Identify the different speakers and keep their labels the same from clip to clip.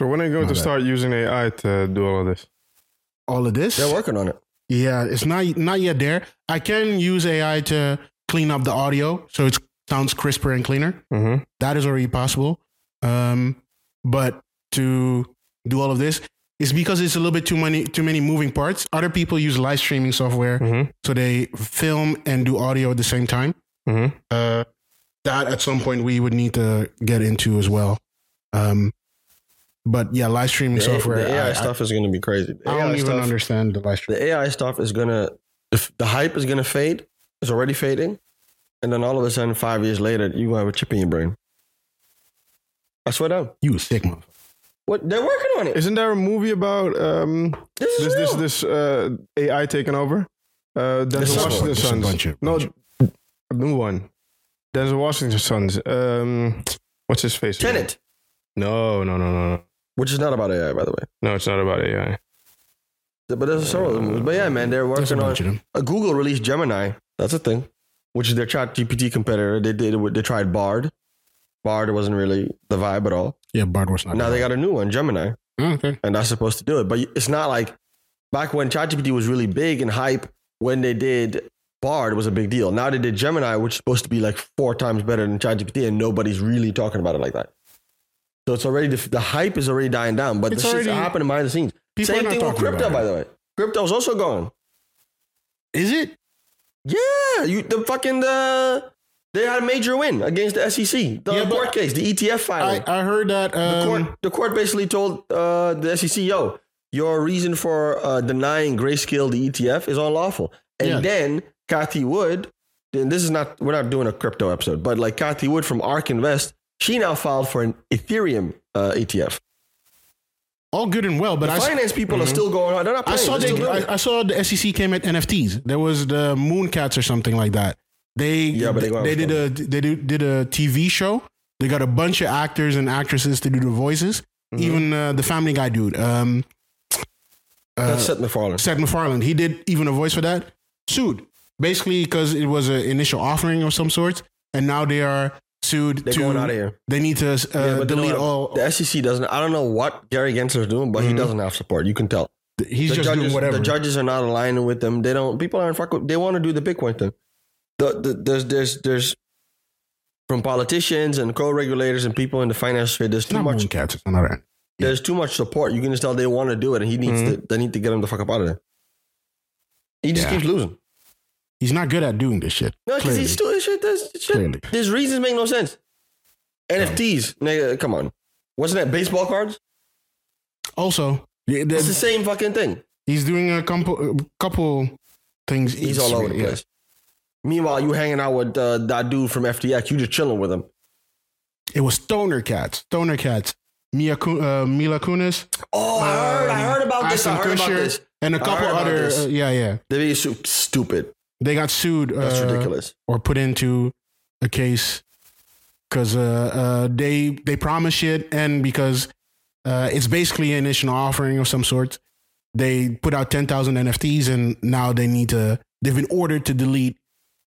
Speaker 1: So when are you going
Speaker 2: My
Speaker 1: to
Speaker 2: bad.
Speaker 1: start using AI to do all of this?
Speaker 2: All of this?
Speaker 3: They're working on it.
Speaker 2: Yeah, it's not not yet there. I can use AI to clean up the audio so it sounds crisper and cleaner.
Speaker 1: Mm-hmm.
Speaker 2: That is already possible. Um, but to do all of this is because it's a little bit too many too many moving parts. Other people use live streaming software,
Speaker 1: Mm-hmm.
Speaker 2: so they film and do audio at the same time.
Speaker 1: Mm-hmm.
Speaker 2: Uh, that at some point we would need to get into as well. Um, but yeah, live streaming
Speaker 3: The, A-
Speaker 2: software.
Speaker 3: the AI
Speaker 2: I- I-
Speaker 3: stuff is going to be crazy. The
Speaker 2: I,
Speaker 3: AI
Speaker 2: don't even
Speaker 3: stuff,
Speaker 2: understand the live stream.
Speaker 3: The AI stuff is going to, if the hype is going to fade, it's already fading. And then all of a sudden, five years later, you will have a chip in your brain. I swear down.
Speaker 2: You a sick motherfucker.
Speaker 3: What they're working on it.
Speaker 1: Isn't there a movie about um,
Speaker 3: This is
Speaker 1: this this
Speaker 3: real.
Speaker 1: this uh, AI taking over? Uh, Denzel
Speaker 3: is a
Speaker 1: Washington's
Speaker 2: bunch,
Speaker 1: sons.
Speaker 2: bunch of-
Speaker 1: no,
Speaker 2: bunch
Speaker 1: a new one. Denzel Washington's sons. Um, what's his face? again?
Speaker 3: Tenet,
Speaker 1: No, no, no, no, no.
Speaker 3: which is not about AI, by the way.
Speaker 1: No, it's not about AI.
Speaker 3: But there's several of them. But yeah, man, they're
Speaker 2: There's a
Speaker 3: working on
Speaker 2: bunch of them.
Speaker 3: Uh, Google released Gemini. That's a thing, which is their Chat GPT competitor. They did they tried Bard. Bard wasn't really the vibe at all.
Speaker 2: Yeah, Bard was not.
Speaker 3: now
Speaker 2: bad.
Speaker 3: they got a new one, Gemini,
Speaker 2: Oh, okay.
Speaker 3: and that's supposed to do it. But it's not like back when ChatGPT was really big and hype. When they did Bard, it was a big deal. Now they did Gemini, which is supposed to be like four times better than ChatGPT, and nobody's really talking about it like that. So it's already the, the hype is already dying down, but
Speaker 2: It's
Speaker 3: the shit's
Speaker 2: already-
Speaker 3: happening behind the scenes.
Speaker 2: People
Speaker 3: Same
Speaker 2: are not
Speaker 3: thing with
Speaker 2: talking
Speaker 3: crypto,
Speaker 2: about
Speaker 3: by
Speaker 2: it.
Speaker 3: the way. Crypto's also gone.
Speaker 2: Is it?
Speaker 3: Yeah, you the fucking the they had a major win against the SEC. The
Speaker 2: Yeah, but-
Speaker 3: court case, the ETF
Speaker 2: I,
Speaker 3: filing.
Speaker 2: I heard that.
Speaker 3: the
Speaker 2: Um,
Speaker 3: court the court basically told uh, the SEC, yo, your reason for uh, denying grayscale the ETF is unlawful. And
Speaker 2: Yeah.
Speaker 3: then Kathy Wood, and this is not we're not doing a crypto episode, but like Kathy Wood from Ark Invest, she now filed for an Ethereum uh, ETF.
Speaker 2: all good and well, but
Speaker 3: The
Speaker 2: I, s-
Speaker 3: finance people are still going on. They're not
Speaker 2: Mhm. I
Speaker 3: playing.
Speaker 2: saw
Speaker 3: They're
Speaker 2: they,
Speaker 3: still doing it.
Speaker 2: I, I saw the SEC came at NFTs. There was the Mooncats or something like that. They
Speaker 3: Yeah, but they
Speaker 2: they,
Speaker 3: go out
Speaker 2: did a
Speaker 3: with
Speaker 2: they did, did a TV show. They got a bunch of actors and actresses to do the voices.
Speaker 3: Mm-hmm.
Speaker 2: Even uh, the Family Guy dude, um, uh,
Speaker 3: That's Seth MacFarlane.
Speaker 2: Seth MacFarlane, he did even a voice for that. Sued basically because it was an initial offering of some sort, and now they are sued.
Speaker 3: They're
Speaker 2: to,
Speaker 3: going out of here.
Speaker 2: They need to uh,
Speaker 3: Yeah, but they
Speaker 2: delete
Speaker 3: don't have-
Speaker 2: all.
Speaker 3: The SEC doesn't. I don't know what Gary Gensler is doing, but
Speaker 2: Mhm.
Speaker 3: he doesn't have support. You can tell.
Speaker 2: He's
Speaker 3: the
Speaker 2: just
Speaker 3: judges,
Speaker 2: doing whatever.
Speaker 3: The judges are not aligning with them. They don't. People aren't fuck. With, they want to do the Bitcoin thing. The, the, there's there's there's from politicians and co-regulators and people in the finance sphere. There's
Speaker 2: It's
Speaker 3: too
Speaker 2: not
Speaker 3: much.
Speaker 2: Mooncats. It's another. end.
Speaker 3: There's too much support. You can just tell they want to do it, and he needs. To, they need to get him the fuck up out of there. He just
Speaker 2: Mm-hmm. Yeah.
Speaker 3: keeps losing.
Speaker 2: He's not good at doing this shit.
Speaker 3: No, because he's still shit. There's
Speaker 2: Clearly.
Speaker 3: shit. These reasons make no sense. NFTs, nigga, come on. Wasn't that baseball cards?
Speaker 2: Also, yeah,
Speaker 3: It's the
Speaker 2: the-
Speaker 3: same fucking thing.
Speaker 2: he's doing a couple, couple things.
Speaker 3: He's
Speaker 2: each
Speaker 3: all over
Speaker 2: week,
Speaker 3: the
Speaker 2: yeah.
Speaker 3: place. Meanwhile, you hanging out with uh, that dude from FTX. You just chilling with him.
Speaker 2: It was Stoner Cats. Stoner Cats. Mia, Ku- uh, Mila Kunis. um,
Speaker 3: Oh, I heard, I heard about this. I
Speaker 2: Ashton
Speaker 3: heard about
Speaker 2: Kutcher,
Speaker 3: this.
Speaker 2: And a
Speaker 3: I
Speaker 2: couple
Speaker 3: heard about
Speaker 2: other.
Speaker 3: this.
Speaker 2: uh, yeah, yeah.
Speaker 3: They're being so stupid.
Speaker 2: They got sued. Uh,
Speaker 3: That's ridiculous.
Speaker 2: Or put into a case because uh, uh, they they promise shit, and because uh, it's basically an initial offering of some sort. They put out ten thousand NFTs, and now they need to. They've been ordered to delete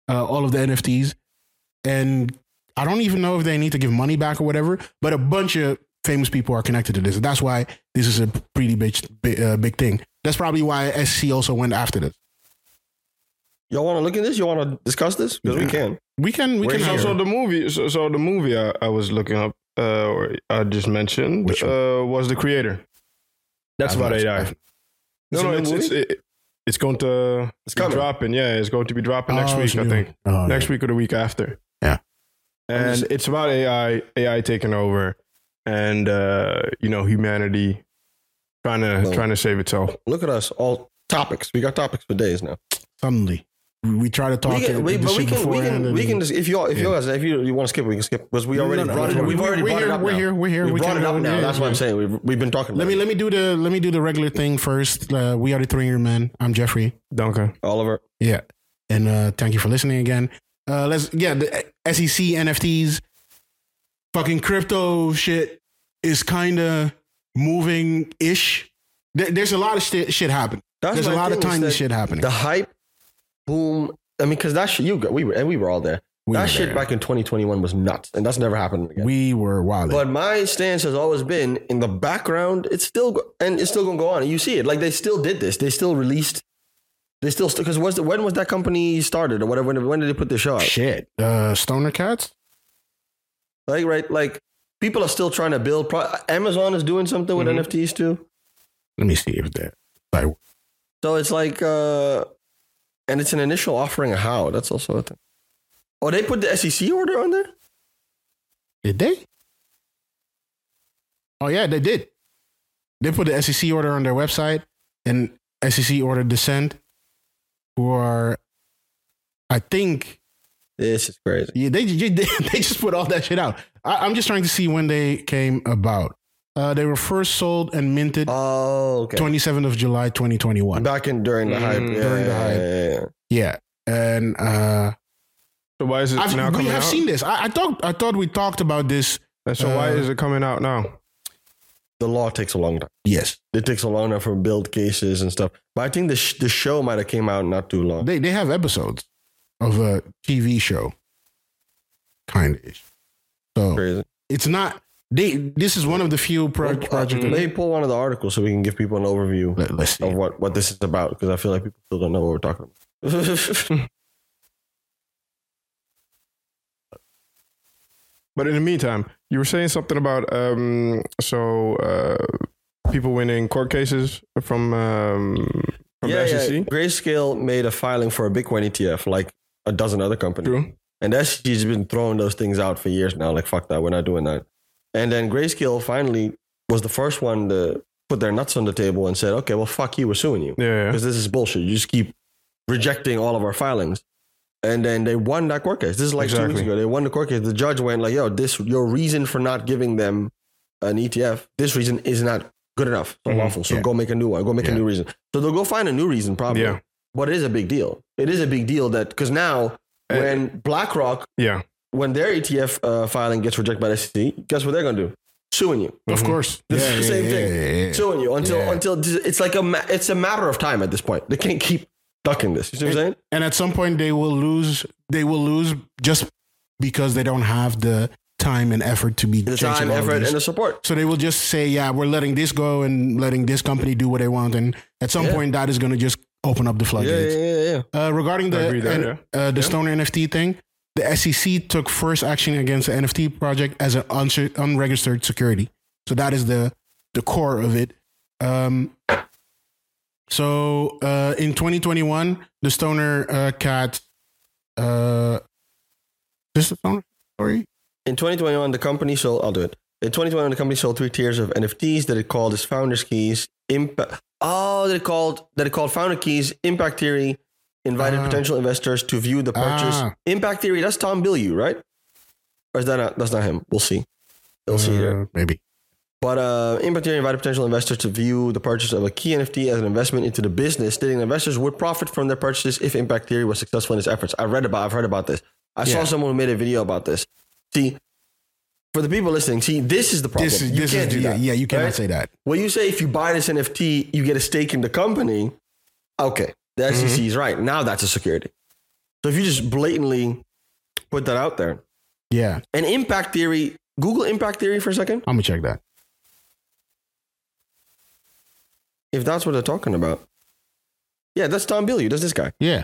Speaker 2: uh, all of the NFTs, and I don't even know if they need to give money back or whatever. But a bunch of famous people are connected to this. That's why this is a pretty big big, uh, big thing. That's probably why SC also went after this.
Speaker 3: Y'all want to look at this? You want to discuss this? Because we can.
Speaker 2: We can we
Speaker 3: Where's
Speaker 2: can
Speaker 3: your-
Speaker 2: have
Speaker 1: So the movie, so, so the movie I, I was looking up, uh, or I just mentioned,
Speaker 2: Which one?
Speaker 1: uh, was the creator. That's
Speaker 2: I've
Speaker 1: about
Speaker 2: not-
Speaker 1: AI.
Speaker 2: I've-
Speaker 1: No,
Speaker 3: Is it
Speaker 1: no,
Speaker 3: a
Speaker 1: it's it's,
Speaker 3: movie?
Speaker 1: it, it's going to
Speaker 3: It's
Speaker 1: be
Speaker 3: coming.
Speaker 1: dropping. Yeah, it's going to be dropping next
Speaker 2: Oh,
Speaker 1: week.
Speaker 2: so
Speaker 1: I
Speaker 2: you-
Speaker 1: think
Speaker 2: oh,
Speaker 1: next
Speaker 2: yeah.
Speaker 1: week or the week after.
Speaker 2: Yeah.
Speaker 1: and it's about AI, AI taking over, and uh, you know humanity trying to
Speaker 3: Well-
Speaker 1: trying to save itself.
Speaker 3: Look at us. All topics. We got topics for days now.
Speaker 2: suddenly. We, we try to talk.
Speaker 3: we can,
Speaker 2: it-
Speaker 3: we,
Speaker 2: this
Speaker 3: but we
Speaker 2: shit
Speaker 3: can, we
Speaker 2: beforehand
Speaker 3: can,
Speaker 2: and-
Speaker 3: we can just if you all if you guys if you, you want to skip, we can skip because we already
Speaker 2: no,
Speaker 3: brought
Speaker 2: no,
Speaker 3: it.
Speaker 2: no,
Speaker 3: We've
Speaker 2: we-
Speaker 3: already
Speaker 2: we're
Speaker 3: brought
Speaker 2: here,
Speaker 3: it up.
Speaker 2: we're
Speaker 3: now.
Speaker 2: here, we're here,
Speaker 3: We
Speaker 2: we
Speaker 3: brought
Speaker 2: can-
Speaker 3: it up now.
Speaker 2: yeah,
Speaker 3: That's what I'm saying. We've we've been talking.
Speaker 2: Let
Speaker 3: about
Speaker 2: me
Speaker 3: it.
Speaker 2: let me do the let me do the regular thing first. Uh, we are the three year men. I'm Jeffrey.
Speaker 1: Duncan.
Speaker 3: Oliver.
Speaker 2: Yeah, and uh, thank you for listening again. Uh, E let's yeah the SEC NFTs, fucking crypto shit is kind of moving ish. There, there's a lot of shit, shit happening.
Speaker 3: That's
Speaker 2: There's a
Speaker 3: my
Speaker 2: lot of
Speaker 3: thing is
Speaker 2: tiny
Speaker 3: that
Speaker 2: shit happening.
Speaker 3: The hype, boom. I mean, because that shit, you got, we were, and we were all there.
Speaker 2: We
Speaker 3: that
Speaker 2: were
Speaker 3: shit
Speaker 2: there.
Speaker 3: back in 2021 was nuts, and that's never happened again.
Speaker 2: we were wild.
Speaker 3: but my stance has always been in the background. It's still go- and it's still gonna go on. You see it, like they still did this. They still released. They still because was the, when was that company started or whatever? When, when did they put the show out?
Speaker 2: Shit. Uh, Stoner Cats?
Speaker 3: Like right, like people are still trying to build. Pro- Amazon is doing something with
Speaker 2: Mm-hmm.
Speaker 1: Mhm.
Speaker 3: NFTs too.
Speaker 2: Let me see if that.
Speaker 3: So it's like, uh, and it's an initial offering of how. That's also a thing. Oh, they put the SEC order on there?
Speaker 2: Did they? Oh, yeah, they did. They put the SEC order on their website and E SEC order Descend, who are, I think,
Speaker 3: This is crazy.
Speaker 2: yeah, they, they, they just put all that shit out. I, I'm just trying to see when they came about. Uh, they were first sold and minted
Speaker 3: Oh, okay.
Speaker 2: 27th of July 2021.
Speaker 3: Back in during the hype.
Speaker 1: Mm,
Speaker 3: Yeah,
Speaker 2: during the
Speaker 3: yeah,
Speaker 2: hype.
Speaker 3: yeah, yeah.
Speaker 2: Yeah. And uh,
Speaker 1: So why is it
Speaker 2: I've,
Speaker 1: now
Speaker 2: we
Speaker 1: coming
Speaker 2: have
Speaker 1: out?
Speaker 2: seen this. I, I thought I thought we talked about this.
Speaker 1: And so why
Speaker 2: uh,
Speaker 1: is it coming out now?
Speaker 3: The law takes a long time.
Speaker 2: Yes,
Speaker 3: It takes a long time for build cases and stuff. But I think the, sh- the show might have came out not too long.
Speaker 2: they they have episodes of a TV show, kind of ish. So
Speaker 3: Crazy.
Speaker 2: it's not they. This is one of the few pro-
Speaker 3: Well,
Speaker 2: projects.
Speaker 3: uh, Maybe pull one of the articles so we can give people an overview
Speaker 2: Let, us
Speaker 3: of
Speaker 2: see.
Speaker 3: what, what this is about because I feel like people still don't know what we're talking about.
Speaker 1: But in the meantime, you were saying something about um, so uh, people winning court cases from um, from the
Speaker 2: E
Speaker 1: SEC.
Speaker 3: Grayscale made a filing for a Bitcoin ETF like a dozen other companies.
Speaker 1: True.
Speaker 3: And the SEC's been throwing those things out for years now. Like, fuck that, we're not doing that. And then Grayscale finally was the first one to put their nuts on the table and said, okay, well, fuck you, we're suing you.
Speaker 1: Yeah. yeah.
Speaker 3: Because this is bullshit. You just keep rejecting all of our filings. And then they won that court case. This is like two weeks
Speaker 1: Exactly.
Speaker 3: ago. They won the court case. The judge went like, yo, this your reason for not giving them an ETF, this reason is not good enough. It's
Speaker 1: Mhm.
Speaker 3: unlawful. So
Speaker 2: Yeah.
Speaker 3: go make a new one. Go make
Speaker 2: Yeah.
Speaker 3: a new reason. So they'll go find a new reason, probably.
Speaker 1: Yeah.
Speaker 3: But it is a big deal. It is a big deal that because now
Speaker 1: Uh,
Speaker 3: when BlackRock
Speaker 1: Yeah.
Speaker 3: when their ETF uh, filing gets rejected by the SEC, guess what they're going to do? Suing you,
Speaker 1: Mm-hmm.
Speaker 2: Of course,
Speaker 3: Mm-hmm. This is the same thing.
Speaker 2: yeah, yeah.
Speaker 3: suing you until
Speaker 2: Yeah.
Speaker 3: until it's like a ma- it's a matter of time at this point. They can't keep ducking this. You see what I'm saying?
Speaker 2: and at some point they will lose. They will lose just because they don't have the time and effort to be
Speaker 3: The
Speaker 2: chasing
Speaker 3: time,
Speaker 2: all of
Speaker 3: effort,
Speaker 2: this.
Speaker 3: and the support.
Speaker 2: So they will just say, yeah, we're letting this go and letting this company do what they want. And at some
Speaker 3: Yeah.
Speaker 2: point, that is going to just open up the
Speaker 3: Yeah, yeah,
Speaker 2: floodgates.
Speaker 3: yeah, yeah.
Speaker 2: Uh, regarding the
Speaker 1: I agree there,
Speaker 2: and, uh, the
Speaker 1: Yeah.
Speaker 2: Stoner NFT thing, the SEC took first action against the NFT project as an unse- unregistered security. So that is the the core of it. Um, so uh, in 2021, the Stoner uh, cat, uh, this the Stoner story.
Speaker 3: In 2021, the company sold. I'll do it. In 2021, the company sold three tiers of NFTs that it called its founders' keys. Impact. Oh, that it called that it called founder keys. Impact theory invited
Speaker 2: Ah.
Speaker 3: potential investors to view the purchase.
Speaker 2: Ah.
Speaker 3: Impact theory. That's Tom Bilyeu, right? Or is that not? That's not him. We'll see. We'll see here.
Speaker 2: Uh, maybe.
Speaker 3: But uh, in particular, invited potential investors to view the purchase of a key NFT as an investment into the business, stating investors would profit from their purchases if Impact Theory was successful in its efforts. I read about, I've heard about this. I saw
Speaker 2: Yeah.
Speaker 3: someone who made a video about this. See, for the people listening, see, this is the problem.
Speaker 2: This is
Speaker 3: you
Speaker 2: this
Speaker 3: can't
Speaker 2: is
Speaker 3: do
Speaker 2: yeah,
Speaker 3: that.
Speaker 2: yeah. You cannot
Speaker 3: right?
Speaker 2: say that.
Speaker 3: When you say if you buy this NFT, you get a stake in the company, okay, the SEC
Speaker 2: Mm-hmm.
Speaker 3: is right. Now that's a security. So if you just blatantly put that out there,
Speaker 2: Yeah,
Speaker 3: and Impact Theory, Google Impact Theory for a second.
Speaker 2: I'm gonna check that.
Speaker 3: If that's what they're talking about. Yeah, that's Tom Bilyeu. That's this guy.
Speaker 2: Yeah.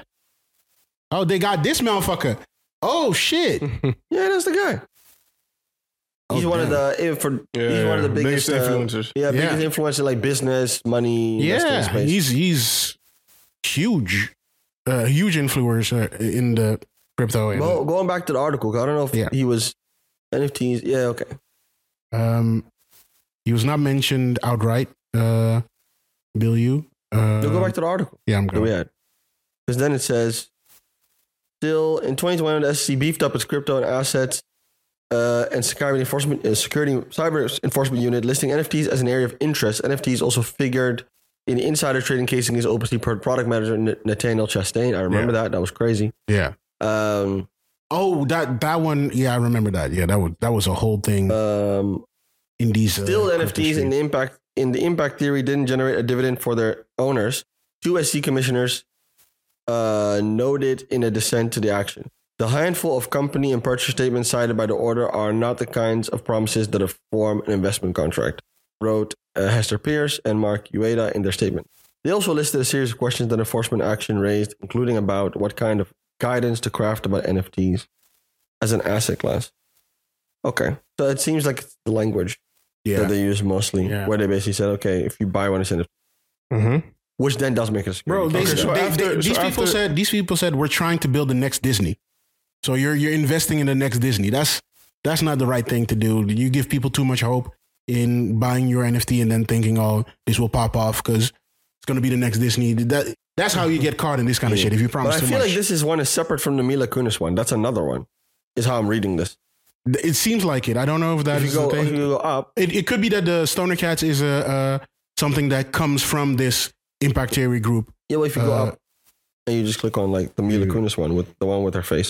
Speaker 2: Oh, they got this motherfucker. Oh shit.
Speaker 3: Yeah, that's the guy. He's
Speaker 2: Oh,
Speaker 3: one
Speaker 2: damn.
Speaker 3: of the eh, for
Speaker 1: Yeah,
Speaker 3: he's one of the
Speaker 1: yeah.
Speaker 3: biggest,
Speaker 1: Biggest
Speaker 3: uh,
Speaker 1: influencers.
Speaker 3: yeah,
Speaker 2: Yeah.
Speaker 3: biggest influencer like business, money. investing
Speaker 2: Yeah,
Speaker 3: space.
Speaker 2: he's he's huge, uh, huge influencer in the crypto. And,
Speaker 3: Well, going back to the article, 'cause I don't know if
Speaker 2: Yeah.
Speaker 3: he was NFTs. Yeah, okay.
Speaker 2: um, he was not mentioned outright. Uh, Bill, you. Uh,
Speaker 3: You'll go back to the article
Speaker 2: yeah, I'm
Speaker 3: that we
Speaker 2: going.
Speaker 3: had, because then it says, still in 2021, the SEC beefed up its crypto and assets. Uh, and security enforcement, uh, security cyber enforcement unit listing NFTs as an area of interest. NFTs also figured in the insider trading case against OpenSea pro- product manager N- Nathaniel Chastain. I remember that. That was crazy.
Speaker 2: Yeah.
Speaker 3: Um,
Speaker 2: Oh, that that one. Yeah, I remember that. Yeah, that was that was a whole thing
Speaker 3: um,
Speaker 2: in these uh,
Speaker 3: still,
Speaker 2: crypto
Speaker 3: NFTs in
Speaker 2: streets.
Speaker 3: the impact in the impact theory didn't generate a dividend for their owners. Two SC commissioners uh, noted in a dissent to the action. The handful of company and purchase statements cited by the order are not the kinds of promises that form an investment contract, wrote uh, Hester Pierce and Mark Ueda in their statement. They also listed a series of questions that enforcement action raised, including about what kind of guidance to craft about NFTs as an asset class. Okay, so it seems like it's the language that
Speaker 2: Yeah.
Speaker 3: they use mostly,
Speaker 2: Yeah.
Speaker 3: where they basically said, okay, if you buy one, it's in it,
Speaker 1: Mm-hmm.
Speaker 3: which then does make it a
Speaker 2: Bro,
Speaker 3: security
Speaker 2: they,
Speaker 1: Okay,
Speaker 3: contract.
Speaker 1: so
Speaker 2: they-
Speaker 1: after-
Speaker 2: they-
Speaker 1: so
Speaker 2: these people
Speaker 1: after-
Speaker 2: said these people said we're trying to build the next Disney. So you're you're investing in the next Disney. That's that's not the right thing to do. You give people too much hope in buying your NFT and then thinking, oh, this will pop off because it's gonna be the next Disney. That that's how you get caught in this kind of shit. If you
Speaker 3: But
Speaker 2: promise
Speaker 3: I
Speaker 2: too
Speaker 3: feel
Speaker 2: much,
Speaker 3: like this is one is separate from the Mila Kunis one. That's another one. Is how I'm reading this.
Speaker 2: it seems like it. I don't know if that
Speaker 3: If
Speaker 2: is
Speaker 3: you, go,
Speaker 2: the
Speaker 3: if
Speaker 2: thing.
Speaker 3: you go up,
Speaker 2: It, it could be that the Stoner Cats is a uh, something that comes from this Impact Theory group.
Speaker 3: yeah, well, if you go
Speaker 2: Uh, Mm.
Speaker 3: up and you just click on like the Mila Kunis one with the one with her face,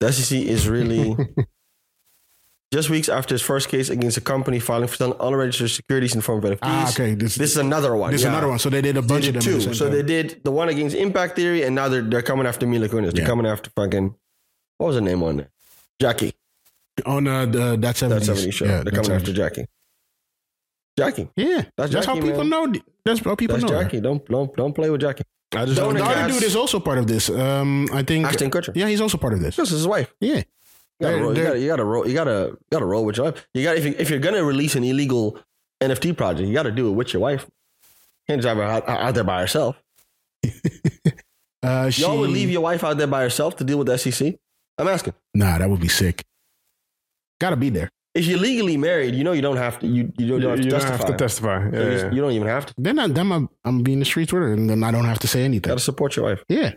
Speaker 3: the SEC is really just weeks after his first case against a company filing for selling unregistered securities in the form of NFTs.
Speaker 2: Ah, okay. This,
Speaker 3: This
Speaker 2: this,
Speaker 3: is another one.
Speaker 2: is
Speaker 3: yeah.
Speaker 2: another one. So they did a bunch
Speaker 3: They
Speaker 2: of them.
Speaker 3: did two.
Speaker 2: at the same
Speaker 3: So
Speaker 2: time.
Speaker 3: they did the one against Impact Theory, and now they're they're coming after Mila Kunis. They're
Speaker 2: Yeah.
Speaker 3: coming after fucking what was her name on there? Jackie.
Speaker 2: on uh, the that 70s,
Speaker 3: That's 70 show.
Speaker 2: Yeah,
Speaker 3: they're
Speaker 2: That
Speaker 3: coming
Speaker 2: 70s.
Speaker 3: after Jackie. Jackie.
Speaker 2: Yeah,
Speaker 3: That's
Speaker 2: that's,
Speaker 3: Jackie,
Speaker 2: how people
Speaker 3: man.
Speaker 2: know. th- That's how people
Speaker 3: That's
Speaker 2: know. her.
Speaker 3: Jackie. Don't don't don't play with Jackie.
Speaker 1: I just
Speaker 3: Don't
Speaker 2: The
Speaker 1: wanna-
Speaker 3: Yes.
Speaker 2: other dude is also part of this. Um, I think.
Speaker 3: Ashton Kutcher.
Speaker 2: Yeah, he's also part of this.
Speaker 3: This is his wife.
Speaker 2: Yeah,
Speaker 3: You gotta,
Speaker 2: They're-
Speaker 3: roll, you,
Speaker 2: they're-
Speaker 3: gotta, you gotta roll. You gotta you gotta roll with your wife. You got to if you if you're gonna release an illegal NFT project, you gotta do it with your wife. Can't drive her out, out there by herself.
Speaker 2: uh, she,
Speaker 3: Y'all would leave your wife out there by herself to deal with the SEC. I'm asking.
Speaker 2: Nah, that would be sick. Gotta be there.
Speaker 3: If you're legally married, you know you don't have to. You you don't,
Speaker 1: you,
Speaker 3: have to
Speaker 1: you don't
Speaker 3: justify.
Speaker 1: have to testify. Yeah,
Speaker 3: You
Speaker 1: yeah.
Speaker 3: just- You don't even have to.
Speaker 2: Then, I, then I'm, I'm being the street Twitter, and then I don't have to say
Speaker 3: You
Speaker 2: anything.
Speaker 3: gotta support your wife.
Speaker 2: yeah,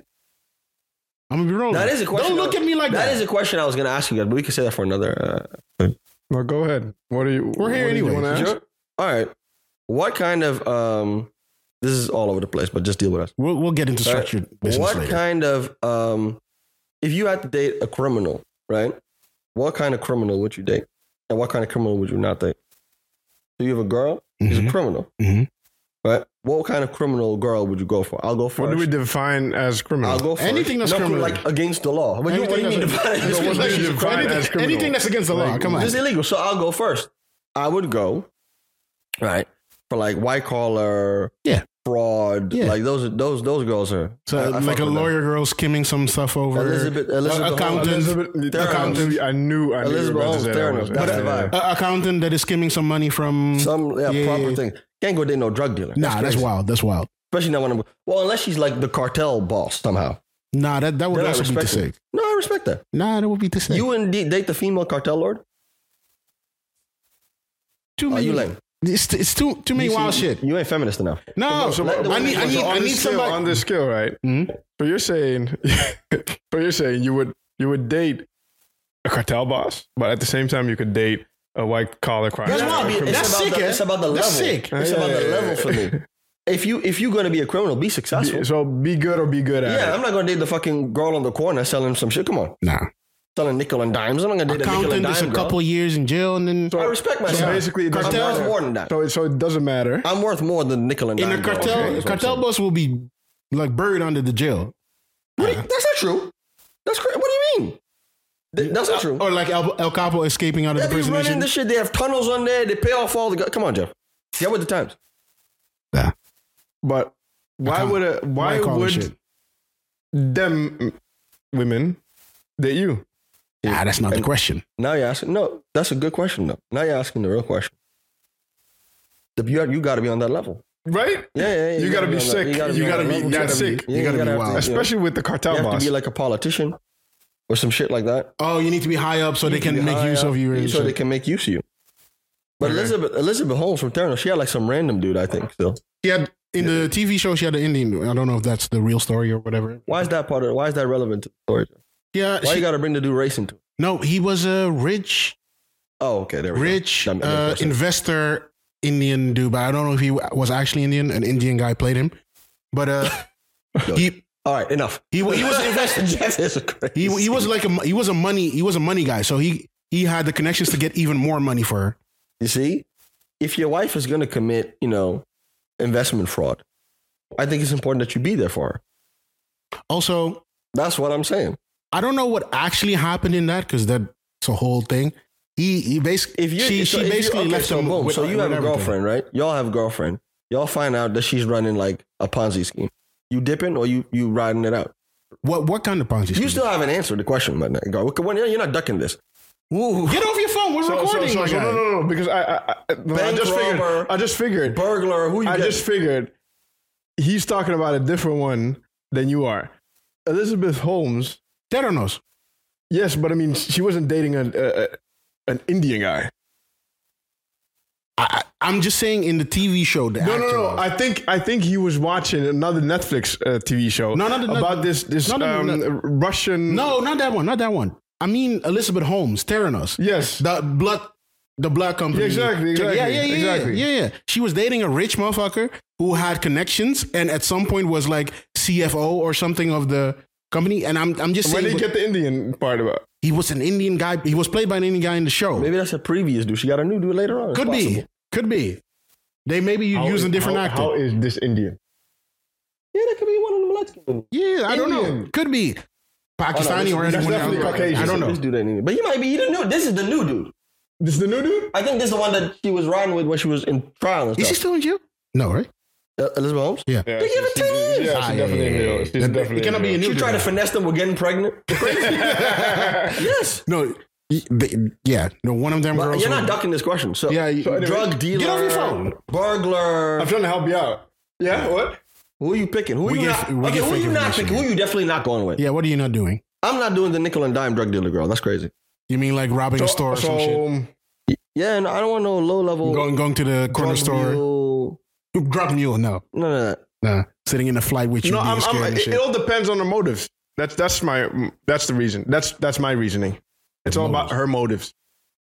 Speaker 2: I'm gonna be rolling.
Speaker 3: That is a question.
Speaker 2: Don't look at me like that.
Speaker 3: That is a question I was gonna ask you guys, but we can say that for another. Uh,
Speaker 1: Well, go ahead. What are you?
Speaker 2: We're here
Speaker 1: what did you
Speaker 2: anyway.
Speaker 1: wanna
Speaker 2: Did
Speaker 1: ask?
Speaker 3: Sure. All right. What kind of um this is all over the place, but just deal with us.
Speaker 2: we'll, we'll get into
Speaker 3: All right.
Speaker 2: structured business
Speaker 3: what
Speaker 2: later.
Speaker 3: kind of um if you had to date a criminal, right? What kind of criminal would you date? And what kind of criminal would you not date? So you have a girl, she's a
Speaker 1: Mm-hmm.
Speaker 2: Mhm.
Speaker 3: criminal.
Speaker 2: Mhm.
Speaker 3: Right? What kind of criminal girl would you go for? I'll go first.
Speaker 1: What do we define as criminal?
Speaker 3: I'll go first.
Speaker 2: Anything that's
Speaker 3: No,
Speaker 2: criminal.
Speaker 3: like against the law. What do you, what do you mean?
Speaker 2: Anything
Speaker 3: Define
Speaker 2: that's-
Speaker 1: No, what do you
Speaker 2: Anything-
Speaker 1: define as
Speaker 2: anything,
Speaker 1: criminal?
Speaker 2: that's against the law.
Speaker 1: Like,
Speaker 2: Come on.
Speaker 3: This is illegal. So I'll go first. I would go, right, for like white collar,
Speaker 2: Yeah.
Speaker 3: fraud.
Speaker 2: Yeah.
Speaker 3: Like those, those, those girls are I- I
Speaker 2: So,
Speaker 3: fuck
Speaker 2: like a
Speaker 3: with them.
Speaker 2: lawyer girl skimming some stuff over.
Speaker 3: Elizabeth, Elizabeth,
Speaker 2: accountant.
Speaker 3: Holmes.
Speaker 1: Elizabeth,
Speaker 3: Theranos.
Speaker 1: accountant. I knew. I knew you
Speaker 3: Elizabeth
Speaker 1: were about to
Speaker 3: Holmes
Speaker 1: say that one.
Speaker 3: Theranos. That's the vibe.
Speaker 2: A accountant that is skimming some money from.
Speaker 3: Some yeah,
Speaker 2: Yeah,
Speaker 3: proper
Speaker 2: yeah.
Speaker 3: thing. Can't go date no drug dealer.
Speaker 2: nah, that's
Speaker 3: crazy.
Speaker 2: wild. That's wild.
Speaker 3: Especially not when I'm well, unless she's like the cartel boss somehow.
Speaker 2: Nah, that, that would
Speaker 3: Then I
Speaker 2: also be too
Speaker 3: respect
Speaker 2: sick.
Speaker 3: it. No, I respect that.
Speaker 2: Nah, that would be too sick.
Speaker 3: You wouldn't de- date the female cartel lord?
Speaker 2: too
Speaker 3: Are
Speaker 2: many,
Speaker 3: Oh, you lame?
Speaker 2: It's, it's too too many
Speaker 3: You see,
Speaker 2: wild shit.
Speaker 3: You ain't feminist enough.
Speaker 2: No,
Speaker 3: so let the
Speaker 2: I
Speaker 3: women
Speaker 2: need I
Speaker 3: go.
Speaker 2: need
Speaker 1: So on
Speaker 2: I
Speaker 1: this
Speaker 2: need
Speaker 1: scale,
Speaker 2: somebody.
Speaker 1: on this scale, right?
Speaker 2: Hmm?
Speaker 3: Mm-hmm.
Speaker 1: So you're saying, so you're saying you would you would date a cartel boss, but at the same time you could date a white collar crime.
Speaker 2: That's wild.
Speaker 1: criminal.
Speaker 2: That's
Speaker 3: about
Speaker 2: sick,
Speaker 3: The,
Speaker 2: eh?
Speaker 3: It's about the
Speaker 2: That's
Speaker 3: level.
Speaker 2: sick.
Speaker 3: It's
Speaker 1: Yeah,
Speaker 3: about
Speaker 1: yeah,
Speaker 3: the
Speaker 1: yeah,
Speaker 3: level for me. If you if you're gonna be a criminal, be successful.
Speaker 1: Be- so be good or be good at
Speaker 3: Yeah,
Speaker 1: it.
Speaker 3: I'm not gonna date the fucking girl on the corner selling some shit. Come on,
Speaker 2: Nah,
Speaker 3: selling nickel and dimes. I'm not gonna date a nickel and
Speaker 2: accountant is
Speaker 3: dime
Speaker 2: a
Speaker 3: girl.
Speaker 2: couple years in jail and then
Speaker 3: I respect myself.
Speaker 1: basically it doesn't
Speaker 3: I'm worth
Speaker 1: matter.
Speaker 3: more than that.
Speaker 1: So it, so it doesn't matter.
Speaker 3: I'm worth more than nickel and
Speaker 2: in
Speaker 3: dime.
Speaker 2: a
Speaker 3: girl.
Speaker 2: cartel
Speaker 3: Okay,
Speaker 2: a
Speaker 3: that's what I'm
Speaker 2: cartel
Speaker 3: saying.
Speaker 2: boss will be like buried under the jail.
Speaker 3: What do you- that's not true. That's cra- what do you mean? Th- that's not true.
Speaker 2: Or like El, El Capo escaping out of
Speaker 3: They
Speaker 2: Oh, the
Speaker 3: be
Speaker 2: prison. and
Speaker 3: running
Speaker 2: shit.
Speaker 3: this shit. They have tunnels on there. They pay off all the. Go- Come on, Jeff. Get with the times.
Speaker 1: But why
Speaker 2: can't-
Speaker 1: would a, why
Speaker 2: White collar
Speaker 1: would
Speaker 2: shit.
Speaker 1: them women date you?
Speaker 2: Nah, that's not the question.
Speaker 3: Now you're asking. No, that's a good question though. Now you're asking the real question. The- You, you got to be on that level.
Speaker 1: Right?
Speaker 3: Yeah, yeah. yeah
Speaker 1: You gotta be
Speaker 3: on that-
Speaker 1: sick. You
Speaker 3: on
Speaker 1: gotta
Speaker 3: that
Speaker 1: be
Speaker 3: level.
Speaker 1: that
Speaker 3: gotta
Speaker 1: sick.
Speaker 3: yeah,
Speaker 2: You gotta be
Speaker 3: have to-
Speaker 2: wild.
Speaker 3: you know,
Speaker 1: Especially with the cartel
Speaker 3: You have
Speaker 1: boss.
Speaker 3: to be like a politician or some shit like that.
Speaker 2: Oh, you need to be high up so they can make use of you. and
Speaker 3: so they
Speaker 2: shit.
Speaker 3: can make use of you. But Elizabeth Elizabeth Holmes from Theranos, she had like some random dude, I think. Still,
Speaker 2: She had in the TV show. She had an Indian. I don't know if that's the real story or whatever.
Speaker 3: why is that part of? Why is that relevant to the story?
Speaker 2: Yeah,
Speaker 3: Why
Speaker 2: she-
Speaker 3: you got to bring the dude race into? it?
Speaker 2: no, he was a rich,
Speaker 3: Oh, okay, there we
Speaker 2: rich
Speaker 3: go. That- that
Speaker 2: uh,
Speaker 3: makes more sense.
Speaker 2: investor Indian dude. But I don't know if he was actually Indian. An Indian guy played him, but uh, he
Speaker 3: All right, enough.
Speaker 2: he wa- he was invested.
Speaker 3: Jeff is crazy.
Speaker 2: He he was like a mo- he was a money he was a money guy. So he he had the connections to get even more money for her.
Speaker 3: You see, if your wife is going to commit, you know, investment fraud, I think it's important that you be there for her.
Speaker 2: Also,
Speaker 3: That's what I'm saying.
Speaker 2: I don't know what actually happened in that because that's a whole thing. He, he basically,
Speaker 3: If you,
Speaker 2: she,
Speaker 3: so
Speaker 2: she
Speaker 3: if you-
Speaker 2: basically
Speaker 3: okay,
Speaker 2: left
Speaker 3: so
Speaker 2: him.
Speaker 3: boom,
Speaker 2: with-
Speaker 3: so you
Speaker 2: with
Speaker 3: have a
Speaker 2: everything.
Speaker 3: girlfriend, right? Y'all have a girlfriend. Y'all find out that she's running like a Ponzi scheme. You dipping or you you riding it out?
Speaker 2: What what kind of Ponzi?
Speaker 3: You
Speaker 2: scheme?
Speaker 3: still haven't answered the question, my nigga. When- You're not ducking this. Ooh,
Speaker 2: get off your phone. We're
Speaker 1: So, so,
Speaker 2: recording.
Speaker 1: so,
Speaker 2: my
Speaker 1: so
Speaker 2: guy.
Speaker 1: no, no, no, because I, I, I, no, I
Speaker 3: Bank
Speaker 1: just
Speaker 3: robber.
Speaker 1: figured, I just figured,
Speaker 3: burglar. Who you?
Speaker 1: I
Speaker 3: get?
Speaker 1: just figured he's talking about a different one than you are. Elizabeth Holmes,
Speaker 2: Theranos.
Speaker 1: yes, but I mean, she wasn't dating an, a, a, an Indian guy.
Speaker 2: I, I, I'm just saying in the TV show. The
Speaker 1: No,
Speaker 2: actor
Speaker 1: no, no.
Speaker 2: was.
Speaker 1: I think I think he was watching another Netflix uh, TV show.
Speaker 2: No, not the Net-
Speaker 1: about this this
Speaker 2: No, no,
Speaker 1: um,
Speaker 2: no,
Speaker 1: Russian.
Speaker 2: no, not that one. Not that one. I mean Elizabeth Holmes, Theranos.
Speaker 1: Yes.
Speaker 2: the blood the blood company.
Speaker 1: Yeah, exactly, exactly,
Speaker 2: yeah, yeah, yeah,
Speaker 1: exactly.
Speaker 2: yeah, yeah. She was dating a rich motherfucker who had connections and at some point was like CFO or something of the company. And I'm I'm just
Speaker 1: Where
Speaker 2: saying
Speaker 1: did you
Speaker 2: but
Speaker 1: get the Indian part about?
Speaker 2: he was an Indian guy. He was played by an Indian guy in the show.
Speaker 3: Maybe that's a previous dude. She got a new dude later on. It's
Speaker 2: could
Speaker 3: possible.
Speaker 2: be. Could be. They maybe you
Speaker 1: How
Speaker 2: use a
Speaker 1: is-
Speaker 2: different
Speaker 1: how-
Speaker 2: actor.
Speaker 1: How is this Indian?
Speaker 3: Yeah, that could be one of them light skinned.
Speaker 2: yeah, I don't know.
Speaker 1: Indian.
Speaker 2: Could be. Pakistani or
Speaker 1: that's
Speaker 2: anyone else.
Speaker 1: definitely Caucasian.
Speaker 2: I don't know.
Speaker 3: This dude ain't in it. But he might be. He the new. This is the new dude.
Speaker 1: This is the new dude?
Speaker 3: I think this is the one that she was riding with when she was in trial and
Speaker 2: Is he
Speaker 3: stuff.
Speaker 2: still in jail? No, right?
Speaker 3: Uh, Elizabeth Holmes.
Speaker 2: Yeah.
Speaker 1: Yeah,
Speaker 3: They give it
Speaker 1: she's-
Speaker 3: ten
Speaker 1: she's-
Speaker 3: years.
Speaker 1: Yeah,
Speaker 2: Ah,
Speaker 1: she's
Speaker 2: yeah,
Speaker 1: definitely
Speaker 2: yeah,
Speaker 1: in
Speaker 2: yeah,
Speaker 1: jail.
Speaker 2: yeah.
Speaker 1: She's
Speaker 2: It- it
Speaker 1: definitely
Speaker 2: cannot
Speaker 1: in
Speaker 2: be a
Speaker 1: jail.
Speaker 2: new
Speaker 3: She tried to finesse them with getting pregnant. yes.
Speaker 2: No. y- they- Yeah. No, one of them
Speaker 3: But
Speaker 2: girls.
Speaker 3: you're
Speaker 2: was-
Speaker 3: not ducking this question. So,
Speaker 2: Yeah, you-
Speaker 3: so anyway, drug dealer,
Speaker 2: Get off your phone.
Speaker 3: burglar.
Speaker 1: I'm trying to help you out. Yeah, what?
Speaker 3: Who are you picking? Who are
Speaker 2: We
Speaker 3: you
Speaker 2: get-
Speaker 3: not?
Speaker 2: we
Speaker 3: Okay,
Speaker 2: get
Speaker 3: who are
Speaker 2: fake
Speaker 3: you not
Speaker 2: information
Speaker 3: picking? Who you definitely not going with?
Speaker 2: Yeah, what are you not doing?
Speaker 3: I'm not doing the nickel and dime drug dealer girl. That's crazy.
Speaker 2: You mean like robbing a store or some shit?
Speaker 1: um,
Speaker 3: Yeah, and I don't want no low level
Speaker 2: Going going to the corner store. Drop mule, no.
Speaker 3: No, no, no.
Speaker 2: Nah. Sitting in a flight with you
Speaker 1: no,
Speaker 2: being
Speaker 1: I'm,
Speaker 2: scared
Speaker 1: I'm,
Speaker 2: and
Speaker 1: it,
Speaker 2: shit.
Speaker 1: it all depends on the motives. That's that's my that's the reason. That's that's my reasoning. It's all about her motives.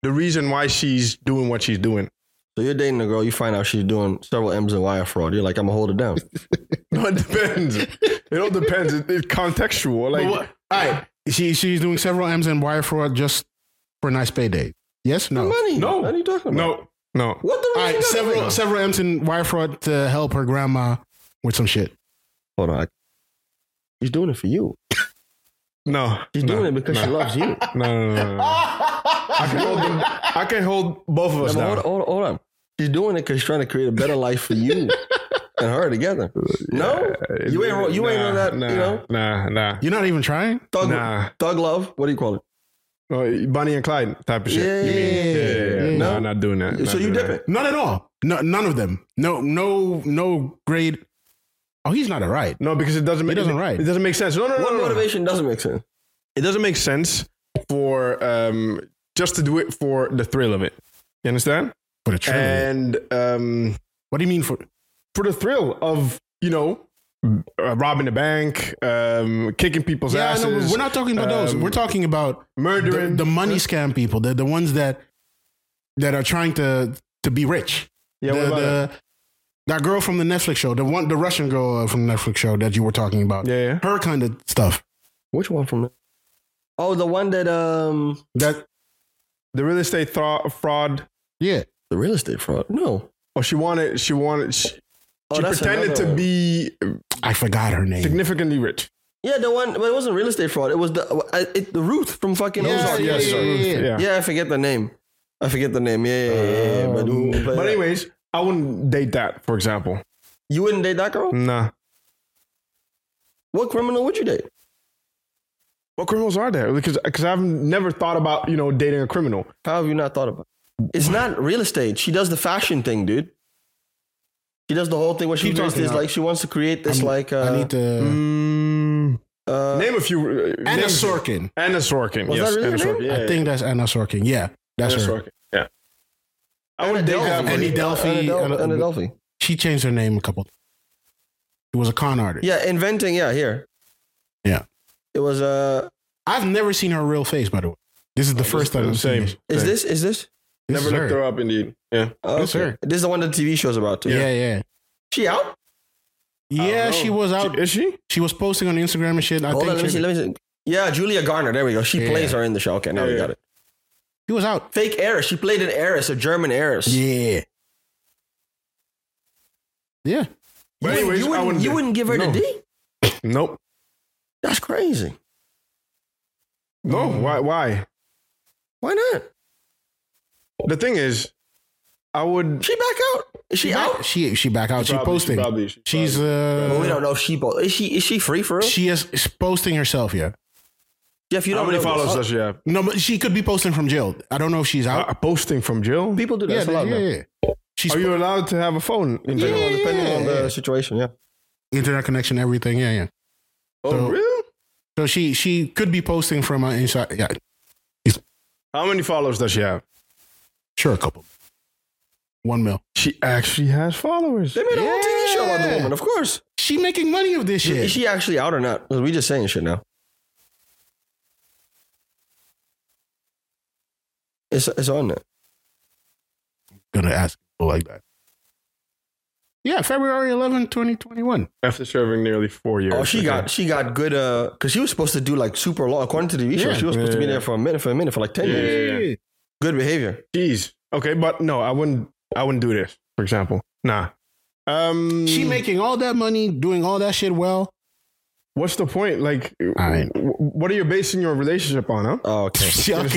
Speaker 1: The reason why she's doing what she's doing.
Speaker 3: So you're dating a girl, you find out she's doing several M's and wire fraud. You're like, I'm gonna hold it down.
Speaker 1: No, it depends. it all depends. It, it's contextual. Like
Speaker 2: But what- all right. She she's doing several M's and wire fraud just for a nice payday. Yes? No. All
Speaker 3: Money.
Speaker 1: No.
Speaker 3: What are you talking about?
Speaker 1: no, no.
Speaker 3: What the
Speaker 2: right,
Speaker 3: reason-
Speaker 2: several several M's and wire fraud to help her grandma with some shit.
Speaker 3: Hold on. She's doing it for you.
Speaker 1: No,
Speaker 3: She's
Speaker 1: no,
Speaker 3: doing it because
Speaker 1: no.
Speaker 3: she loves you.
Speaker 1: No, no, no, no, no. I can hold. Them, I can hold both of us
Speaker 3: No, but
Speaker 1: down.
Speaker 3: hold, hold, hold on. She's doing it because she's trying to create a better life for you and her together. No, you ain't ro- you ain't on that.
Speaker 1: Nah,
Speaker 3: You know,
Speaker 1: nah, nah,
Speaker 2: You're not even trying?
Speaker 3: thug,
Speaker 1: nah.
Speaker 3: thug love. What do you call it?
Speaker 1: Oh, Bonnie and Clyde type of shit. you mean?
Speaker 2: Yeah,
Speaker 1: Yeah, yeah, yeah.
Speaker 2: yeah.
Speaker 1: No,
Speaker 3: No.
Speaker 1: not doing that. Not
Speaker 3: so you
Speaker 1: doing
Speaker 3: dip
Speaker 1: that.
Speaker 3: it.
Speaker 2: Not at all. No, none of them. No, no, no grade. Oh, he's not all right.
Speaker 1: No, because it doesn't. It
Speaker 2: doesn't right.
Speaker 1: It doesn't make sense. No, no, no,
Speaker 3: What
Speaker 1: no, no.
Speaker 3: motivation doesn't make sense?
Speaker 1: It doesn't make sense for um just to do it for the thrill of it. You understand?
Speaker 2: For the trilogy.
Speaker 1: And um
Speaker 2: what do you mean for
Speaker 1: for the thrill of you know uh, robbing the bank, um kicking people's
Speaker 2: Yeah,
Speaker 1: asses.
Speaker 2: no, but we're not talking about those.
Speaker 1: um,
Speaker 2: We're talking about the,
Speaker 1: murdering
Speaker 2: the money scam people, the, the ones that that are trying to to be rich.
Speaker 1: Yeah,
Speaker 2: the,
Speaker 1: what about that?
Speaker 2: the, that girl from the Netflix show, the one, the Russian girl uh, from the Netflix show that you were talking about,
Speaker 1: yeah, yeah.
Speaker 2: her kind of stuff.
Speaker 3: Which one from? Oh, the one that um
Speaker 2: That
Speaker 1: The real estate thro- fraud.
Speaker 2: yeah,
Speaker 3: the real estate fraud. No,
Speaker 1: Oh, she wanted. She wanted. She,
Speaker 3: oh,
Speaker 1: she
Speaker 3: that's
Speaker 1: pretended
Speaker 3: another
Speaker 1: to
Speaker 3: one.
Speaker 1: be
Speaker 2: I forgot her name.
Speaker 1: significantly rich.
Speaker 3: Yeah, the one, but it wasn't real estate fraud. It was the uh, I- it, the Ruth from fucking
Speaker 2: Yeah,
Speaker 3: Ozark.
Speaker 2: yeah,
Speaker 1: Yes,
Speaker 2: yeah,
Speaker 1: Ruth,
Speaker 2: yeah.
Speaker 1: yeah.
Speaker 3: Yeah, I forget the name. I forget the name. Yeah, yeah, yeah. yeah. But, uh, who-
Speaker 1: Um, but anyways, I wouldn't date that. For example,
Speaker 3: you wouldn't date that girl.
Speaker 1: nah.
Speaker 3: What criminal would you date?
Speaker 1: What criminals are there? Because because I've never thought about you know dating a criminal.
Speaker 3: How have you not thought about? it? It's not real estate. She does the fashion thing, dude. She does the whole thing where she
Speaker 2: Keep
Speaker 3: does
Speaker 2: talking
Speaker 3: this
Speaker 2: now.
Speaker 3: like she wants to create this like uh,
Speaker 2: I need to
Speaker 1: Mm,
Speaker 3: uh
Speaker 1: name a few. Uh,
Speaker 2: Anna
Speaker 1: name-
Speaker 2: Sorkin.
Speaker 1: Anna Sorkin.
Speaker 3: Was
Speaker 1: yes,
Speaker 3: that really
Speaker 1: Anna
Speaker 3: her name?
Speaker 1: Sorkin. Yeah,
Speaker 2: I
Speaker 1: yeah,
Speaker 2: think that's Anna Sorkin. Yeah, that's
Speaker 1: Anna
Speaker 2: her.
Speaker 1: Sorkin. Yeah. I
Speaker 3: Anna
Speaker 1: would date that.
Speaker 3: Delvey.
Speaker 1: one.
Speaker 2: Annie Delphi.
Speaker 3: Anna, Del-
Speaker 2: Anna-
Speaker 3: Anna Delphi.
Speaker 2: She changed her name a couple. She was a con artist.
Speaker 3: Yeah, inventing. Yeah, here.
Speaker 2: Yeah.
Speaker 3: It was. Uh,
Speaker 2: I've never seen her real face, by the way. This is the first time I've seen
Speaker 1: Same.
Speaker 2: this.
Speaker 3: is this? Is this?
Speaker 2: This
Speaker 1: Never
Speaker 2: is
Speaker 1: looked
Speaker 2: her.
Speaker 1: her up. Indeed. Yeah.
Speaker 3: Oh,
Speaker 2: Yes, sir.
Speaker 3: This is the one the TV show's about too.
Speaker 2: Yeah, yeah.
Speaker 3: She out?
Speaker 2: Yeah,
Speaker 1: know.
Speaker 2: she was out.
Speaker 1: Is she?
Speaker 2: She was posting on Instagram and shit. I
Speaker 3: Hold on, let
Speaker 2: think
Speaker 3: me see.
Speaker 2: she,
Speaker 3: Let me see. Yeah, Julia Garner. There we go. She
Speaker 2: Yeah.
Speaker 3: plays her in the show. Okay, now we
Speaker 1: Yeah.
Speaker 3: got it.
Speaker 2: she was out.
Speaker 3: Fake heiress. She played an heiress, a German heiress.
Speaker 2: Yeah. Yeah.
Speaker 3: You,
Speaker 1: But
Speaker 3: wouldn't-
Speaker 1: anyways,
Speaker 3: you,
Speaker 1: I
Speaker 3: wouldn't,
Speaker 1: wouldn't
Speaker 3: you
Speaker 1: do-
Speaker 3: wouldn't give her the
Speaker 1: No.
Speaker 3: D?
Speaker 1: Nope.
Speaker 3: That's crazy.
Speaker 1: No,
Speaker 2: Mm.
Speaker 1: why? Why?
Speaker 3: Why not?
Speaker 1: The thing is, I would.
Speaker 3: She back out? Is she out?
Speaker 2: She she back out. She
Speaker 1: Probably,
Speaker 2: posting.
Speaker 1: probably- she
Speaker 2: She's
Speaker 1: probably-
Speaker 3: Well,
Speaker 2: uh,
Speaker 3: we don't know if she both. Is she is she free for Oh, real?
Speaker 2: she is is posting herself. Yeah.
Speaker 3: Jeff, you
Speaker 1: How
Speaker 3: don't
Speaker 1: many
Speaker 3: know
Speaker 1: followers
Speaker 3: this. Uh,
Speaker 1: does she have?
Speaker 2: No, but she could be posting from jail. I don't know if she's out.
Speaker 1: Uh, posting from jail?
Speaker 3: People do that.
Speaker 2: yeah,
Speaker 3: That's a lot
Speaker 2: yeah,
Speaker 3: now.
Speaker 2: yeah. She's
Speaker 1: Are you allowed to have a phone in
Speaker 3: Depending,
Speaker 1: jail?
Speaker 3: on, depending on the
Speaker 2: yeah.
Speaker 3: situation, yeah.
Speaker 2: internet connection, everything. Yeah, yeah.
Speaker 1: Oh,
Speaker 2: So-
Speaker 1: really?
Speaker 2: So she she could be posting from uh, inside. Yeah,
Speaker 1: How many followers does she have?
Speaker 2: sure, a couple. One mil.
Speaker 1: She actually has followers.
Speaker 3: They made a whole TV show about the
Speaker 2: Yeah.
Speaker 3: woman, of course.
Speaker 2: She making money of this shit.
Speaker 3: Is she actually out or not? 'Cause We just saying shit now. It's, it's on it.
Speaker 2: gonna ask people like that. Yeah, February 11, 2021.
Speaker 1: After serving nearly four years.
Speaker 3: Oh, she
Speaker 1: okay.
Speaker 3: got she got good uh because she was supposed to do like super long according to the TV show.
Speaker 2: Yeah.
Speaker 3: She was supposed to be
Speaker 1: Yeah.
Speaker 3: there for a minute for a minute for like ten
Speaker 1: Yeah.
Speaker 3: years. Good behavior.
Speaker 1: Jeez. Okay, but no, I wouldn't. I wouldn't do this. For example, nah. Um,
Speaker 2: She making all that money, doing all that shit well.
Speaker 1: What's the point? Like,
Speaker 2: right.
Speaker 1: w- what are you basing your relationship on? Huh?
Speaker 3: Oh, okay.
Speaker 1: What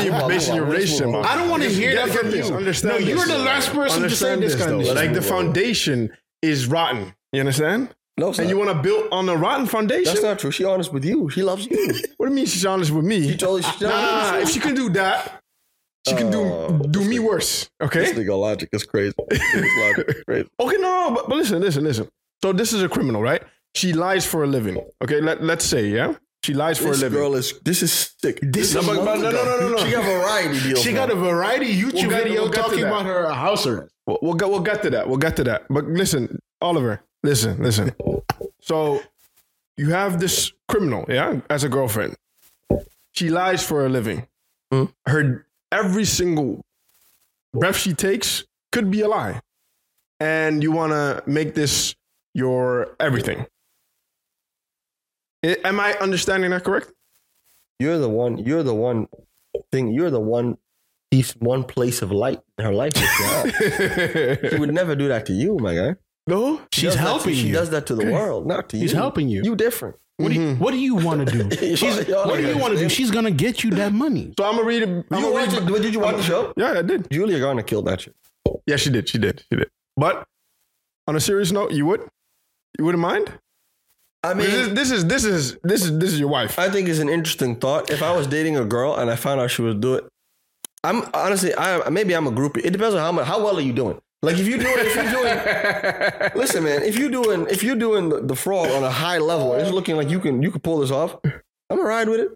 Speaker 1: are you basing your relationship on?
Speaker 2: I don't want to hear that
Speaker 1: Get- get
Speaker 2: from
Speaker 1: this.
Speaker 2: you.
Speaker 1: Understand
Speaker 2: no, you're
Speaker 1: this.
Speaker 2: the last person to say
Speaker 1: Understand
Speaker 2: this,
Speaker 1: this
Speaker 2: kind
Speaker 1: though.
Speaker 2: of shit.
Speaker 1: Like the foundation is rotten. You understand?
Speaker 3: No, it's
Speaker 1: And you
Speaker 3: not.
Speaker 1: want to build on a rotten foundation?
Speaker 3: that's not true. She honest with you. She loves you.
Speaker 1: what do you mean she's honest with me?
Speaker 3: She told you she
Speaker 1: nah, if she can do that, she can
Speaker 3: Oh,
Speaker 1: do do me worse. Okay.
Speaker 3: This nigga logic is crazy. This logic is crazy.
Speaker 1: Okay, no, no, but, but listen, listen, listen. So this is a criminal, right? She lies for a living. Okay, let, let's say, yeah? She lies for
Speaker 3: This
Speaker 1: a living.
Speaker 3: girl is. This is sick.
Speaker 2: This
Speaker 3: is
Speaker 2: is-
Speaker 3: no, no, no, no,
Speaker 1: no.
Speaker 3: She got variety deals.
Speaker 2: she got a
Speaker 3: man.
Speaker 2: variety YouTube
Speaker 1: We'll get-
Speaker 2: video
Speaker 1: we'll get to
Speaker 2: talking
Speaker 1: that.
Speaker 2: about her house arrest.
Speaker 1: We'll, we'll get we'll get to that. We'll get to that. But listen, Oliver, listen, listen. So you have this criminal, yeah, as a girlfriend. She lies for a living.
Speaker 3: Hmm?
Speaker 1: Her every single breath she takes could be a lie. And you want to make this your everything. I- am I understanding that correct?
Speaker 3: You're the one. You're the one thing. You're the one. He's one place of light in her life. is God. she would never do that to you, my guy.
Speaker 1: no?
Speaker 3: She
Speaker 2: She's
Speaker 3: does that to-
Speaker 2: helping
Speaker 3: She
Speaker 2: you.
Speaker 3: does that to the world, not to you.
Speaker 2: She's helping you.
Speaker 3: You different.
Speaker 2: What do
Speaker 1: Mm-hmm.
Speaker 2: you, what do you want to do? She's,
Speaker 3: Y'all-
Speaker 2: what do you want to
Speaker 3: y'all
Speaker 2: do?
Speaker 3: understand?
Speaker 2: She's gonna get you that money.
Speaker 1: So I'm going to read it.
Speaker 3: You
Speaker 1: I'ma read
Speaker 3: watch it? Did you watch the show?
Speaker 1: Yeah, I did.
Speaker 3: Julia Garner killed that shit.
Speaker 1: Yeah, she did. She did. She did. But on a serious note, you would? You wouldn't mind?
Speaker 3: I
Speaker 1: This
Speaker 3: mean,
Speaker 1: is this is this is this is this is your wife.
Speaker 3: I think it's an interesting thought. If I was dating a girl and I found out she was do it, I'm honestly, I maybe I'm a groupie. It depends on how much, how well are you doing. Like if you doing, if you doing, listen, man, if you doing, if you're doing the, the fraud on a high level, and it's looking like you can you can pull this off. I'm gonna ride with it.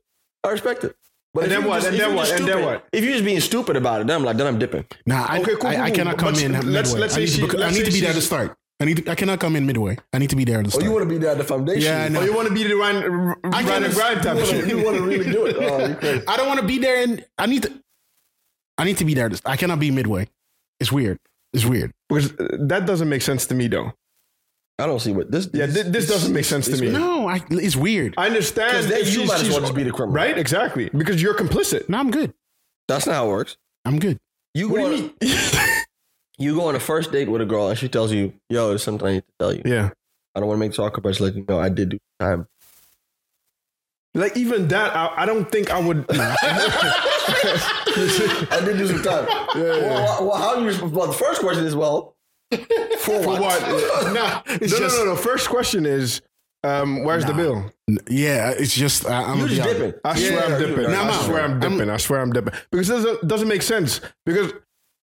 Speaker 3: I respect it. But
Speaker 1: And
Speaker 3: if
Speaker 1: then
Speaker 3: you
Speaker 1: what?
Speaker 3: just-
Speaker 1: And
Speaker 3: if
Speaker 1: then
Speaker 3: you just
Speaker 1: what? And then
Speaker 3: stupid-
Speaker 1: what?
Speaker 3: If you're just being stupid about it, then I'm like, then I'm dipping.
Speaker 2: Nah, I,
Speaker 1: Okay, cool,
Speaker 2: I, I
Speaker 1: cool,
Speaker 2: cannot
Speaker 1: cool.
Speaker 2: come
Speaker 1: But
Speaker 2: in
Speaker 1: let's-
Speaker 2: midway.
Speaker 1: let's
Speaker 2: I
Speaker 1: say
Speaker 2: need, to,
Speaker 1: she-
Speaker 2: bec- I
Speaker 1: let's
Speaker 2: need to
Speaker 1: say
Speaker 2: be there at the
Speaker 1: she's-
Speaker 2: start. I need. To, I cannot come in midway. I need to be there at the
Speaker 3: Oh,
Speaker 2: start.
Speaker 3: you want to be there at the foundation?
Speaker 2: Yeah, I know.
Speaker 1: Oh, you want to be the Ryan, r-
Speaker 2: I
Speaker 1: Ryan
Speaker 2: can't-
Speaker 1: and Grind type of
Speaker 3: You
Speaker 1: shit.
Speaker 3: wanna- You want to really do it? Oh, you crazy.
Speaker 2: I don't want to be there, and I need to. I need to be there. at the start. I cannot be midway. It's weird. It's weird.
Speaker 1: Because uh, that doesn't make sense to me, though.
Speaker 3: I don't see what this.
Speaker 1: Yeah, thi- this doesn't make sense to me.
Speaker 2: No, I, it's weird.
Speaker 1: I
Speaker 3: 'Cause
Speaker 1: understand.
Speaker 3: then
Speaker 1: if
Speaker 3: you
Speaker 1: she's-
Speaker 3: might as
Speaker 1: she's-
Speaker 3: well just be the criminal.
Speaker 1: Right? Exactly. Because you're complicit.
Speaker 2: No, I'm good.
Speaker 3: That's not how it works.
Speaker 2: I'm good.
Speaker 3: You
Speaker 1: What
Speaker 3: go
Speaker 1: do
Speaker 3: on,
Speaker 1: you mean?
Speaker 3: you go on a first date with a girl and she tells you, "Yo, there's something I need to tell you.
Speaker 1: yeah.
Speaker 3: I don't want to make this awkward, but just let you know I did do time."
Speaker 1: Like, even that, I, I don't think I would.
Speaker 3: I did do some time. Well, well, how you? Well, the first question is, well, for what?
Speaker 1: What? Nah. no,
Speaker 2: just-
Speaker 1: no, no, no. First question is um, where's the bill?
Speaker 2: Yeah, it's just I, I'm.
Speaker 3: You
Speaker 2: gonna
Speaker 3: just
Speaker 2: be honest.
Speaker 3: dipping.
Speaker 1: I
Speaker 3: Yeah,
Speaker 1: swear I'm
Speaker 3: you're
Speaker 1: dipping.
Speaker 3: right.
Speaker 2: Nah, I'm
Speaker 1: I
Speaker 2: out.
Speaker 1: swear I'm
Speaker 2: I'm-
Speaker 1: dipping. i swear I'm dipping. Because it doesn't, doesn't make sense. Because,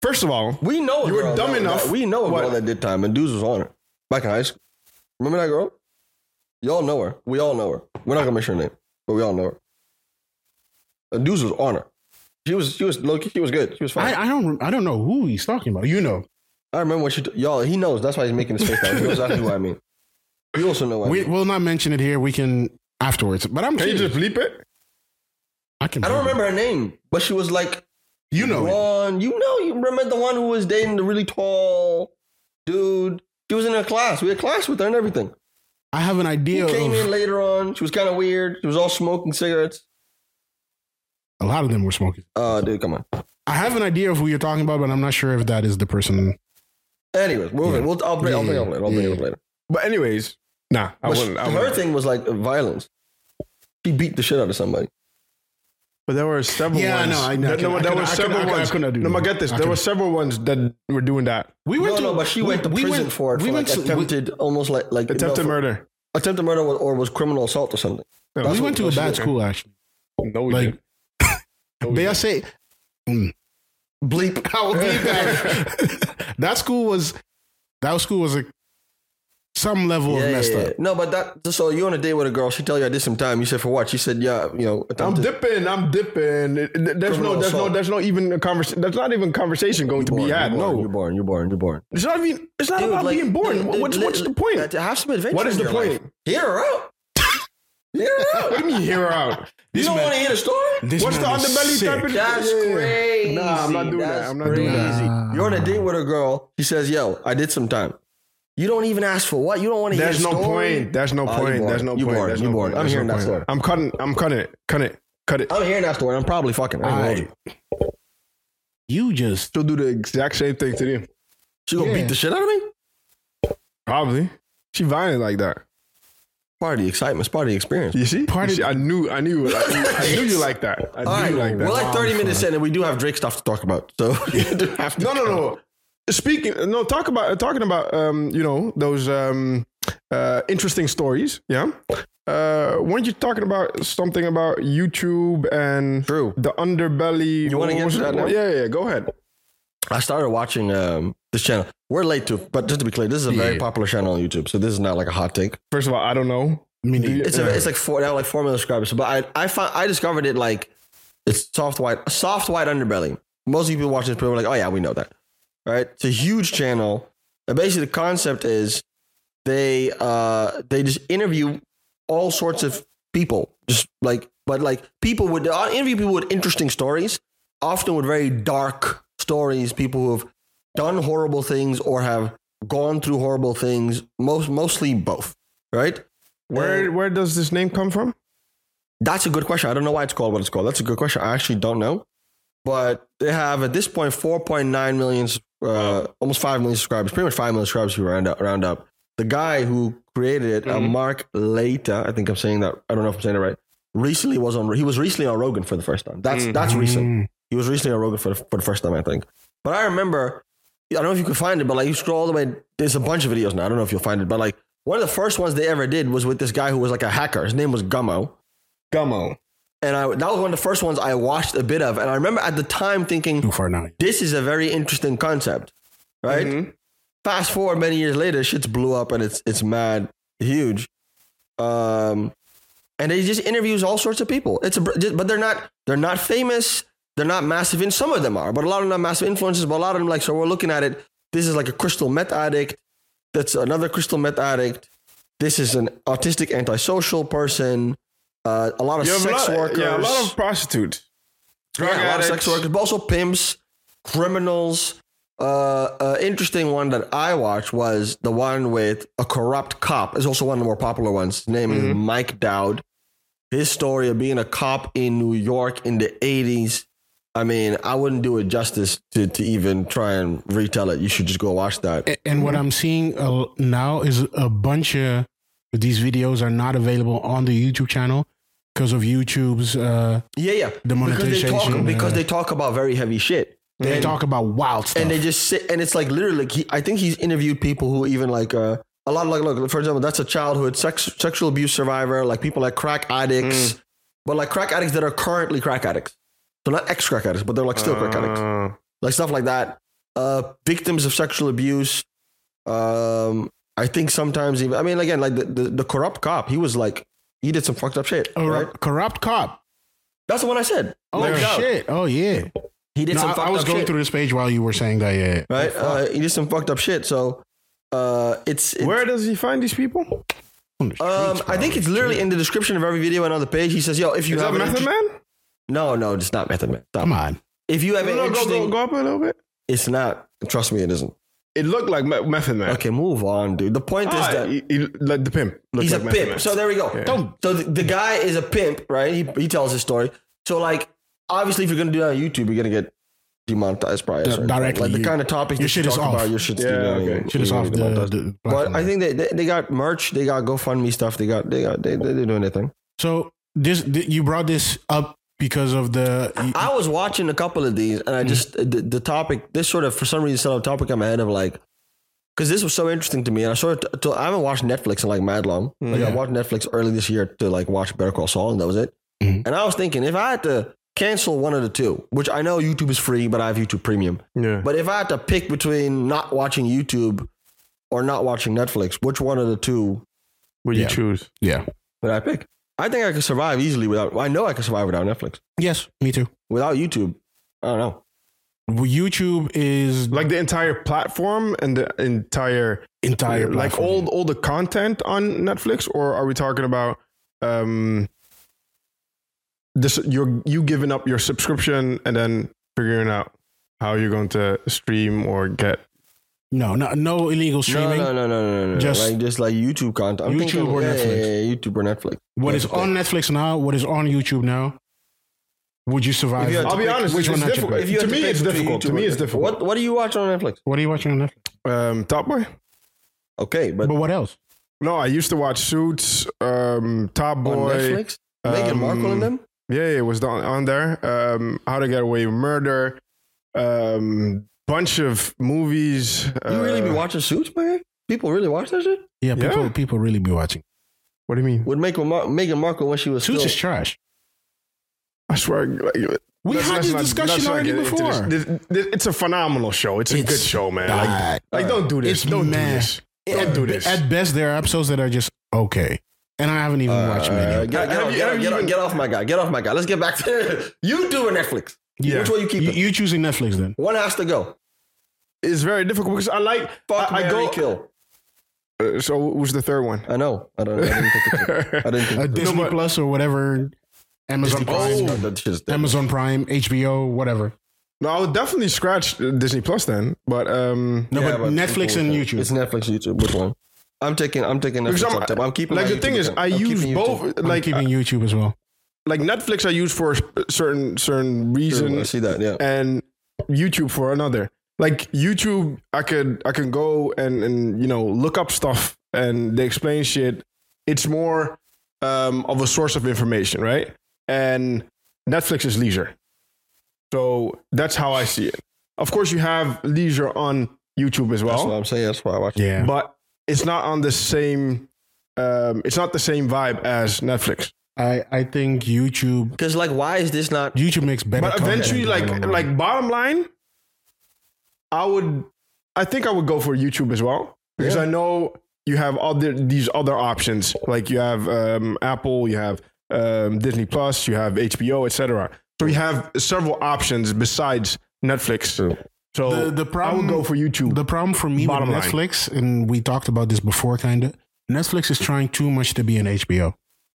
Speaker 1: first of all,
Speaker 3: We know a
Speaker 1: You were
Speaker 3: girl
Speaker 1: dumb
Speaker 3: that-
Speaker 1: enough.
Speaker 3: we know a girl
Speaker 1: What?
Speaker 3: that did time, and dudes was on her back in high school. Remember that girl? Y'all know her. We all know her. We're not gonna mention her name, but we all know her. And dudes was on her. She was she was low key. She was good. She was fine. I,
Speaker 2: I, I don't. I don't know who he's talking about. You know,
Speaker 3: remember when she t- y'all. He knows. That's why he's making his face. Out. He knows exactly what I mean. You also know what
Speaker 2: we
Speaker 3: I mean.
Speaker 2: will not mention it here. We can afterwards. But I'm.
Speaker 1: can you
Speaker 2: serious.
Speaker 1: just bleep it?
Speaker 2: I can.
Speaker 3: I don't remember her name, but she was like
Speaker 2: You know. it.
Speaker 3: blonde. You know, you remember the one who was dating the really tall dude. She was in her class. We had class with her and everything.
Speaker 2: I have an idea
Speaker 3: She came in
Speaker 2: of
Speaker 3: later on. She was kind of weird. She was all smoking cigarettes.
Speaker 2: a lot of them were smoking.
Speaker 3: Uh, dude, come on.
Speaker 2: I have an idea of who you're talking about, but I'm not sure if that is the person.
Speaker 3: Anyways, moving.
Speaker 2: Yeah.
Speaker 3: We'll, I'll bring. I'll bring
Speaker 2: Yeah,
Speaker 3: it up later. I'll bring it up
Speaker 2: yeah.
Speaker 3: later.
Speaker 1: But anyways, nah, I
Speaker 3: But
Speaker 1: wouldn't. I
Speaker 3: her
Speaker 1: wouldn't.
Speaker 3: thing was like violence. She beat the shit out of somebody.
Speaker 1: But there were several
Speaker 2: Yeah, I
Speaker 1: ones.
Speaker 2: know, I know, I
Speaker 1: There,
Speaker 2: can-
Speaker 1: no,
Speaker 2: I
Speaker 1: there
Speaker 2: can-
Speaker 1: were
Speaker 2: I can-
Speaker 1: several
Speaker 2: I can- I
Speaker 1: ones.
Speaker 2: could not do
Speaker 1: no,
Speaker 2: that.
Speaker 1: but get this.
Speaker 2: I
Speaker 1: There
Speaker 2: can-
Speaker 1: were several ones that were doing that.
Speaker 2: We
Speaker 3: No,
Speaker 2: went
Speaker 3: no,
Speaker 2: to,
Speaker 3: but she
Speaker 2: we-
Speaker 3: went to
Speaker 2: we
Speaker 3: prison
Speaker 2: went-
Speaker 3: for it.
Speaker 2: We
Speaker 3: for
Speaker 2: went
Speaker 3: like
Speaker 2: to, we-
Speaker 3: attempted, almost like like
Speaker 1: Attempted
Speaker 3: no, for-
Speaker 1: murder.
Speaker 3: attempted murder, or, or was criminal assault or something.
Speaker 1: No,
Speaker 2: we went to a bad
Speaker 3: Oh,
Speaker 2: school actually.
Speaker 1: No, we
Speaker 2: Like,
Speaker 1: didn't. No, we
Speaker 2: may I
Speaker 1: didn't.
Speaker 2: say, Mm. bleep. I will bleep that. that school was, that school was a some level of messed up.
Speaker 3: No, but that so you on a date with a girl, she tell you I did some time. You said for what? She said yeah, you know.
Speaker 1: I'm
Speaker 3: attempted-
Speaker 1: dipping. I'm dipping. It- it- There's
Speaker 3: Criminal
Speaker 1: no. There's no.
Speaker 3: assault.
Speaker 1: There's no even a conversation. There's not even conversation going to
Speaker 3: Born,
Speaker 1: be had.
Speaker 3: you're born, You're
Speaker 1: No,
Speaker 3: born. You're born. You're born.
Speaker 1: it's not even. It's not about being born.
Speaker 3: dude,
Speaker 1: what's
Speaker 3: li-
Speaker 1: What's the
Speaker 3: li-
Speaker 1: point?
Speaker 3: uh, to have some adventure.
Speaker 1: What is
Speaker 3: in
Speaker 1: the
Speaker 3: your
Speaker 1: point?
Speaker 3: life. Hear her out. Hear her out.
Speaker 1: What do you mean hear her out?
Speaker 3: You don't
Speaker 2: man-
Speaker 3: want to hear the story?
Speaker 2: This
Speaker 1: What's the
Speaker 2: man is
Speaker 1: underbelly
Speaker 2: sick.
Speaker 1: type of
Speaker 3: That's
Speaker 1: Yeah.
Speaker 3: crazy.
Speaker 1: Nah, I'm not doing that.
Speaker 3: That's
Speaker 1: I'm not doing that.
Speaker 3: crazy. You're on a date with a girl. She says, "Yo, I did some time." You don't even ask for what. You don't want to hear.
Speaker 1: There's
Speaker 3: the
Speaker 1: no
Speaker 3: story?
Speaker 1: point. There's no
Speaker 3: Oh, you
Speaker 1: point.
Speaker 3: bored.
Speaker 1: There's no
Speaker 3: You
Speaker 1: point.
Speaker 3: bored.
Speaker 1: There's
Speaker 3: You
Speaker 1: no
Speaker 3: bored.
Speaker 1: point.
Speaker 3: I'm
Speaker 1: There's
Speaker 3: hearing
Speaker 1: no
Speaker 3: that
Speaker 1: point.
Speaker 3: story.
Speaker 1: I'm cutting. I'm cutting it. Cut it. Cut it.
Speaker 3: I'm hearing that story. I'm probably fucking. I ain't gonna hold you.
Speaker 2: You just
Speaker 1: She'll do the exact same thing to you.
Speaker 3: She gonna
Speaker 2: Yeah.
Speaker 3: beat the shit out of me.
Speaker 1: Probably. She violent like that.
Speaker 3: Part of the excitement. It's part of the experience.
Speaker 1: You see?
Speaker 2: Part
Speaker 1: You
Speaker 2: of-
Speaker 1: see, I knew. I knew. I knew, I knew you like that. I knew
Speaker 3: All right,
Speaker 1: you like that.
Speaker 3: we're like 30 minutes in, and we do have Drake stuff to talk about. So you do have to.
Speaker 1: No, no, no. Speaking, no, talk about uh, talking about um, you know those um, uh, interesting stories. Yeah, uh, weren't you talking about something about YouTube and
Speaker 3: True.
Speaker 1: the underbelly?
Speaker 3: You wanna
Speaker 1: what
Speaker 3: get
Speaker 1: was
Speaker 3: to
Speaker 1: it?
Speaker 3: that now?
Speaker 1: Yeah, yeah, yeah, Go ahead.
Speaker 3: I started watching um, this channel. We're late to, but just to be clear, this is a very
Speaker 2: Yeah.
Speaker 3: popular channel on YouTube. So this is not like a hot take.
Speaker 1: First of all, I don't know.
Speaker 2: mini.
Speaker 3: It's a, it's like four now like four million subscribers. But I I found I discovered it like it's soft white soft white underbelly. Most people watching this program are like, oh yeah, we know that. Right? It's a huge channel. And basically the concept is they uh they just interview all sorts of people. Just like but like people with they interview people with interesting stories, often with very dark stories, people who have done horrible things or have gone through horrible things, most mostly both. Right? Uh,
Speaker 1: Where where does this name come from?
Speaker 3: That's a good question. I don't know why it's called what it's called. That's a good question. I actually don't know. But they have at this point 4.9 million, uh, almost 5 million subscribers, pretty much 5 million subscribers if you round up. Round up. The guy who created it, uh,
Speaker 1: Mhm.
Speaker 3: Mark Leita, I think I'm saying that, I don't know if I'm saying it right, recently was on, he was recently on Rogan for the first time. That's, that's
Speaker 2: Mm-hmm.
Speaker 3: recent.
Speaker 2: mm,
Speaker 3: He was recently on Rogan for the, for the first time, I think. But I remember, I don't know if you can find it, but like you scroll all the way, there's a bunch of videos now. I don't know if you'll find it, but like one of the first ones they ever did was with this guy who was like a hacker. His name was Gummo
Speaker 1: Gummo.
Speaker 3: and I that was one of the first ones I watched a bit of, and I remember at the time thinking
Speaker 2: Too far now.
Speaker 3: this is a very interesting concept, right?
Speaker 1: Mm-hmm.
Speaker 3: Fast forward many years later, shit's blew up and it's it's mad huge, um, and they just interviews all sorts of people. It's a br- just- but they're not they're not famous, they're not massive. In some of them are, but a lot of them are massive influences. But a lot of them like so we're looking at it. This is like a crystal meth addict. That's another crystal meth addict. This is an autistic antisocial person. Uh, a lot of
Speaker 1: You have a
Speaker 3: sex
Speaker 1: lot,
Speaker 3: workers.
Speaker 1: Yeah, a lot of prostitutes. Drug
Speaker 3: Yeah, a lot of
Speaker 1: addicts.
Speaker 3: sex workers, but also pimps, criminals. Uh, uh, interesting one that I watched was the one with a corrupt cop. It's also one of the more popular ones. His name is
Speaker 2: Mm-hmm.
Speaker 1: Mhm.
Speaker 3: Mike Dowd. His story of being a cop in New York in the 80s. I mean, I wouldn't do it justice to, to even try and retell it. You should just go watch that.
Speaker 2: A- And what I'm seeing uh, now is a bunch of these videos are not available on the YouTube channel because of YouTube's. Uh,
Speaker 3: Yeah, yeah.
Speaker 2: The
Speaker 3: Because they talk,
Speaker 2: monetization,
Speaker 3: because
Speaker 2: uh,
Speaker 3: they talk about very heavy shit.
Speaker 2: they
Speaker 3: And-
Speaker 2: talk about wild stuff.
Speaker 3: and they just sit and it's like literally like he, i think he's interviewed people who even like uh, a lot of like look for example that's a childhood sex, sexual abuse survivor like people like crack addicts
Speaker 1: Mm.
Speaker 3: but like crack addicts that are currently crack addicts so not ex crack addicts but they're like still crack addicts
Speaker 1: Uh,
Speaker 3: like stuff like that uh victims of sexual abuse um i think sometimes even i mean again like the, the, the corrupt cop he was like he did some fucked up shit
Speaker 2: Or
Speaker 3: right
Speaker 2: corrupt cop.
Speaker 3: that's the one i said
Speaker 2: Oh
Speaker 3: Like, no,
Speaker 2: shit! Oh yeah.
Speaker 3: he did
Speaker 2: No,
Speaker 3: some
Speaker 2: I,
Speaker 3: fucked
Speaker 2: I was
Speaker 3: up
Speaker 2: going
Speaker 3: shit.
Speaker 2: through this page while you were saying that. Yeah.
Speaker 3: right uh he did some fucked up shit so uh it's, it's
Speaker 1: where does he find these people?
Speaker 2: On the streets,
Speaker 3: Um, I
Speaker 2: bro.
Speaker 3: think it's literally in the description of every video and on the page. He says, "Yo, if you
Speaker 1: Is that
Speaker 3: have an
Speaker 1: Method
Speaker 3: interest-
Speaker 1: Man?
Speaker 3: no, no, it's not Method Man. Stop.
Speaker 2: Come on.
Speaker 3: If you have
Speaker 1: No,
Speaker 3: an
Speaker 1: no, go, go,
Speaker 3: interesting,
Speaker 1: go up a little bit.
Speaker 3: it's not. Trust me, it isn't.
Speaker 1: It looked like Me- Method Man.
Speaker 3: Okay, move on, dude. The point is
Speaker 1: Ah,
Speaker 3: that
Speaker 1: he, he, like the pimp. looked
Speaker 3: he's
Speaker 1: like
Speaker 3: a
Speaker 1: Method
Speaker 3: pimp.
Speaker 1: Man.
Speaker 3: So there we go.
Speaker 2: Don't.
Speaker 3: So the, the guy is a pimp, right? He, he tells his story. So like, obviously, if you're gonna do that on YouTube, you're gonna get demonetized probably
Speaker 2: D-
Speaker 3: at a certain point.
Speaker 2: directly,
Speaker 3: Like the
Speaker 2: you-
Speaker 3: kind of topics
Speaker 2: your
Speaker 3: that
Speaker 2: shit
Speaker 3: you
Speaker 2: is
Speaker 3: talk
Speaker 2: off.
Speaker 3: about, your shit's
Speaker 1: Yeah,
Speaker 3: you know,
Speaker 1: okay.
Speaker 3: you-
Speaker 2: Shit is
Speaker 3: you
Speaker 2: off
Speaker 3: get
Speaker 2: the,
Speaker 3: demonetized.
Speaker 2: the
Speaker 3: But
Speaker 2: platform.
Speaker 3: I think they, they they got merch, they got GoFundMe stuff, they got they got they they- they're doing their thing.
Speaker 2: so. This th- you brought this up because of the.
Speaker 3: I was watching a couple of these, and I just the, the topic. This sort of for some reason set up a topic in my head of like, because this was so interesting to me, and I sort of t- t- I haven't watched Netflix in like mad long. Like I
Speaker 2: Yeah.
Speaker 3: watched Netflix early this year to like watch Better Call Saul, and that was it.
Speaker 2: Mhm.
Speaker 3: And I was thinking if I had to cancel one of the two, which I know YouTube is free, but I have YouTube Premium.
Speaker 1: Yeah.
Speaker 3: But if I had to pick between not watching YouTube or not watching Netflix, which one of the two
Speaker 1: What you
Speaker 2: Yeah.
Speaker 1: choose?
Speaker 2: yeah.
Speaker 3: would I pick? I think I could survive easily without. I know I could survive without Netflix,
Speaker 2: Yes, me too.
Speaker 3: without YouTube. I don't know.
Speaker 2: YouTube is
Speaker 1: Like the entire platform and the entire
Speaker 2: entire
Speaker 1: like
Speaker 2: platform.
Speaker 1: all all the content on Netflix, or are we talking about um this you're you giving up your subscription and then figuring out how you're going to stream or get
Speaker 2: no, no, no illegal streaming.
Speaker 3: No, no, no, no, no, no, no.
Speaker 2: Just-
Speaker 3: like just like YouTube content. I'm
Speaker 2: YouTube
Speaker 3: thinking,
Speaker 2: or
Speaker 3: yeah,
Speaker 2: Netflix?
Speaker 3: Yeah, yeah, YouTube or Netflix.
Speaker 2: What is
Speaker 3: That's the
Speaker 2: on Netflix now? What is on YouTube now? Would you survive?
Speaker 3: If you had
Speaker 2: it?
Speaker 3: to
Speaker 1: I'll be
Speaker 3: pick-
Speaker 1: honest,
Speaker 2: which
Speaker 1: it's
Speaker 2: one had you
Speaker 1: difficult.
Speaker 2: picked?
Speaker 1: If you
Speaker 3: had
Speaker 1: to me,
Speaker 3: pick
Speaker 1: it's
Speaker 3: between
Speaker 1: difficult. To
Speaker 3: YouTube
Speaker 1: me,
Speaker 3: or
Speaker 1: it's
Speaker 3: Netflix-
Speaker 1: difficult.
Speaker 3: What What do you watch on Netflix?
Speaker 2: what are you watching on Netflix?
Speaker 1: Um, Top Boy?
Speaker 3: Okay, but,
Speaker 2: But what else?
Speaker 1: No, I used to watch Suits, um, Top
Speaker 3: on
Speaker 1: Boy.
Speaker 3: Netflix, Meghan Markle and
Speaker 1: um,
Speaker 3: them.
Speaker 1: Yeah, yeah, it was on, on there. Um, How to Get Away with Murder, um, bunch of movies.
Speaker 3: You really be
Speaker 1: uh,
Speaker 3: watching Suits, man? People really watch that shit?
Speaker 2: Yeah,
Speaker 1: Yeah.
Speaker 2: people people really be watching.
Speaker 1: What do you mean?
Speaker 3: With Meghan, Mar- Meghan Markle when she was
Speaker 2: Suits
Speaker 3: still,
Speaker 2: is trash.
Speaker 1: I swear. Like,
Speaker 2: We
Speaker 1: let's-
Speaker 2: had
Speaker 1: let's
Speaker 2: this
Speaker 1: not-
Speaker 2: discussion
Speaker 1: let's not
Speaker 2: already
Speaker 1: get into
Speaker 2: before.
Speaker 1: this. This- this- It's a phenomenal show. It's a
Speaker 2: It's
Speaker 1: good show, man. Like,
Speaker 2: Bad.
Speaker 1: like, don't do this.
Speaker 2: It's
Speaker 1: don't do
Speaker 2: meh.
Speaker 1: this.
Speaker 2: at,
Speaker 1: Don't do this.
Speaker 2: At best, there are episodes that are just okay, and I haven't even watched many.
Speaker 3: Uh,
Speaker 2: of them.
Speaker 3: get, get,
Speaker 1: Have
Speaker 3: off,
Speaker 1: you-
Speaker 3: get,
Speaker 1: have
Speaker 3: off,
Speaker 1: you
Speaker 3: get, off,
Speaker 1: even-
Speaker 3: get off my guy. Get off my guy. Let's get back to YouTube and Netflix.
Speaker 1: Yeah.
Speaker 3: Which one you
Speaker 2: You,
Speaker 3: keeping?
Speaker 2: you choosing Netflix then?
Speaker 3: one has to go.
Speaker 1: It's very difficult because I like.
Speaker 3: Fuck,
Speaker 1: I, I
Speaker 3: marry,
Speaker 1: go.
Speaker 3: kill.
Speaker 1: Uh, so who's the third one?
Speaker 3: I know. I don't. I didn't think it through. I didn't think.
Speaker 2: Uh,
Speaker 3: it through.
Speaker 2: Disney
Speaker 1: but-
Speaker 2: Plus or whatever, Amazon Prime,
Speaker 3: Oh, that shit is dead.
Speaker 2: Amazon Prime, HBO, whatever.
Speaker 1: No, I would definitely scratch uh, Disney Plus then, but um,
Speaker 2: No,
Speaker 3: Yeah,
Speaker 2: but, Netflix
Speaker 3: people-
Speaker 2: and YouTube.
Speaker 3: It's Netflix, YouTube. Which one? I'm taking. I'm taking
Speaker 1: Because
Speaker 3: Netflix.
Speaker 1: I'm-
Speaker 3: I'm, top. I'm keeping.
Speaker 1: like
Speaker 3: my
Speaker 1: the thing
Speaker 3: YouTube
Speaker 1: is,
Speaker 3: account.
Speaker 1: I
Speaker 3: I'm
Speaker 1: use
Speaker 3: keeping
Speaker 1: both.
Speaker 3: YouTube.
Speaker 2: I'm
Speaker 1: Like uh,
Speaker 2: keeping YouTube as well.
Speaker 1: like Netflix, I use for a sp- certain certain reason,
Speaker 3: I see that. Yeah.
Speaker 1: and YouTube for another. Like YouTube, I could I can go and and you know look up stuff and they explain shit. It's more um, of a source of information, right? And Netflix is leisure, so that's how I see it. Of course, you have leisure on YouTube as
Speaker 3: That's
Speaker 1: well,
Speaker 3: what I'm saying. That's why I watch. it.
Speaker 2: Yeah.
Speaker 1: but it's not on the same. Um, it's not the same vibe as Netflix.
Speaker 2: I, I think YouTube
Speaker 3: Because like, why is this not?
Speaker 2: YouTube makes better.
Speaker 1: but
Speaker 2: content
Speaker 1: eventually
Speaker 2: than
Speaker 1: like
Speaker 2: Amazon.
Speaker 1: like bottom line i would i think i would go for youtube as well because
Speaker 3: Yeah.
Speaker 1: i know you have other these other options like you have um, apple you have um, disney plus you have hbo etc so you have several options besides netflix so
Speaker 2: The- the problem-
Speaker 1: i would go for youtube
Speaker 2: the problem for me
Speaker 1: Bottom
Speaker 2: with
Speaker 1: line.
Speaker 2: Netflix, and we talked about this before, kind of. Netflix is trying too much to be an HBO,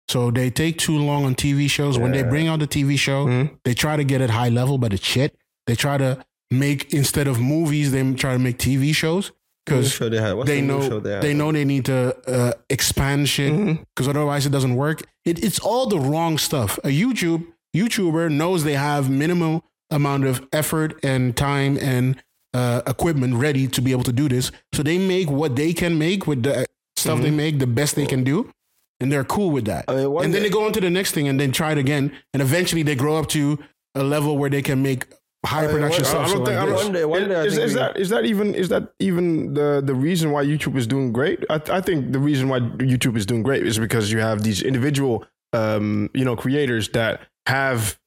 Speaker 2: so they take too long on TV shows. When they bring out the TV show,
Speaker 1: Mhm.
Speaker 2: they try to get it high level, but it's shit. They try to make instead of movies, they try to make TV shows because
Speaker 3: Show they had. What's
Speaker 2: they
Speaker 3: the new
Speaker 2: know
Speaker 3: show
Speaker 2: they,
Speaker 3: had?
Speaker 2: know they need to uh, expand shit because otherwise it doesn't work. It, it's all the wrong stuff. A YouTube YouTuber knows they have minimal amount of effort and time and uh, equipment ready to be able to do this, so they make what they can make with the uh, stuff they make the best they can do, and they're cool with that.
Speaker 3: I mean, one
Speaker 2: and then
Speaker 3: day-
Speaker 2: they go on to the next thing and then try it again, and eventually they grow up to a level where they can make high production
Speaker 1: I- I
Speaker 2: stuff. so
Speaker 1: don't think
Speaker 2: like
Speaker 1: I
Speaker 2: this.
Speaker 1: don't-
Speaker 3: One day- one day I
Speaker 1: is,
Speaker 3: think
Speaker 1: is
Speaker 3: we-
Speaker 1: that is that even is that even the the reason why YouTube is doing great? I, I think the reason why YouTube is doing great is because you have these individual um you know creators that have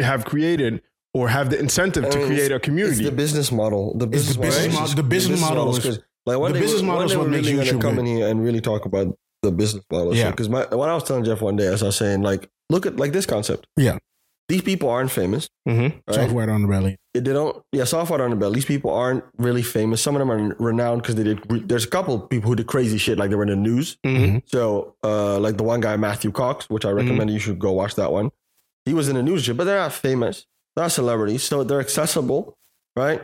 Speaker 1: have created or have the incentive
Speaker 3: I
Speaker 1: to
Speaker 3: mean,
Speaker 1: create a
Speaker 3: It's
Speaker 1: community.
Speaker 3: the business model. The business
Speaker 2: business
Speaker 3: model.
Speaker 2: mo- the business model is-
Speaker 3: good. Like one
Speaker 2: the
Speaker 3: day,
Speaker 2: business
Speaker 3: one
Speaker 2: model is
Speaker 3: day
Speaker 2: what
Speaker 3: we're
Speaker 2: makes
Speaker 3: really gonna
Speaker 2: YouTube
Speaker 3: come
Speaker 2: good.
Speaker 3: in here and really talk about the business model.
Speaker 2: Yeah.
Speaker 3: Because my when I was telling Jeff one day, as I was saying, like, look at like this concept.
Speaker 2: Yeah.
Speaker 3: These people aren't famous.
Speaker 1: Mhm.
Speaker 3: right?
Speaker 2: Software on the belly.
Speaker 3: they don't yeah software on the bell these people aren't really famous some of them are renowned because they did there's a couple people who did crazy shit like they were in the news
Speaker 1: Mhm.
Speaker 3: so uh like the one guy matthew cox which i
Speaker 2: Mm-hmm.
Speaker 3: recommend you should go watch that one he was in the news shit but they're not famous they're not celebrities so they're accessible right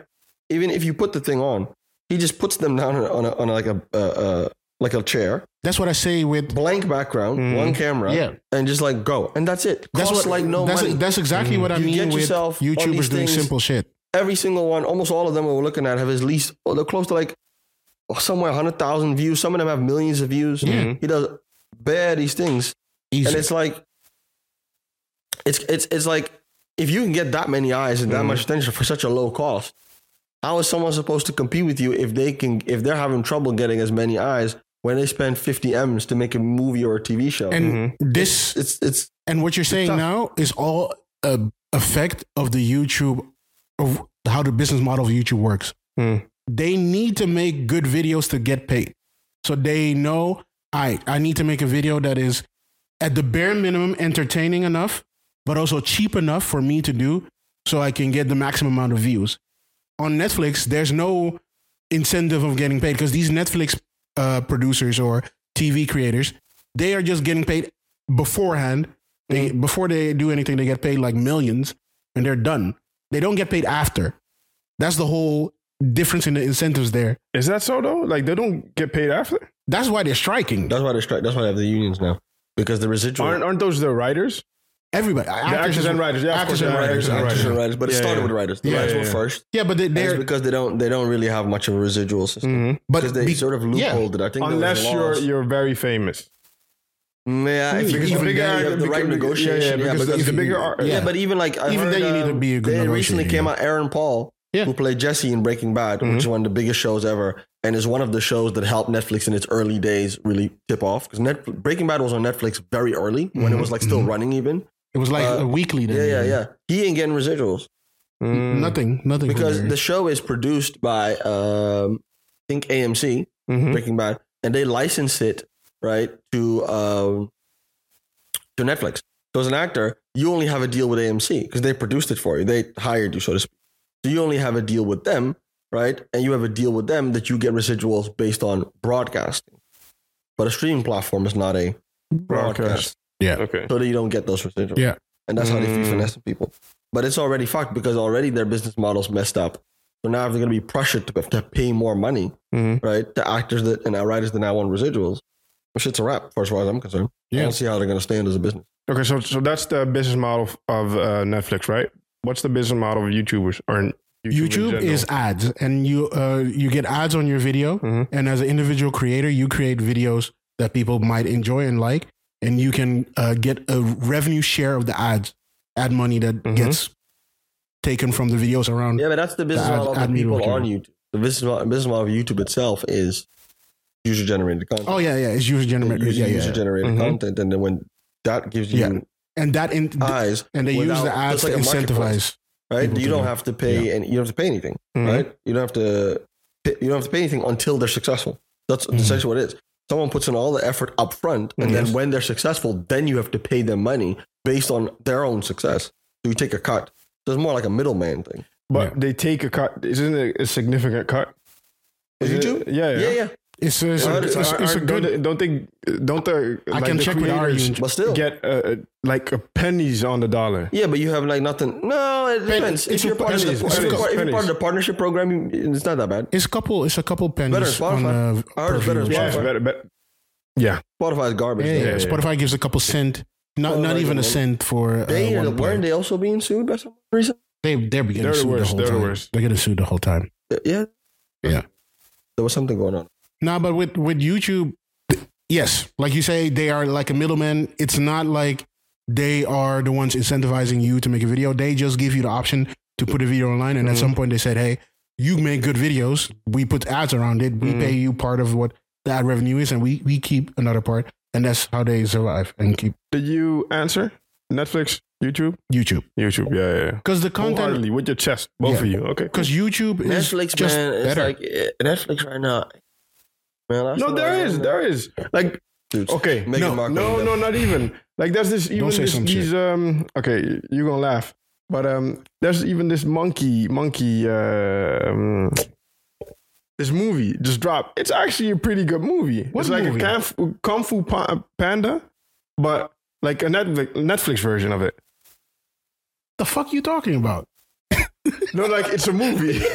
Speaker 3: even if you put the thing on he just puts them down on a, on a like a uh, uh, like a chair
Speaker 2: That's what I say with
Speaker 3: blank background
Speaker 1: Mhm.
Speaker 3: one camera
Speaker 2: Mm-hmm. Yeah.
Speaker 3: and just like go and that's it
Speaker 2: that's
Speaker 3: Costs
Speaker 2: what
Speaker 3: like no
Speaker 2: that's,
Speaker 3: money Mm-hmm.
Speaker 2: That's exactly what I
Speaker 3: You
Speaker 2: mean
Speaker 3: get
Speaker 2: with
Speaker 3: yourself on
Speaker 2: YouTubers
Speaker 3: these
Speaker 2: doing
Speaker 3: things-
Speaker 2: simple shit.
Speaker 3: every single one, almost all of them we're looking at have at least oh, they're close to like oh, somewhere 100,000 views. Some of them have millions of views.
Speaker 2: Yeah.
Speaker 3: He does bare these things.
Speaker 2: Easy.
Speaker 3: And it's like, it's it's it's like if you can get that many eyes and that
Speaker 2: Mm-hmm.
Speaker 3: much attention for such a low cost, how is someone supposed to compete with you if they can if they're having trouble getting as many eyes when they spend fifty m's to make a movie or a TV show?
Speaker 2: And this
Speaker 3: Mm-hmm. it's it's
Speaker 2: and what you're saying now is all a effect of the YouTube of how the business model of YouTube works.
Speaker 1: Hmm.
Speaker 2: They need to make good videos to get paid. So they know I I need to make a video that is at the bare minimum entertaining enough, but also cheap enough for me to do so I can get the maximum amount of views. On Netflix, there's no incentive of getting paid because these Netflix uh, producers or TV creators, they are just getting paid beforehand. They,
Speaker 3: Mm-hmm.
Speaker 2: Before they do anything, they get paid like millions and they're done. They don't get paid after. That's the whole difference in the incentives there.
Speaker 1: Is that so though? Like they don't get paid after?
Speaker 2: That's why they're striking.
Speaker 3: that's why they strike. That's why they have the unions now because the residual
Speaker 1: Aren't aren't those the writers?
Speaker 2: Everybody,
Speaker 1: actors and writers. Yeah, of course,
Speaker 2: actors and
Speaker 1: they're actors
Speaker 2: writers,
Speaker 1: and
Speaker 2: actors.
Speaker 1: writers.
Speaker 3: and writers, but it
Speaker 1: Yeah,
Speaker 3: started
Speaker 1: yeah.
Speaker 3: with writers. The
Speaker 1: Yeah,
Speaker 3: writers
Speaker 1: yeah,
Speaker 3: were
Speaker 1: yeah.
Speaker 3: first.
Speaker 2: Yeah, but they,
Speaker 3: And It's
Speaker 2: they're
Speaker 3: because they don't they don't really have much of a residual system.
Speaker 1: Mm,
Speaker 2: but
Speaker 3: Because they
Speaker 2: be-
Speaker 3: sort of
Speaker 2: yeah.
Speaker 3: loopholed it. I think there was
Speaker 1: Unless you're
Speaker 3: laws.
Speaker 1: you're very famous.
Speaker 3: Mm, yeah, if you
Speaker 1: Because
Speaker 3: you
Speaker 1: the
Speaker 3: have
Speaker 1: bigger-
Speaker 3: the right
Speaker 1: because-
Speaker 3: negotiation,
Speaker 1: yeah,
Speaker 3: yeah,
Speaker 1: because
Speaker 3: but
Speaker 1: he's
Speaker 3: if
Speaker 1: the
Speaker 3: you-
Speaker 1: bigger art-
Speaker 3: Yeah,
Speaker 2: yeah.
Speaker 3: but even like I
Speaker 2: Even
Speaker 3: heard,
Speaker 2: then you need to
Speaker 3: um,
Speaker 2: be a good
Speaker 3: They
Speaker 2: negotiator,
Speaker 3: recently came
Speaker 2: yeah.
Speaker 3: out Aaron Paul,
Speaker 2: Yeah.
Speaker 3: who played Jesse in Breaking Bad, which is one of the biggest shows ever, and is one of the shows that helped Netflix in its early days really tip off because Net- Breaking Bad was on Netflix very early when it was like still running even.
Speaker 2: It was like
Speaker 3: Uh,
Speaker 2: a weekly. Then,
Speaker 3: Yeah, yeah, yeah. He ain't getting residuals
Speaker 2: Nothing, nothing.
Speaker 3: because
Speaker 2: from there.
Speaker 3: the show is produced by um, I think AMC,
Speaker 1: Mhm.
Speaker 3: Breaking Bad, and they license it right to um, to Netflix. So as an actor, you only have a deal with AMC because they produced it for you. They hired you, so to speak. So you only have a deal with them, right? And you have a deal with them that you get residuals based on broadcasting. But a streaming platform is not a broadcast,
Speaker 1: Broadcast.
Speaker 2: Yeah.
Speaker 1: Okay.
Speaker 3: so that you don't get those residuals.
Speaker 2: Yeah.
Speaker 3: and that's how they feed
Speaker 1: Mm.
Speaker 3: finesse the people. But it's already fucked because already their business model's messed up. So now if they're going to be pressured to, to pay more money,
Speaker 1: Mhm.
Speaker 3: right? The actors that and writers that now want residuals. Well, shit's a wrap, as far as I'm concerned. I
Speaker 2: Yeah.
Speaker 3: don't see how they're going to stand as a business.
Speaker 1: Okay, so so that's the business model of uh, Netflix, right? What's the business model of YouTubers or in- YouTube, in
Speaker 2: YouTube
Speaker 1: general?
Speaker 2: is ads, and you uh, you get ads on your video,
Speaker 1: Mhm.
Speaker 2: and as an individual creator, you create videos that people might enjoy and like, and you can uh, get a revenue share of the ads, ad money that
Speaker 1: Mhm.
Speaker 2: gets taken from the videos around.
Speaker 3: Yeah, but that's the business
Speaker 2: ad-
Speaker 3: model
Speaker 2: ad
Speaker 3: of the
Speaker 2: media
Speaker 3: people
Speaker 2: material.
Speaker 3: on YouTube. The business model, business model of YouTube itself is user generated content. Mm-hmm.
Speaker 2: Oh yeah, yeah, it's user generated.
Speaker 3: user,
Speaker 2: Yeah, yeah,
Speaker 3: user generated
Speaker 1: Mhm.
Speaker 3: content, and then when that gives you
Speaker 2: Yeah. and that in,
Speaker 3: eyes,
Speaker 2: and they use
Speaker 3: Uh, without-
Speaker 2: the ads
Speaker 3: it's like
Speaker 2: to
Speaker 3: a marketplace.
Speaker 2: incentivize.
Speaker 3: right?
Speaker 2: people
Speaker 3: You
Speaker 2: to
Speaker 3: don't
Speaker 2: do.
Speaker 3: have to pay, and you don't have to pay anything,
Speaker 1: Mhm.
Speaker 3: right? You don't have to, you don't have to pay anything until they're successful. That's
Speaker 2: Mhm.
Speaker 3: essentially what it is. Someone puts in all the effort up front, and
Speaker 1: Mm-hmm. Yes.
Speaker 3: then when they're successful, then you have to pay them money based on their own success. So you take a cut. So it's more like a middleman thing.
Speaker 1: but they take a cut. Isn't it a significant cut?
Speaker 3: Is
Speaker 1: Is
Speaker 3: YouTube?
Speaker 1: It, yeah, yeah.
Speaker 3: Yeah, yeah.
Speaker 2: It's a, it's
Speaker 3: Yeah,
Speaker 2: a,
Speaker 3: it's-
Speaker 2: it's,
Speaker 1: Aren't-
Speaker 2: it's, a
Speaker 1: aren't- don't
Speaker 2: good.
Speaker 1: they- Don't think. Don't the
Speaker 2: I can check with Ari.
Speaker 1: creators
Speaker 2: and-
Speaker 3: But still,
Speaker 1: Get uh, like a pennies on the dollar.
Speaker 3: yeah, but you have like nothing. No, it depends.
Speaker 2: it's
Speaker 3: If you're
Speaker 2: a-
Speaker 3: part of the,
Speaker 1: pennies,
Speaker 3: if you're
Speaker 1: pennies,
Speaker 3: part- if you're part
Speaker 1: pennies.
Speaker 3: of the partnership program, you, it's not that bad.
Speaker 2: It's couple. It's a couple pennies
Speaker 3: Spotify.
Speaker 2: on uh,
Speaker 3: I heard
Speaker 2: per
Speaker 3: it's better
Speaker 2: view.
Speaker 1: Yeah,
Speaker 3: Spotify.
Speaker 1: it's better, better.
Speaker 3: Spotify is garbage.
Speaker 2: Yeah,
Speaker 3: though.
Speaker 2: yeah,
Speaker 1: yeah.
Speaker 2: Spotify gives a couple cent. Not
Speaker 3: Spotify
Speaker 2: not even a
Speaker 3: gives-
Speaker 2: cent for. Uh,
Speaker 3: They
Speaker 2: one player.
Speaker 3: weren't they also being sued by some reason?
Speaker 2: They they're getting
Speaker 1: They're the
Speaker 2: sued the
Speaker 1: worst,
Speaker 2: whole
Speaker 1: they're the
Speaker 2: time.
Speaker 1: worst.
Speaker 2: They're getting sued the whole time.
Speaker 3: Uh, Yeah,
Speaker 2: Yeah.
Speaker 3: there was something going on.
Speaker 2: Nah, but with with YouTube, yes, like you say, they are like a middleman. It's not like they are the ones incentivizing you to make a video. They just give you the option to put a video online, and at
Speaker 1: Mhm.
Speaker 2: some point they said, "Hey, you make good videos. We put ads around it. We
Speaker 1: Mhm.
Speaker 2: pay you part of what the ad revenue is, and we we keep another part." And that's how they survive and keep
Speaker 1: Did you answer Netflix, YouTube,
Speaker 2: YouTube
Speaker 1: YouTube? Yeah, yeah. yeah.
Speaker 2: because the content
Speaker 1: Wholeheartedly with your chest, both
Speaker 2: Yeah.
Speaker 1: of you. Okay.
Speaker 2: because YouTube is
Speaker 3: Netflix,
Speaker 2: just
Speaker 3: man, it's
Speaker 2: better.
Speaker 3: like eh, Netflix right now. Man, I
Speaker 1: No,
Speaker 3: feel
Speaker 1: there
Speaker 3: like-
Speaker 1: is, there is. Like,
Speaker 3: Dude,
Speaker 1: okay,
Speaker 3: Meghan
Speaker 2: No,
Speaker 3: Markle
Speaker 1: No,
Speaker 3: and
Speaker 1: no,
Speaker 3: them.
Speaker 1: not even. Like there's this even
Speaker 2: say
Speaker 1: this,
Speaker 2: some
Speaker 1: these um okay, you're gonna laugh. But um there's even this monkey monkey uh, um, this movie just dropped. It's actually a pretty good movie.
Speaker 2: What
Speaker 1: it's like
Speaker 2: movie?
Speaker 1: a kung fu, kung fu pa- panda, but like a Netflix, Netflix version of it.
Speaker 2: the fuck you talking about?
Speaker 1: No, like it's a movie.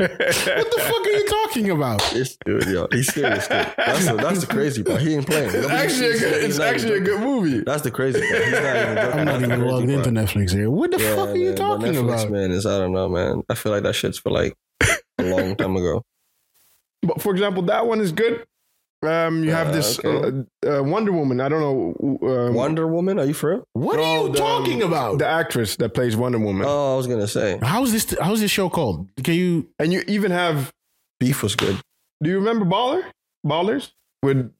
Speaker 2: What the fuck are you talking about?
Speaker 3: This dude, yo, he's serious. Dude. That's the, that's the crazy part. He ain't playing.
Speaker 1: It's
Speaker 3: Nobody
Speaker 1: actually a
Speaker 3: sees
Speaker 1: good,
Speaker 3: it.
Speaker 1: it's
Speaker 3: He's not
Speaker 1: actually a
Speaker 3: even joking.
Speaker 1: good movie.
Speaker 3: That's the crazy part. He's not even joking.
Speaker 2: I'm not
Speaker 3: That's the
Speaker 2: even
Speaker 3: crazy
Speaker 2: logged into
Speaker 3: part.
Speaker 2: Netflix here. What the
Speaker 3: Yeah,
Speaker 2: fuck are you
Speaker 3: man, but
Speaker 2: talking
Speaker 3: Netflix,
Speaker 2: about?
Speaker 3: Man, is I don't know, man. I feel like that shit's for like a long time ago.
Speaker 1: But for example, that one is good. Um, you have
Speaker 3: Uh,
Speaker 1: this
Speaker 3: okay.
Speaker 1: uh, uh, Wonder Woman. I don't know who, um,
Speaker 3: Wonder Woman? Are you for real?
Speaker 2: What
Speaker 1: No,
Speaker 2: are you
Speaker 1: the-
Speaker 2: talking about?
Speaker 1: the actress that plays Wonder Woman,
Speaker 3: Oh, I was gonna say
Speaker 2: how is this? How is this show called? Can you?
Speaker 1: and you even have.
Speaker 3: beef was good.
Speaker 1: Do you remember Baller? Ballers with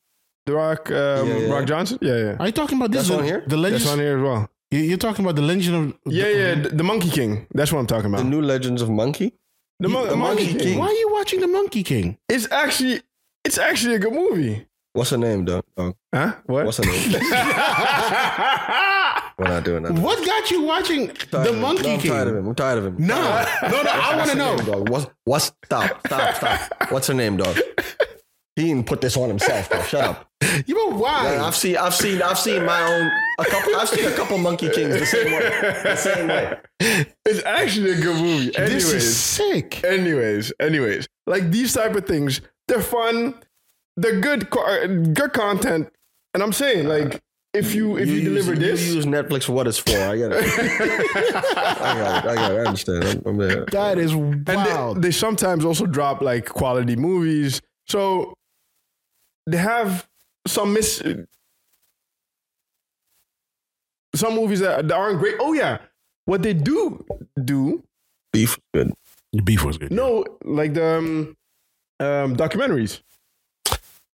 Speaker 1: the Rock, um,
Speaker 3: Yeah, yeah.
Speaker 1: Rock Johnson. Yeah, yeah.
Speaker 2: Are you talking about this? the,
Speaker 3: That's on here?
Speaker 2: The legend.
Speaker 1: That's on here as well.
Speaker 2: you- You're talking about the legend of.
Speaker 1: Yeah,
Speaker 2: the,
Speaker 1: yeah. The, the Monkey King. That's what I'm talking about.
Speaker 3: The New Legends of Monkey.
Speaker 1: The, Mon-
Speaker 3: the Monkey
Speaker 1: Monkey
Speaker 3: King.
Speaker 1: King.
Speaker 2: Why are you watching the Monkey King?
Speaker 1: It's actually, it's actually a good movie.
Speaker 3: What's her name, dog? dog?
Speaker 1: Huh? What?
Speaker 3: What's her name? We're not doing that.
Speaker 2: What got you watching
Speaker 3: Tired
Speaker 2: the
Speaker 3: of him.
Speaker 2: Monkey
Speaker 3: No, I'm
Speaker 2: King?
Speaker 3: tired of him. I'm tired of him.
Speaker 2: No, no, no. I want to
Speaker 3: What's her
Speaker 2: know.
Speaker 3: name, dog? What's, what's stop, stop, stop. What's her name, dog? He didn't put this on himself, dog. Shut up.
Speaker 2: You know why?
Speaker 3: I've seen, I've seen, I've seen my own. A couple, I've seen a couple Monkey Kings the same way. The same way.
Speaker 1: it's actually a good movie. Anyways,
Speaker 2: this is sick.
Speaker 1: anyways, anyways. Like these type of things, they're fun. They're good, co- uh, good content. And I'm saying, like, if you if you,
Speaker 3: use-
Speaker 1: deliver this,
Speaker 3: you use Netflix for what it's for. I get it. I got it. I got it. I understand. I'm, I'm there.
Speaker 2: That is
Speaker 1: and they-
Speaker 2: wild.
Speaker 1: they, sometimes also drop like quality movies. So they have some miss some movies that, that aren't great. Oh yeah, what they do do
Speaker 3: Beef, good.
Speaker 2: The beef was good.
Speaker 1: no like the um, um, documentaries.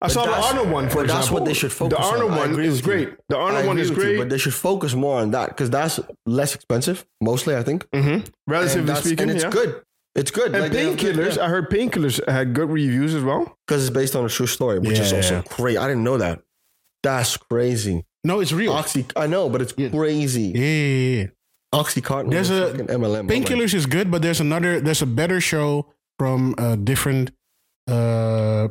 Speaker 1: I saw the
Speaker 3: that's-
Speaker 1: Arnold one for
Speaker 3: but that's
Speaker 1: example.
Speaker 3: what they should focus
Speaker 1: The Arnold
Speaker 3: on. I
Speaker 1: one
Speaker 3: agree
Speaker 1: is
Speaker 3: with you.
Speaker 1: great. The
Speaker 3: I
Speaker 1: Arnold
Speaker 3: agree
Speaker 1: one is
Speaker 3: with you,
Speaker 1: great,
Speaker 3: but they should focus more on that because that's less expensive, mostly. I think.
Speaker 1: Mhm.
Speaker 3: and
Speaker 1: relatively
Speaker 3: that's-
Speaker 1: speaking.
Speaker 3: and it's
Speaker 1: yeah.
Speaker 3: good. It's good.
Speaker 1: And
Speaker 3: Like, they have good-
Speaker 1: painkillers. I heard painkillers had good reviews as well.
Speaker 3: Because it's based on a true story, which is
Speaker 2: Yeah.
Speaker 3: also great. I didn't know that. That's crazy.
Speaker 2: No, it's real.
Speaker 3: Oxy, I know, but it's
Speaker 2: Yeah.
Speaker 3: crazy.
Speaker 2: yeah, yeah, yeah.
Speaker 3: Oxycontin.
Speaker 2: There's
Speaker 3: is
Speaker 2: a
Speaker 3: fucking MLM.
Speaker 2: Painkillers is good, but there's another. There's a better show from a different, uh,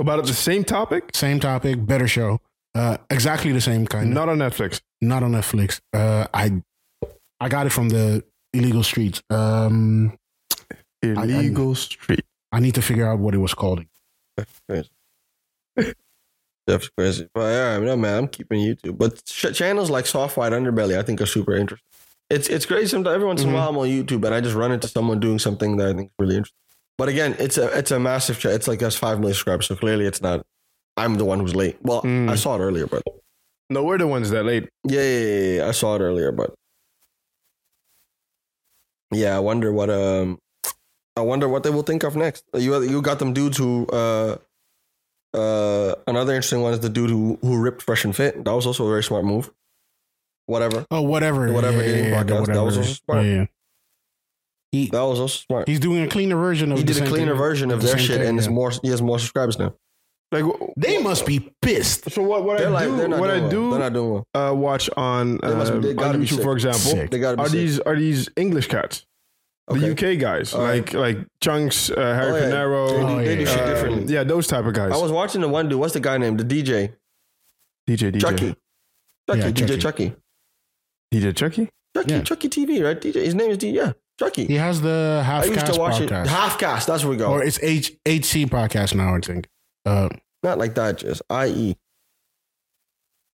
Speaker 1: About the same topic,
Speaker 2: same topic, better show, uh, exactly the same kind.
Speaker 1: not on Netflix.
Speaker 2: not on Netflix. Uh, I I got it from the illegal streets. Um, I-
Speaker 1: Illegal street.
Speaker 2: I need to figure out what it was called.
Speaker 3: That's crazy. But yeah, I mean, no, man, I'm keeping YouTube. But sh- channels like Soft White Underbelly, I think, are super interesting. It's it's great. Sometimes every once in a
Speaker 1: Mhm.
Speaker 2: Mm-hmm.
Speaker 3: while, I'm on YouTube and I just run into someone doing something that I think is really interesting. But again, it's a it's a massive. Ch- it's like has five million subscribers, so clearly it's not. I'm the one who's late. Well,
Speaker 1: Mm.
Speaker 3: I saw it earlier, but
Speaker 1: No, we're the ones that late.
Speaker 3: yeah, yeah, yeah, yeah, I saw it earlier, but yeah, I wonder what um, I wonder what they will think of next. You you got them dudes who uh, uh, another interesting one is the dude who who ripped Fresh and Fit. That was also a very smart move. Whatever,
Speaker 2: Oh, whatever,
Speaker 3: Whatever
Speaker 2: Yeah, yeah,
Speaker 3: dating
Speaker 2: yeah,
Speaker 3: podcast. That was also smart.
Speaker 2: Yeah, yeah. He,
Speaker 3: that was also smart.
Speaker 2: he's doing a cleaner version of.
Speaker 3: He
Speaker 2: the
Speaker 3: did a
Speaker 2: same
Speaker 3: cleaner
Speaker 2: thing.
Speaker 3: version of
Speaker 2: the
Speaker 3: their
Speaker 2: same
Speaker 3: shit,
Speaker 2: thing,
Speaker 3: and it's
Speaker 2: yeah.
Speaker 3: more. He has more subscribers now.
Speaker 1: Like, w-
Speaker 2: They must be pissed.
Speaker 1: so what? What I
Speaker 3: They're like, they're
Speaker 1: do,
Speaker 3: not
Speaker 1: what I
Speaker 3: doing well. They're not
Speaker 1: do,
Speaker 3: doing well.
Speaker 1: uh, watch on
Speaker 3: They must
Speaker 1: uh,
Speaker 3: be- they
Speaker 1: on
Speaker 3: gotta be
Speaker 1: YouTube,
Speaker 3: sick.
Speaker 1: for example,
Speaker 2: Sick.
Speaker 3: They got to be
Speaker 1: are
Speaker 3: sick.
Speaker 1: these are these English cats,
Speaker 3: Okay.
Speaker 1: the UK guys,
Speaker 3: All right.
Speaker 1: like like Chunks, uh, Harry
Speaker 3: Oh, yeah. They do-
Speaker 1: Panero,
Speaker 2: Oh,
Speaker 3: they do
Speaker 2: yeah.
Speaker 3: shit
Speaker 1: uh,
Speaker 3: differently.
Speaker 1: yeah, those type of guys.
Speaker 3: I was watching the one dude. What's the guy named? The DJ
Speaker 1: DJ DJ
Speaker 3: Chucky. Chucky,
Speaker 2: Yeah, Chucky.
Speaker 3: DJ Chucky.
Speaker 1: DJ Chucky.
Speaker 3: Chucky,
Speaker 2: Yeah.
Speaker 3: Chucky TV, right? DJ, his name is DJ. Yeah, Chucky.
Speaker 2: He has the
Speaker 3: I
Speaker 2: half
Speaker 3: used
Speaker 2: cast
Speaker 3: to watch
Speaker 2: podcast,
Speaker 3: it. Half cast. That's where we go.
Speaker 2: or it's H HC podcast now. I think. Uh,
Speaker 3: Not like that, just IE.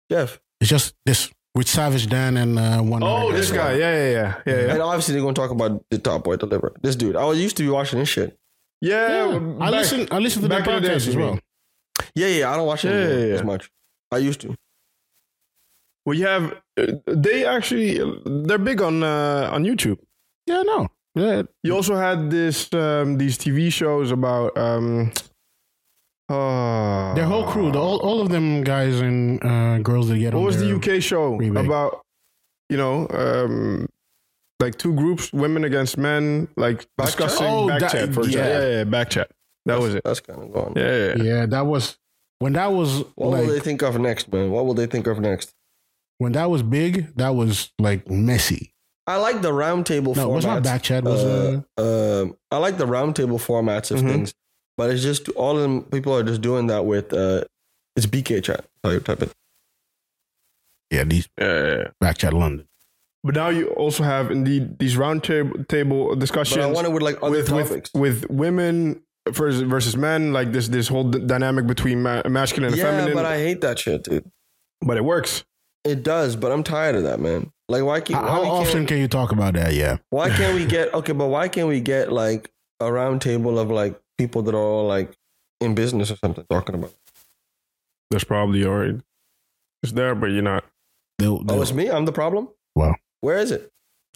Speaker 3: Jeff.
Speaker 2: it's just this with Savage Dan and uh, one.
Speaker 1: Oh,
Speaker 2: other
Speaker 1: this
Speaker 3: Yeah.
Speaker 1: guy. Yeah, yeah, yeah, yeah, yeah.
Speaker 3: And obviously, they're going to talk about the top boy deliver. This dude. I was used to be watching this shit.
Speaker 1: yeah,
Speaker 2: Yeah, I
Speaker 1: back-
Speaker 2: listen. I listen to that
Speaker 1: back in the
Speaker 2: podcast
Speaker 1: days,
Speaker 2: as
Speaker 1: you
Speaker 2: well.
Speaker 1: mean.
Speaker 3: Yeah, yeah. I don't watch it
Speaker 1: Yeah,
Speaker 3: anymore
Speaker 1: yeah, yeah.
Speaker 3: as much. I used to.
Speaker 1: Well, you have uh, they actually they're big on uh, on YouTube.
Speaker 2: Yeah, no. Yeah,
Speaker 1: You also had this um, these TV shows about um, uh,
Speaker 2: Their whole crew, the, all, all of them guys and uh, girls that get
Speaker 1: What
Speaker 2: on
Speaker 1: was the
Speaker 2: their-
Speaker 1: UK show
Speaker 2: remake.
Speaker 1: about? You know, um, like two groups, women against men, like
Speaker 3: Backchat?
Speaker 1: discussing
Speaker 2: Oh,
Speaker 1: backchat.
Speaker 2: that-
Speaker 1: for example.
Speaker 2: yeah.
Speaker 1: Yeah, yeah, yeah, backchat. That was it.
Speaker 3: That's kind of gone.
Speaker 1: Yeah, yeah, yeah.
Speaker 2: Yeah, that was when that was
Speaker 3: What
Speaker 2: like
Speaker 3: will they think of next, man? What will they think of next?
Speaker 2: when that was big. That was like messy.
Speaker 3: I like the roundtable
Speaker 2: No, it
Speaker 3: formats.
Speaker 2: was not back chat. Was uh,
Speaker 3: um, I like the roundtable formats of
Speaker 1: Mhm.
Speaker 3: things, but it's just all of them people are just doing that with uh, it's BK chat. Oh, you type it.
Speaker 2: yeah, these
Speaker 1: yeah, yeah, yeah.
Speaker 2: back chat London.
Speaker 1: But now you also have indeed these round tab- table
Speaker 3: But I
Speaker 1: discussions
Speaker 3: want it with like other
Speaker 1: with with
Speaker 3: topics.
Speaker 1: with women versus versus men, like this this whole d- dynamic between ma- masculine and
Speaker 3: yeah,
Speaker 1: feminine.
Speaker 3: but I hate that shit, dude.
Speaker 1: but it works.
Speaker 3: It does, but I'm tired of that, man. Like, why can't
Speaker 2: How
Speaker 3: why we
Speaker 2: often
Speaker 3: Can't,
Speaker 2: can you talk about that? Yeah,
Speaker 3: why can't we get okay? But why can't we get like a round table of like people that are all like in business or something talking about?
Speaker 1: That's probably alright. It's there, but you're not.
Speaker 2: They'll,
Speaker 3: Oh,
Speaker 2: they'll,
Speaker 3: it's me. I'm the problem.
Speaker 2: Wow.
Speaker 3: Where is it?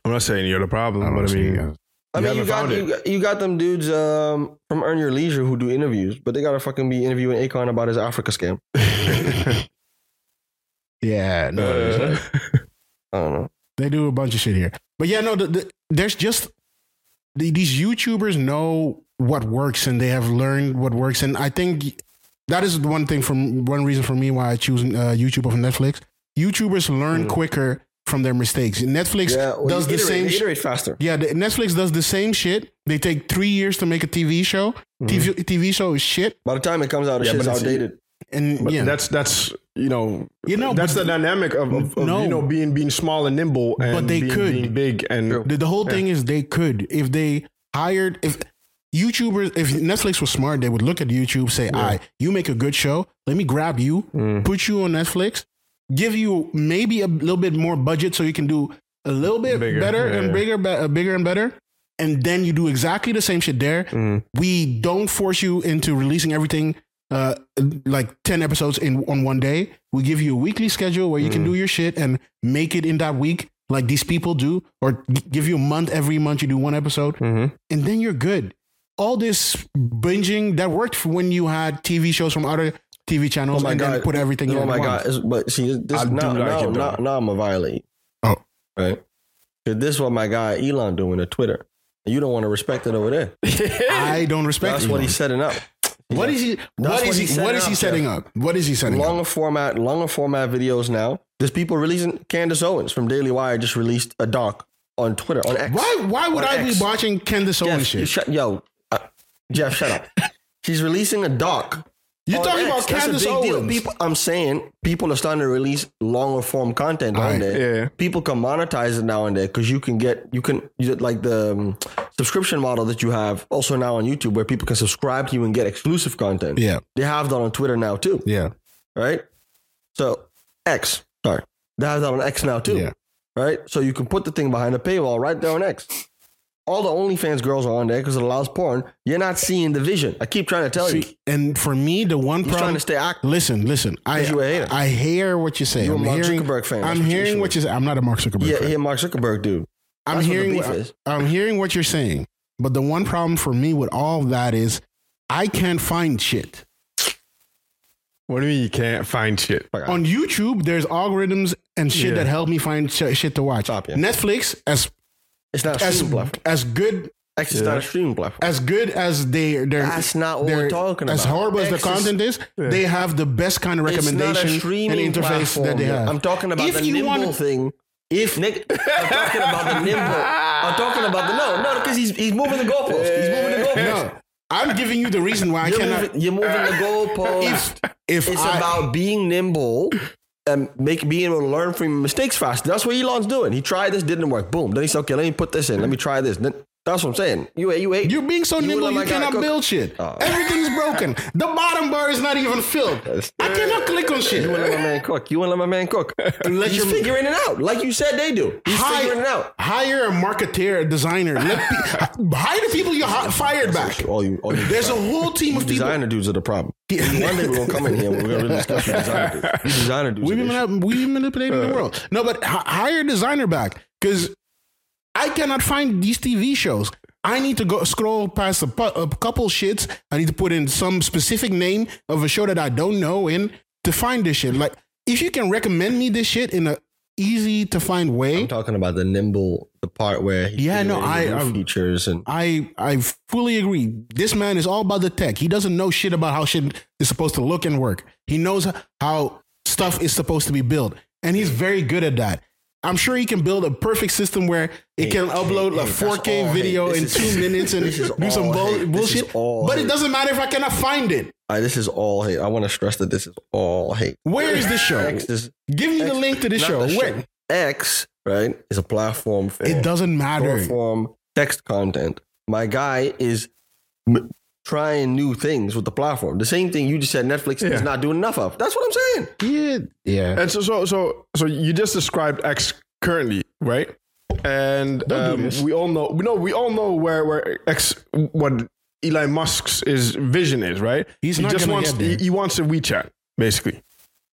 Speaker 1: I'm not saying you're the problem, but I
Speaker 2: see you
Speaker 1: mean,
Speaker 2: guys.
Speaker 3: I
Speaker 1: You
Speaker 3: mean, you
Speaker 1: haven't
Speaker 3: got,
Speaker 1: found
Speaker 3: you
Speaker 1: it.
Speaker 3: got you got them dudes um, from Earn Your Leisure who do interviews, but they gotta fucking be interviewing Akon about his Africa scam.
Speaker 2: yeah, no,
Speaker 1: Uh,
Speaker 3: I don't know.
Speaker 2: they do a bunch of shit here. But yeah, no, the, the, there's just the, these YouTubers know what works and they have learned what works, and I think that is one thing from one reason for me why I choose uh, YouTube over Netflix. YouTubers learn quicker from their mistakes. Netflix
Speaker 3: Mm. Yeah, well,
Speaker 2: does
Speaker 3: you
Speaker 2: the
Speaker 3: iterate-
Speaker 2: same.
Speaker 3: you
Speaker 2: Sh-
Speaker 3: iterate faster.
Speaker 2: yeah, the, Netflix does the same shit. They take three years to make a TV show. TV,
Speaker 3: Mm-hmm.
Speaker 2: TV show is shit,
Speaker 3: By the time it comes out, it's
Speaker 1: Yeah, but
Speaker 3: shit's
Speaker 1: it's-
Speaker 3: outdated.
Speaker 2: and
Speaker 1: but
Speaker 2: yeah,
Speaker 1: that's that's you know
Speaker 2: You know,
Speaker 1: that's
Speaker 2: but-
Speaker 1: the dynamic of, of, of
Speaker 2: No.
Speaker 1: you know being being small and nimble and
Speaker 2: But they
Speaker 1: being,
Speaker 2: could.
Speaker 1: being big and
Speaker 3: True.
Speaker 2: The, the whole thing is they could if they hired if YouTubers if Netflix was smart they would look at YouTube say "All right, you make a good show let me grab you
Speaker 1: Mm.
Speaker 2: put you on Netflix give you maybe a little bit more budget so you can do a little bit
Speaker 1: Bigger,
Speaker 2: better
Speaker 1: yeah,
Speaker 2: and
Speaker 1: yeah.
Speaker 2: bigger be- uh, bigger and better and then you do exactly the same shit there
Speaker 1: Mm-hmm.
Speaker 2: we don't force you into releasing everything uh like 10 episodes in on one day we give you a weekly schedule where you
Speaker 3: Mm.
Speaker 2: can do your shit and make it in that week like these people do or g- give you a month every month you do one episode and then you're good all this binging that worked for when you had tv shows from other tv channels
Speaker 3: my
Speaker 2: and then
Speaker 3: God.
Speaker 2: put everything in
Speaker 3: oh
Speaker 2: at
Speaker 3: my
Speaker 2: once.
Speaker 3: god! It's- but see, this
Speaker 1: I do
Speaker 3: now,
Speaker 1: like
Speaker 3: now,
Speaker 1: it, though.
Speaker 3: now, now I'm a violate.
Speaker 2: Oh.
Speaker 3: right. 'Cause This is what my guy Elon doing at Twitter. You don't want to respect it over there.
Speaker 2: i don't respect
Speaker 3: That's
Speaker 2: you.
Speaker 3: what he's setting up.
Speaker 2: what is he what
Speaker 3: what
Speaker 2: is
Speaker 3: he's
Speaker 2: he what
Speaker 3: setting
Speaker 2: is he
Speaker 3: up,
Speaker 2: setting up what is he setting up
Speaker 3: longer format, longer format videos now. There's people releasing. Candace Owens from Daily Wire just released a doc on Twitter on X.
Speaker 2: why why would
Speaker 3: On
Speaker 2: i
Speaker 3: X.
Speaker 2: be watching candace
Speaker 3: Jeff,
Speaker 2: owens
Speaker 3: you
Speaker 2: shit
Speaker 3: shut, yo, uh, Jeff, shut up. She's releasing a doc.
Speaker 2: you're
Speaker 3: on
Speaker 2: talking
Speaker 3: X.
Speaker 2: about
Speaker 3: That's a
Speaker 2: candace
Speaker 3: big deal.
Speaker 2: owens
Speaker 3: People, I'm saying people are starting to release longer form content
Speaker 2: Alright,
Speaker 3: on there.
Speaker 1: yeah.
Speaker 3: People can monetize it now and there because you can get you can you get like the um, subscription model that you have also now on YouTube where people can subscribe to you and get exclusive content.
Speaker 2: yeah
Speaker 3: They have that on Twitter now too.
Speaker 2: yeah
Speaker 3: right? So X, sorry, they have that on X now too,
Speaker 2: Yeah.
Speaker 3: right? So you can put the thing behind a paywall right there on X. All the OnlyFans girls are on there because it allows porn. You're not seeing the vision. I keep trying to tell you.
Speaker 2: See, and for me, the one
Speaker 3: I'm trying
Speaker 2: problem.
Speaker 3: to stay active.
Speaker 2: listen, listen. I
Speaker 3: you a hater.
Speaker 2: I hear what you say.
Speaker 3: You're a
Speaker 2: I'm
Speaker 3: Mark
Speaker 2: hearing,
Speaker 3: Zuckerberg fan. That's
Speaker 2: I'm
Speaker 3: what your
Speaker 2: hearing
Speaker 3: issue
Speaker 2: what you say. I'm not a Mark Zuckerberg
Speaker 3: Yeah,
Speaker 2: fan.
Speaker 3: yeah, Mark Zuckerberg, dude.
Speaker 2: I'm
Speaker 3: that's what the
Speaker 2: hearing.
Speaker 3: beef
Speaker 2: what-
Speaker 3: is.
Speaker 2: I'm hearing what you're saying. But the one problem for me with all of that is, I can't find shit
Speaker 1: What do you mean you can't find shit?
Speaker 2: on YouTube. There's algorithms and shit
Speaker 1: Yeah.
Speaker 2: that help me find sh- shit to watch.
Speaker 3: Stop, yeah.
Speaker 2: Netflix, as
Speaker 3: It's not a
Speaker 2: as
Speaker 3: streaming platform.
Speaker 2: as good
Speaker 3: X is
Speaker 1: Yeah.
Speaker 3: not a streaming platform.
Speaker 2: as good as they they
Speaker 3: That's not what we're talking
Speaker 2: As
Speaker 3: about.
Speaker 2: horrible as the
Speaker 3: X is-
Speaker 2: content is, they have the best kind of
Speaker 3: It's not
Speaker 2: recommendation
Speaker 3: a
Speaker 2: and
Speaker 3: streaming
Speaker 2: interface that
Speaker 3: platform.
Speaker 2: they have.
Speaker 3: I'm talking about
Speaker 2: If
Speaker 3: the
Speaker 2: you
Speaker 3: nimble
Speaker 2: wanna-
Speaker 3: thing. If Nick, I'm talking about the nimble. I'm talking about the no, no, because he's he's moving the goalpost. He's moving the goalpost.
Speaker 2: No, I'm giving you the reason why I
Speaker 3: You're
Speaker 2: cannot.
Speaker 3: moving, you're moving the goalpost.
Speaker 2: If if
Speaker 3: It's
Speaker 2: I,
Speaker 3: about being nimble and make being able to learn from your mistakes faster. That's what Elon's doing. He tried this, didn't work. Boom. Then he said, okay, let me put this in. Let me try this. Then, that's what I'm saying. You ate, you ate.
Speaker 2: you're being so
Speaker 3: You
Speaker 2: nimble,
Speaker 3: let
Speaker 2: you
Speaker 3: my guy
Speaker 2: cannot
Speaker 3: cook.
Speaker 2: build shit.
Speaker 3: Oh.
Speaker 2: Everything's broken. the bottom bar is not even filled. I cannot click on
Speaker 3: You
Speaker 2: shit.
Speaker 3: want to let my man cook. You want to let my man cook.
Speaker 2: Let
Speaker 3: He's
Speaker 2: your-
Speaker 3: figuring it out, like you said they do. He's
Speaker 2: Hi-
Speaker 3: figuring it out.
Speaker 2: Hire a marketeer, a designer. Let pe- hire the people you hi- fired back.
Speaker 3: All you, all you
Speaker 2: There's a whole team of people.
Speaker 3: designer dudes are the problem. One day we're gonna come in here. and We're gonna really discuss the designer dudes. These designer dudes.
Speaker 2: We
Speaker 3: are the
Speaker 2: been
Speaker 3: issue.
Speaker 2: manip- we manipulating the world. No, but hi- hire a designer back because I cannot find these TV shows. I need to go scroll past a, pu- a couple shits. I need to put in some specific name of a show that I don't know in to find this shit. Like if you can recommend me this shit in a easy to find way,
Speaker 3: I'm talking about the nimble, the part where he
Speaker 2: Yeah, no, I- um, I-
Speaker 3: features and
Speaker 2: I I fully agree. This man is all about the tech. He doesn't know shit about how shit is supposed to look and work. He knows how stuff is supposed to be built, and he's very good at that. I'm sure he can build a perfect system where it
Speaker 3: Hey,
Speaker 2: can
Speaker 3: hey,
Speaker 2: upload
Speaker 3: hey,
Speaker 2: a
Speaker 3: that's
Speaker 2: 4K
Speaker 3: all hate.
Speaker 2: video
Speaker 3: This
Speaker 2: in
Speaker 3: is-
Speaker 2: two minutes and
Speaker 3: this is
Speaker 2: do some
Speaker 3: all
Speaker 2: bull-
Speaker 3: hate. This is
Speaker 2: bullshit.
Speaker 3: all
Speaker 2: But it
Speaker 3: hate.
Speaker 2: doesn't matter if I cannot find it.
Speaker 3: I, this is all hate. I want to stress that this is all hate.
Speaker 2: Where is this show?
Speaker 3: X is
Speaker 2: Give me the
Speaker 3: X-
Speaker 2: link to this
Speaker 3: not
Speaker 2: show.
Speaker 3: the
Speaker 2: Where?
Speaker 3: X right is a platform for
Speaker 2: It doesn't
Speaker 3: short
Speaker 2: matter.
Speaker 3: form text content. My guy is m- trying new things with the platform. The same thing you just said. Netflix is
Speaker 1: Yeah.
Speaker 3: not doing enough of. That's what I'm saying.
Speaker 2: Yeah, yeah.
Speaker 1: And so so so so you just described X currently, right? And
Speaker 2: Don't do
Speaker 1: um,
Speaker 2: this.
Speaker 1: we all know we know we all know where where X what Elon Musk's is vision is, right?
Speaker 2: He's
Speaker 1: he
Speaker 2: not
Speaker 1: just
Speaker 2: gonna
Speaker 1: wants
Speaker 2: get there.
Speaker 1: He, he wants a WeChat, basically.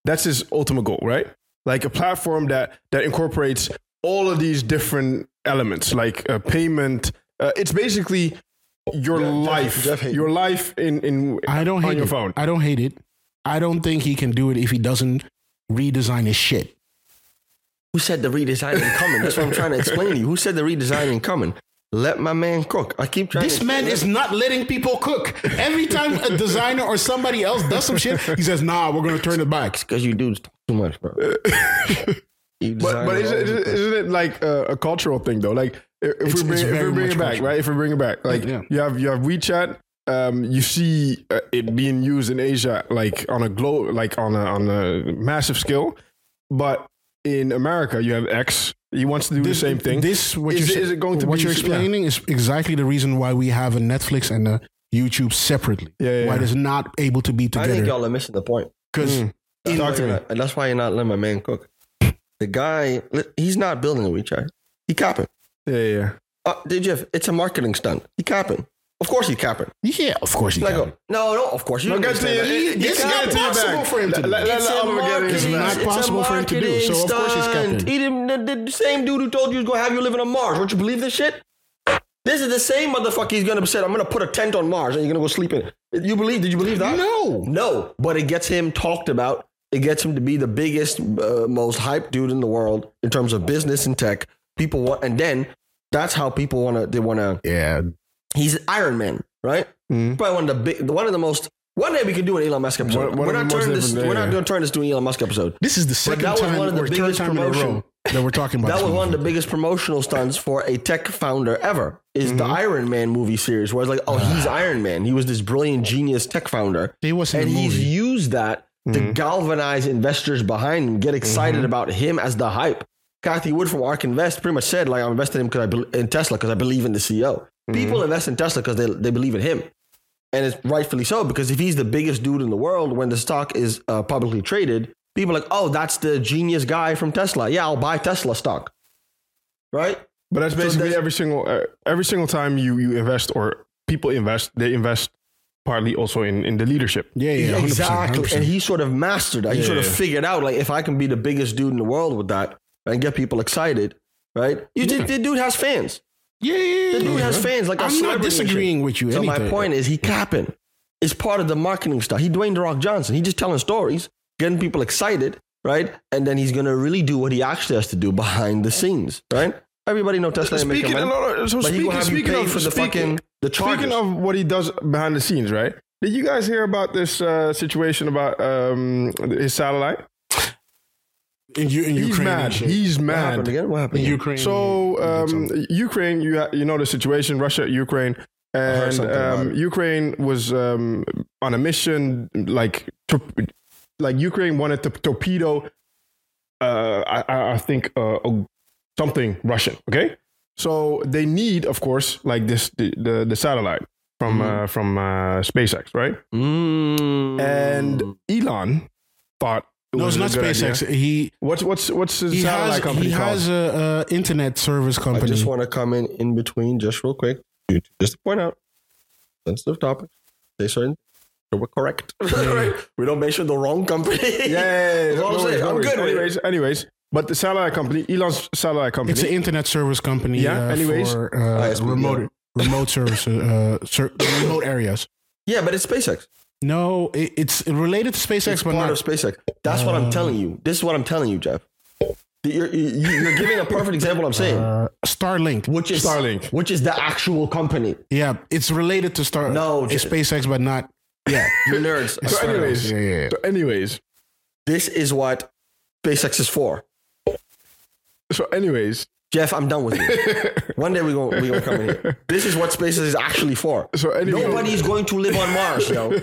Speaker 1: That's his ultimate goal, right? Like a platform that that incorporates all of these different elements, like a payment. Uh, it's basically your
Speaker 3: Jeff-
Speaker 1: life,
Speaker 3: Jeff Hayden.
Speaker 1: your life in in
Speaker 2: I don't
Speaker 1: on
Speaker 2: hate
Speaker 1: your
Speaker 2: it.
Speaker 1: phone.
Speaker 2: I don't hate it. I don't think he can do it if he doesn't redesign his shit.
Speaker 3: Who said the redesigning coming? That's what I'm trying to explain to you. Who said the redesigning coming? Let my man cook. I keep trying.
Speaker 2: This
Speaker 3: to
Speaker 2: man is not letting people cook. Every time a designer or somebody else does some shit, he says, "Nah, we're gonna turn it back."
Speaker 3: because you dudes talk too much, bro. You
Speaker 1: But, but
Speaker 3: design
Speaker 1: isn't,
Speaker 3: all
Speaker 1: isn't,
Speaker 3: the-
Speaker 1: isn't it like a, a cultural thing though? Like i- if
Speaker 2: It's-
Speaker 1: we bring,
Speaker 2: it's
Speaker 1: if we
Speaker 2: very
Speaker 1: bring
Speaker 2: much
Speaker 1: it back,
Speaker 2: cultural.
Speaker 1: right? If we bring it back, like
Speaker 2: Yeah.
Speaker 1: you have you have WeChat. Um, you see uh, it being used in Asia, like on a glow, like on a on a massive scale. But in America, you have X. He wants to do the same thing.
Speaker 2: This what
Speaker 1: Is
Speaker 2: you're,
Speaker 1: it- is it going to
Speaker 2: what
Speaker 1: be-
Speaker 2: you're explaining is exactly the reason why we have a Netflix and a YouTube separately.
Speaker 1: Yeah, yeah,
Speaker 2: why
Speaker 1: yeah. Mm.
Speaker 2: it is not able to be
Speaker 3: I think
Speaker 2: together
Speaker 3: y'all are missing the point.
Speaker 2: because
Speaker 3: That's
Speaker 1: Talk
Speaker 3: why
Speaker 1: to
Speaker 3: you're
Speaker 1: me.
Speaker 3: not- and that's why you're not letting my man cook. The guy, li- he's not building a WeChat. He capping.
Speaker 1: yeah, yeah, yeah.
Speaker 3: Uh, did Jeff? It's a marketing stunt. He capping. Of course he capping.
Speaker 2: yeah, of course you
Speaker 3: Like,
Speaker 2: can.
Speaker 3: no, no. Of course you.
Speaker 1: No,
Speaker 3: don't
Speaker 1: get to
Speaker 3: understand that.
Speaker 1: your-
Speaker 3: It-
Speaker 1: get
Speaker 3: it's
Speaker 1: to your
Speaker 3: not
Speaker 1: team
Speaker 3: possible
Speaker 1: back.
Speaker 3: for him to
Speaker 1: Let-
Speaker 3: do.
Speaker 1: let- let
Speaker 3: It's a
Speaker 1: Oliver get his
Speaker 3: marketing-
Speaker 1: back.
Speaker 2: It's not
Speaker 3: a
Speaker 2: possible for him to do,
Speaker 3: marketing
Speaker 2: so of course he's
Speaker 3: stunt.
Speaker 2: captain.
Speaker 3: He didn't- the, the same dude who told you he's gonna have you live in on Mars. Don't you believe this shit? This is the same motherfucker. He's gonna said, "I'm gonna put a tent on Mars and you're gonna go sleep in." it." You believe? Did you believe that?
Speaker 2: No,
Speaker 3: No, but it gets him talked about. It gets him to be the biggest, uh, most hyped dude in the world in terms of business and tech. People want, and then that's how people want to. They want to.
Speaker 2: yeah,
Speaker 3: He's Iron Man, right?
Speaker 1: Mhm.
Speaker 3: Probably one of the big, one of the most. One day we could do an Elon Musk episode.
Speaker 1: One- one of
Speaker 3: we're not
Speaker 1: the most
Speaker 3: turning this.
Speaker 1: different-
Speaker 3: We're not
Speaker 1: yeah.
Speaker 3: going to turn this to an Elon Musk episode.
Speaker 2: this is the second
Speaker 3: that was
Speaker 2: time
Speaker 3: one of the
Speaker 2: or third
Speaker 3: biggest
Speaker 2: time in a
Speaker 3: promotion.
Speaker 2: row that we're talking about.
Speaker 3: That was
Speaker 2: this
Speaker 3: one of the
Speaker 2: movie.
Speaker 3: biggest promotional stunts for a tech founder ever. Is
Speaker 1: Mm-hmm.
Speaker 3: the Iron Man movie series where it's like, oh, he's Iron Man. He was this brilliant genius tech founder.
Speaker 2: He was in
Speaker 3: and
Speaker 2: the
Speaker 3: he's
Speaker 2: movie.
Speaker 3: used that to galvanize investors behind him, get excited about him as the hype. Kathy Wood from Ark Invest pretty much said, like, I'm invested in, him 'cause I bel in Tesla because I believe in the CEO. People invest in Tesla because they, they believe in him. And it's rightfully so because if he's the biggest dude in the world when the stock is uh, publicly traded, people are like, oh, that's the genius guy from Tesla. Yeah, I'll buy Tesla stock. Right?
Speaker 1: But that's basically
Speaker 3: that's-
Speaker 1: every single uh, every single time you you invest or people invest, they invest partly also in in the leadership.
Speaker 2: yeah, yeah, 100%,
Speaker 3: exactly.
Speaker 2: 100%.
Speaker 3: And he sort of mastered that. He sort of
Speaker 1: yeah.
Speaker 3: figured out like if I can be the biggest dude in the world with that and get people excited, right? You the- the dude has fans.
Speaker 2: yeah, yeah, yeah,
Speaker 3: The dude
Speaker 2: yeah.
Speaker 3: has fans. Like a
Speaker 2: I'm not
Speaker 3: celebrity and shit.
Speaker 2: disagreeing with you.
Speaker 3: So my
Speaker 2: anything.
Speaker 3: point is, he capping. It's part of the marketing stuff. He Dwayne the Rock Johnson. He just telling stories, getting people excited, right? And then he's gonna really do what he actually has to do behind the sscenes, right? Everybody know Tesla ain't making
Speaker 1: Speaking,
Speaker 3: money,
Speaker 1: no, no, so
Speaker 3: but he
Speaker 1: speaking,
Speaker 3: will have you
Speaker 1: speaking
Speaker 3: paid
Speaker 1: of
Speaker 3: for the
Speaker 1: speaking-
Speaker 3: fucking the charges.
Speaker 1: Speaking of what he does behind the scenes, right? Did you guys hear about this uh, situation about um, his satellite?
Speaker 2: in, U- in
Speaker 1: He's
Speaker 2: Ukraine.
Speaker 1: mad.
Speaker 2: and shit.
Speaker 1: He's
Speaker 3: what happened
Speaker 1: mad.
Speaker 3: again? What happened?
Speaker 2: in
Speaker 3: again?
Speaker 2: Ukraine.
Speaker 1: So
Speaker 2: and-
Speaker 1: um, Ukraine, you ha- you know the situation, Russia, Ukraine, and
Speaker 3: something about
Speaker 1: um,
Speaker 3: it.
Speaker 1: Ukraine was um, on a mission like to, like Ukraine wanted to torpedo. Uh, I- I, I think uh, a- something Russian. Okay, so they need, of course, like this the the, the satellite from
Speaker 2: Mm-hmm.
Speaker 1: uh, from uh, SpaceX, right?
Speaker 3: Mm.
Speaker 1: and Elon thought it
Speaker 2: no,
Speaker 1: was
Speaker 2: it's
Speaker 1: a
Speaker 2: not
Speaker 1: good idea.
Speaker 2: SpaceX. He
Speaker 1: What's what's what's his
Speaker 2: he
Speaker 1: satellite
Speaker 2: has
Speaker 1: company
Speaker 2: he
Speaker 1: called?
Speaker 2: has a, a internet service
Speaker 3: I
Speaker 2: company.
Speaker 3: just want to come in in between, just real quick, to- just to point out sensitive topic. They certain so we're correct. right? We don't mention the wrong company.
Speaker 1: yeah, yeah, yeah, yeah.
Speaker 3: That's all I'm saying. I'm good with it.
Speaker 1: Anyways, anyways, but the satellite company, Elon's satellite
Speaker 2: it's
Speaker 1: company,
Speaker 2: an internet service company.
Speaker 1: Yeah,
Speaker 2: uh,
Speaker 1: anyways.
Speaker 2: for uh,
Speaker 3: ISP,
Speaker 2: remote remote services, uh, ser- remote areas.
Speaker 3: Yeah, but it's SpaceX.
Speaker 2: No, it, it's related to SpaceX,
Speaker 3: It's
Speaker 2: but
Speaker 3: part
Speaker 2: not.
Speaker 3: of SpaceX. That's what
Speaker 1: Uh.
Speaker 3: I'm telling you. This is what I'm telling you, Jeff. You're, you- you're giving a perfect example. I'm saying,
Speaker 2: uh, Starlink.
Speaker 3: which is
Speaker 1: Starlink.
Speaker 3: which is the actual company.
Speaker 2: Yeah, it's related to Star.
Speaker 3: No,
Speaker 2: it's
Speaker 3: J-
Speaker 2: SpaceX, but not. Yeah.
Speaker 3: You nerds.
Speaker 1: So anyways,
Speaker 2: Yeah, yeah, yeah.
Speaker 1: so anyways,
Speaker 3: This is what SpaceX is for.
Speaker 1: so anyways,
Speaker 3: Jeff, I'm done with you. One day we're going we gonna come in here. This is what SpaceX is actually for.
Speaker 1: so anyways,
Speaker 3: Nobody is going to live on Mars, yo.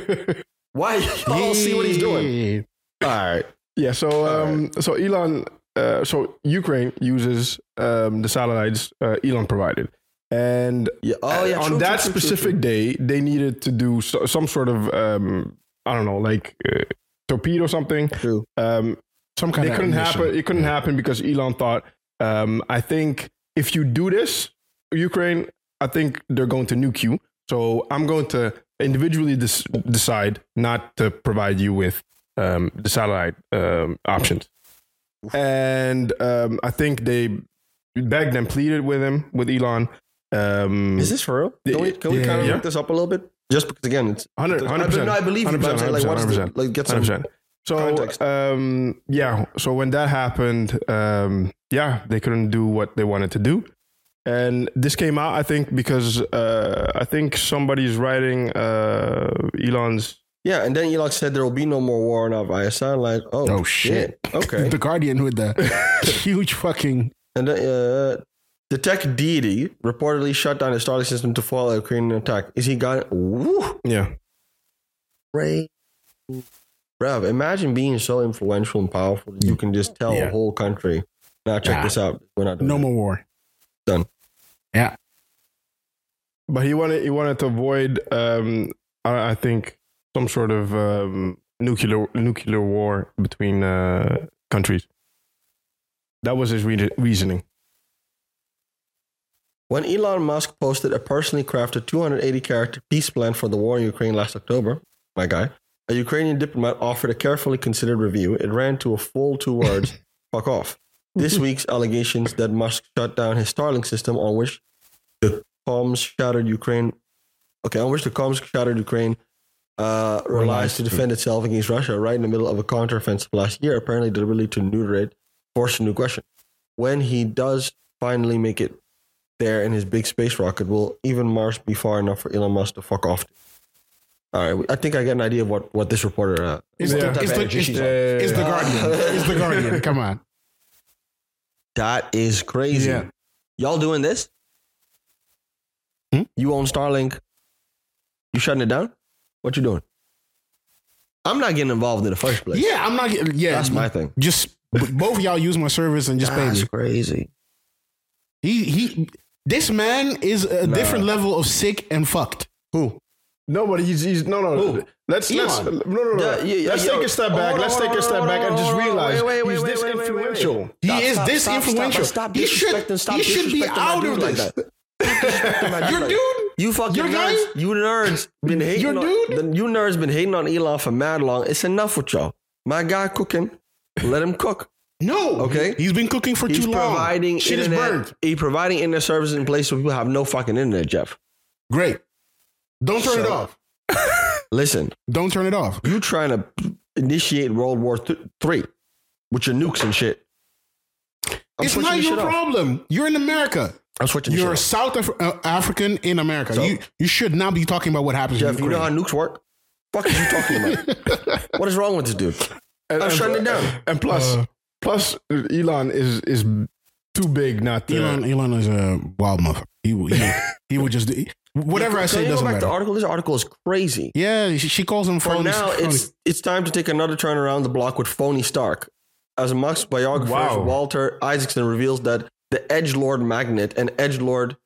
Speaker 3: Why? Y'all see what he's doing. All right.
Speaker 1: yeah. So um, so Elon, uh, so Ukraine uses um the satellites uh, Elon provided, and uh,
Speaker 3: Yeah. Oh, yeah.
Speaker 1: on
Speaker 3: true,
Speaker 1: that
Speaker 3: true, true, true,
Speaker 1: specific
Speaker 3: true.
Speaker 1: day, they needed to do so, some sort of um, I don't know, like uh, torpedo something.
Speaker 3: True.
Speaker 1: Um,
Speaker 2: Some kind
Speaker 1: it
Speaker 2: of.
Speaker 1: couldn't
Speaker 2: mission.
Speaker 1: happen. It couldn't happen because Elon thought, um, I think if you do this, Ukraine, I think they're going to nuke you. So I'm going to individually des- decide not to provide you with um, the satellite um, options. And um, I think they begged and pleaded with him, with Elon. Um,
Speaker 3: Is this for real?
Speaker 1: Yeah,
Speaker 3: Can we, can we
Speaker 2: yeah,
Speaker 3: kind of
Speaker 1: yeah.
Speaker 3: look this up a little bit? Just because again, it's
Speaker 1: 100,
Speaker 3: I-
Speaker 1: 100%.
Speaker 3: but no, I believe you, but I'm saying, like, what is the-
Speaker 1: 100%,
Speaker 3: like, get some
Speaker 1: 100%.
Speaker 3: context.
Speaker 1: So, um, yeah. So when that happened, um, yeah, they couldn't do what they wanted to do. And this came out, I think, because uh, I think somebody's writing uh, Elon's.
Speaker 3: yeah. And then Elon said there will be no more war on ISI. I'm like, oh,
Speaker 2: Oh, shit.
Speaker 3: okay.
Speaker 2: The Guardian with the huge fucking.
Speaker 3: and then, uh, the tech deity reportedly shut down his Starlink system to foil a Ukrainian attack. Is he gone? Woo!
Speaker 1: Yeah.
Speaker 3: Ray. Bruv, imagine being so influential and powerful that you can just tell
Speaker 2: Yeah.
Speaker 3: a whole country, now check
Speaker 2: Nah.
Speaker 3: this out. We're not doing
Speaker 2: No
Speaker 3: that."
Speaker 2: more war.
Speaker 1: But he wanted he wanted to avoid, um, I, I think, some sort of um, nuclear nuclear war between uh, countries. That was his re- reasoning.
Speaker 3: When Elon Musk posted a personally crafted 280 character peace plan for the war in Ukraine last October, my guy, a Ukrainian diplomat offered a carefully considered review. It ran to a full two words fuck off. This week's allegations that Musk shut down his Starlink system on which the comms shattered Ukraine. Okay, on which the comms shattered Ukraine uh, relies to defend itself against Russia right in the middle of a counteroffensive last year, apparently deliberately to neutralize, force a new question. When he does finally make it there in his big space rocket, will even Mars be far enough for Elon Musk to fuck off? All right, we- I think I get an idea of what, what this reporter. Uh,
Speaker 2: It's
Speaker 1: Yeah.
Speaker 2: the, it's the, it's the,
Speaker 1: Yeah.
Speaker 2: it's the Guardian. It's the Guardian. Come on.
Speaker 3: that is crazy.
Speaker 2: Yeah.
Speaker 3: Y'all doing this?
Speaker 2: Hmm?
Speaker 3: You own Starlink. You shutting it down? What you doing? I'm not getting involved in the first place.
Speaker 2: Yeah, I'm not. Yeah,
Speaker 3: That's my thing.
Speaker 2: just both of y'all use my service and just pay me.
Speaker 3: That's crazy.
Speaker 2: He he. This man is a
Speaker 3: Nah.
Speaker 2: different level of sick and fucked. Who?
Speaker 1: No, but he's he's no no.
Speaker 2: Who?
Speaker 1: Let's let's no
Speaker 2: Elon.
Speaker 1: no no.
Speaker 3: Yeah, yeah, yeah,
Speaker 1: let's
Speaker 3: yo.
Speaker 1: take a step
Speaker 3: Oh,
Speaker 1: back.
Speaker 3: hold on,
Speaker 1: let's
Speaker 3: hold
Speaker 1: take a
Speaker 3: on,
Speaker 1: step
Speaker 3: hold on,
Speaker 1: back and just
Speaker 3: hold on, hold on.
Speaker 1: realize
Speaker 3: Wait, wait,
Speaker 1: he's
Speaker 3: wait,
Speaker 1: this
Speaker 3: wait, wait, wait, wait.
Speaker 1: influential.
Speaker 2: He
Speaker 3: Stop,
Speaker 2: is
Speaker 3: stop,
Speaker 2: this
Speaker 3: stop, stop,
Speaker 2: influential.
Speaker 3: stop
Speaker 2: he should
Speaker 3: disrespecting- stop
Speaker 2: he should be
Speaker 3: disrespecting my
Speaker 2: out
Speaker 3: dude
Speaker 2: of
Speaker 3: like
Speaker 2: this.
Speaker 3: that.
Speaker 2: Your dude.
Speaker 3: You fucking
Speaker 2: Your guy?
Speaker 3: nerds. You nerds been hating.
Speaker 2: Your
Speaker 3: on,
Speaker 2: dude?
Speaker 3: the- you nerds been hating on Elon for mad long. It's enough with y'all. My guy cooking. Let him cook.
Speaker 2: No.
Speaker 3: Okay.
Speaker 2: He's been cooking for
Speaker 3: He's
Speaker 2: too long.
Speaker 3: providing
Speaker 2: Shit
Speaker 3: internet.
Speaker 2: is burned.
Speaker 3: He's providing internet services in place where people have no fucking internet, Jeff.
Speaker 2: Great. Don't turn it
Speaker 3: So-
Speaker 2: off.
Speaker 3: Listen,
Speaker 2: Don't turn it off.
Speaker 3: you trying to initiate World War Th- Three with your nukes and shit. I'm
Speaker 2: it's
Speaker 3: switching
Speaker 2: not
Speaker 3: this
Speaker 2: your
Speaker 3: shit off.
Speaker 2: problem. You're in America.
Speaker 3: I'm switching this
Speaker 2: You're a
Speaker 3: shit
Speaker 2: South Af- uh, African in America.
Speaker 3: So-
Speaker 2: you you should not be talking about what happens
Speaker 3: off. Jeff,
Speaker 2: in
Speaker 3: you know how
Speaker 2: Ukraine.
Speaker 3: nukes work? Fuck is you talking about? what is wrong with this dude?
Speaker 1: And,
Speaker 3: I'm
Speaker 1: and-
Speaker 3: shutting it down.
Speaker 1: And plus,
Speaker 2: Uh,
Speaker 1: plus Elon is is too big not to.
Speaker 2: Elon Elon is a wild motherfucker. He will he, he will just do, whatever I
Speaker 3: Can
Speaker 2: say
Speaker 3: you go
Speaker 2: doesn't
Speaker 3: back to
Speaker 2: matter.
Speaker 3: the article? This article is crazy.
Speaker 2: Yeah, she, she calls him
Speaker 3: For
Speaker 2: phony.
Speaker 3: now,
Speaker 2: phony.
Speaker 3: it's it's time to take another turn around the block with Phony Stark. As Musk's biographer
Speaker 1: Wow.
Speaker 3: Walter Isaacson reveals that the Edge Lord Magnet and Edge Lord
Speaker 1: This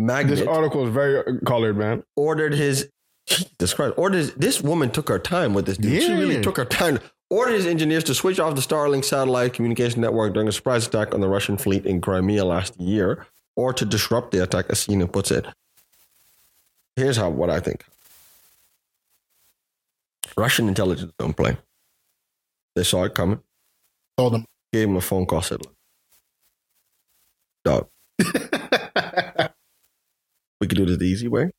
Speaker 3: Magnet
Speaker 1: article is very uh, colored, man.
Speaker 3: ordered his Jesus Christ ordered this woman took her time with this dude. She
Speaker 2: Yeah.
Speaker 3: really took her time. Ordered his engineers to switch off the Starlink satellite communication network during a surprise attack on the Russian fleet in Crimea last year, or to disrupt the attack, as Cena puts it. Here's how what I think. Russian intelligence don't play. They saw it coming,
Speaker 2: told him.
Speaker 3: gave him a phone call, said, "Look, Dog, we can do this the easy way,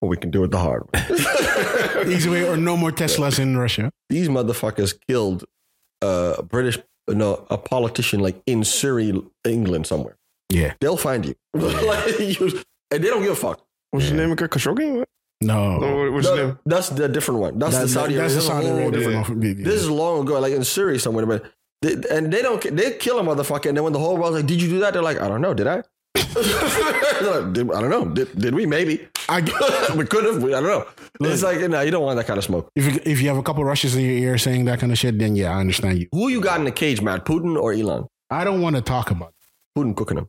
Speaker 3: or we can do it the hard way.
Speaker 2: Easy way or no more Teslas in Russia.
Speaker 3: these motherfuckers killed uh, a British, no, a politician like in Surrey, England, somewhere.
Speaker 2: Yeah.
Speaker 3: They'll find you. Like, you- and they don't give a fuck.
Speaker 1: What's his name again? Khashoggi? No,
Speaker 2: No.
Speaker 1: what- what's his
Speaker 3: No,
Speaker 1: name?
Speaker 3: that's the different one. That's
Speaker 2: That-
Speaker 3: the Saudi
Speaker 2: that's the
Speaker 3: Arabia. That's a
Speaker 2: Saudi
Speaker 3: whole
Speaker 2: Arabia.
Speaker 3: different- This is long ago, like in Surrey somewhere. But they, and they don't, they kill a motherfucker. And then when the whole world's like, did you do that? They're like, I don't know. Did I? They're like, "Did- I don't know. Did, did we? Maybe.
Speaker 2: I,
Speaker 3: we could have. We- I don't know. It's like, no, you don't want that kind of smoke.
Speaker 2: if, you, if you have a couple Russians in your ear saying that kind of shit, then yeah, I understand you.
Speaker 3: Who you got in the cage, Matt? Putin or Elon?
Speaker 2: I don't want to talk about it.
Speaker 3: Putin cooking him.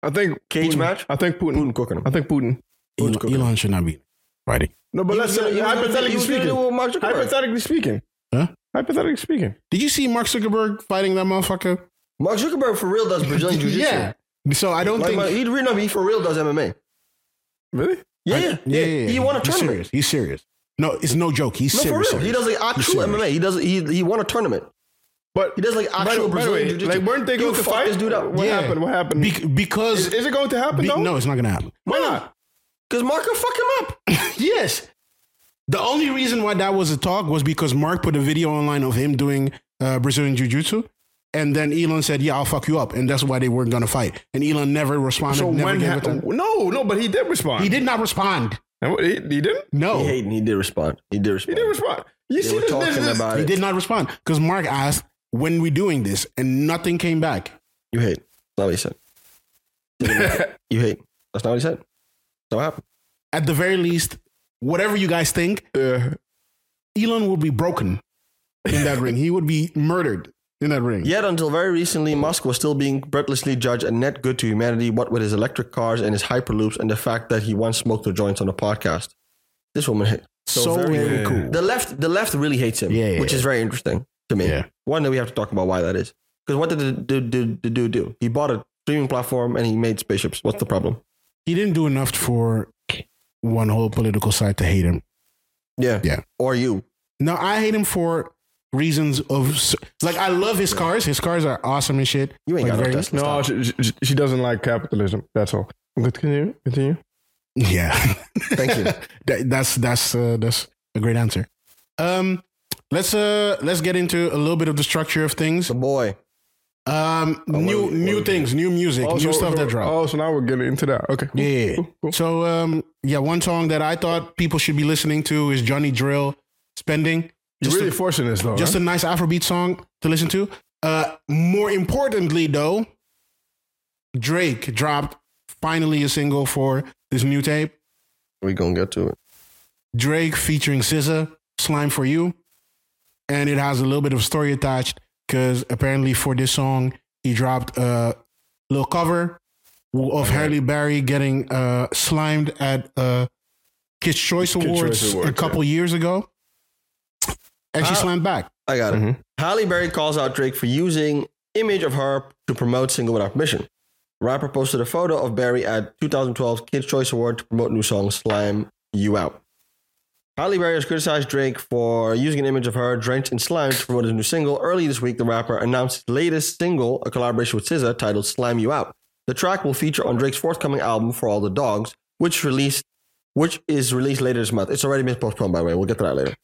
Speaker 1: I think
Speaker 3: Cage
Speaker 1: Putin.
Speaker 3: match?
Speaker 1: I think Putin.
Speaker 3: Putin cooking him.
Speaker 1: I think Putin.
Speaker 3: Who's
Speaker 2: Elon,
Speaker 3: cooking?
Speaker 2: Elon should not be fighting.
Speaker 1: No, but
Speaker 3: He
Speaker 1: let's
Speaker 3: was gonna-
Speaker 1: say
Speaker 3: he was gonna- he
Speaker 1: hypothetically
Speaker 3: was gonna do
Speaker 1: speaking.
Speaker 3: what Mark Zuckerberg-
Speaker 1: Hypothetically speaking.
Speaker 2: Huh?
Speaker 1: Hypothetically speaking.
Speaker 2: Did you see Mark Zuckerberg fighting that motherfucker?
Speaker 3: Mark Zuckerberg for real does Brazilian Jiu Jitsu.
Speaker 2: Yeah. So I don't
Speaker 3: Like,
Speaker 2: think.
Speaker 3: my- he, no, he for real does MMA.
Speaker 1: Really?
Speaker 3: Yeah,
Speaker 2: I-
Speaker 3: yeah, yeah. He won a
Speaker 2: He's
Speaker 3: tournament.
Speaker 2: serious. He's serious. No, it's no joke. He's
Speaker 3: No, for
Speaker 2: serious.
Speaker 3: real. He does like actual
Speaker 2: serious.
Speaker 3: MMA. He does. He he won a tournament.
Speaker 1: But
Speaker 3: He does like
Speaker 1: by the-
Speaker 3: actual
Speaker 1: by the way,
Speaker 3: Brazilian jiu-jitsu.
Speaker 1: Like, weren't they
Speaker 3: He
Speaker 1: going
Speaker 3: would
Speaker 1: to
Speaker 3: fuck
Speaker 1: fight?
Speaker 3: this dude up.
Speaker 1: What
Speaker 2: Yeah.
Speaker 1: happened? What happened?
Speaker 2: Be- because
Speaker 1: is, is it going to happen
Speaker 2: be-
Speaker 1: though?
Speaker 2: no, it's not gonna happen.
Speaker 1: Why not?
Speaker 3: Because Marco fuck him up.
Speaker 2: Yes. The only reason why that was a talk was because Mark put a video online of him doing uh, Brazilian Jiu Jitsu. And then Elon said, Yeah, I'll fuck you up. And that's why they weren't going to fight. And Elon never responded.
Speaker 1: So
Speaker 2: never
Speaker 1: when?
Speaker 2: gave
Speaker 1: Ha-
Speaker 2: a time.
Speaker 1: no, no, but he did respond.
Speaker 2: He did not respond.
Speaker 1: And what- He, he didn't.
Speaker 2: No,
Speaker 3: He
Speaker 2: he,
Speaker 3: hating. He did respond. He did
Speaker 1: Oh. He
Speaker 3: respond.
Speaker 1: didn't respond. You
Speaker 3: They
Speaker 1: see
Speaker 3: were
Speaker 1: this?
Speaker 3: talking
Speaker 1: this, this
Speaker 3: about it.
Speaker 2: did not respond. Because Mark asked, When we doing this? And nothing came back.
Speaker 3: You hate. That's not what he said. You hate. That's not what he said. That's not what happened.
Speaker 2: At the very least, whatever you guys think,
Speaker 1: Yeah.
Speaker 2: Elon would be broken in that ring. He would be murdered in that ring.
Speaker 3: Yet until very recently, Musk was still being breathlessly judged a net good to humanity, what with his electric cars and his hyperloops and the fact that he once smoked the joints on a podcast. This woman hate.
Speaker 2: so,
Speaker 3: very-
Speaker 2: very
Speaker 1: Yeah.
Speaker 2: cool.
Speaker 3: The left the left really hates him.
Speaker 2: Yeah, yeah,
Speaker 3: Which is very interesting to me.
Speaker 2: Yeah.
Speaker 3: One that we have to talk about why that is. Because what did the dude do, do, do, do? He bought a streaming platform and he made spaceships. What's the problem?
Speaker 2: he didn't do enough for one whole political side to hate him.
Speaker 3: Yeah.
Speaker 2: Yeah.
Speaker 3: Or you.
Speaker 2: No, I hate him for reasons of s- like I love his cars. His cars are awesome and shit.
Speaker 3: You ain't
Speaker 2: Like,
Speaker 3: got no
Speaker 2: very-
Speaker 3: Tesla.
Speaker 1: No,
Speaker 3: Stop.
Speaker 1: she, she, she doesn't like capitalism. That's all. Continue. Continue.
Speaker 2: Yeah,
Speaker 3: Thank you.
Speaker 2: That- that's that's uh, that's a great answer. Um, let's uh let's get into a little bit of the structure of things.
Speaker 3: The boy.
Speaker 2: Um,
Speaker 3: oh, what
Speaker 2: new
Speaker 3: do we- what do
Speaker 2: new
Speaker 3: we
Speaker 2: things, new music,
Speaker 1: Oh,
Speaker 2: new
Speaker 1: so-
Speaker 2: stuff
Speaker 1: so-
Speaker 2: that dropped.
Speaker 1: Oh, so now we're getting into that. Okay. cool,
Speaker 2: Yeah.
Speaker 1: cool, cool.
Speaker 2: So um, yeah, one song that I thought people should be listening to is Johnny Drill "Spending."
Speaker 1: You're
Speaker 2: Just a-
Speaker 1: really forcing this though.
Speaker 2: just
Speaker 1: huh?
Speaker 2: a nice Afrobeat song to listen to. Uh, more importantly, though, Drake dropped finally a single for this new tape.
Speaker 3: We gonna get to it.
Speaker 2: Drake featuring SZA, "Slime for You," and it has a little bit of story attached because apparently for this song he dropped a little cover of Halle Berry getting uh, slimed at uh, Kids Choice
Speaker 1: Kids'
Speaker 2: Awards,
Speaker 1: Choice Awards,
Speaker 2: a couple years ago, and she
Speaker 3: Ah.
Speaker 2: slammed back.
Speaker 3: I got it.
Speaker 1: Mhm.
Speaker 3: Halle Berry calls out Drake for using image of her to promote single without permission. Rapper posted a photo of Berry at 2012 Kids Choice Award to promote new song Slime You Out. Halle Berry has criticized Drake for using an image of her drenched in slime to promote his new single. Early this week, the rapper announced his latest single, a collaboration with SZA titled Slime You Out. The track will feature on Drake's forthcoming album For All the Dogs, which released which is released later this month. It's already been postponed, by the way. We'll get to that later.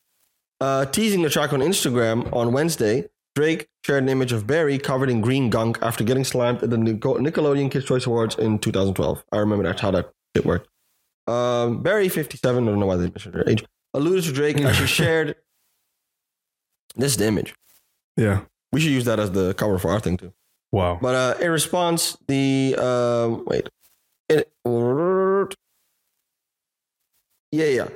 Speaker 3: Uh, teasing the track on Instagram on Wednesday, Drake shared an image of Barry covered in green gunk after getting slammed at the Nico- Nickelodeon Kids' Choice Awards in 2012. I remember that's how that shit worked. Um, Barry, 57, I don't know why they mentioned her age, alluded to Drake and she shared this is the image.
Speaker 1: yeah.
Speaker 3: We should use that as the cover for our thing too.
Speaker 1: Wow.
Speaker 3: But uh, in response, the um, wait, it, yeah, yeah.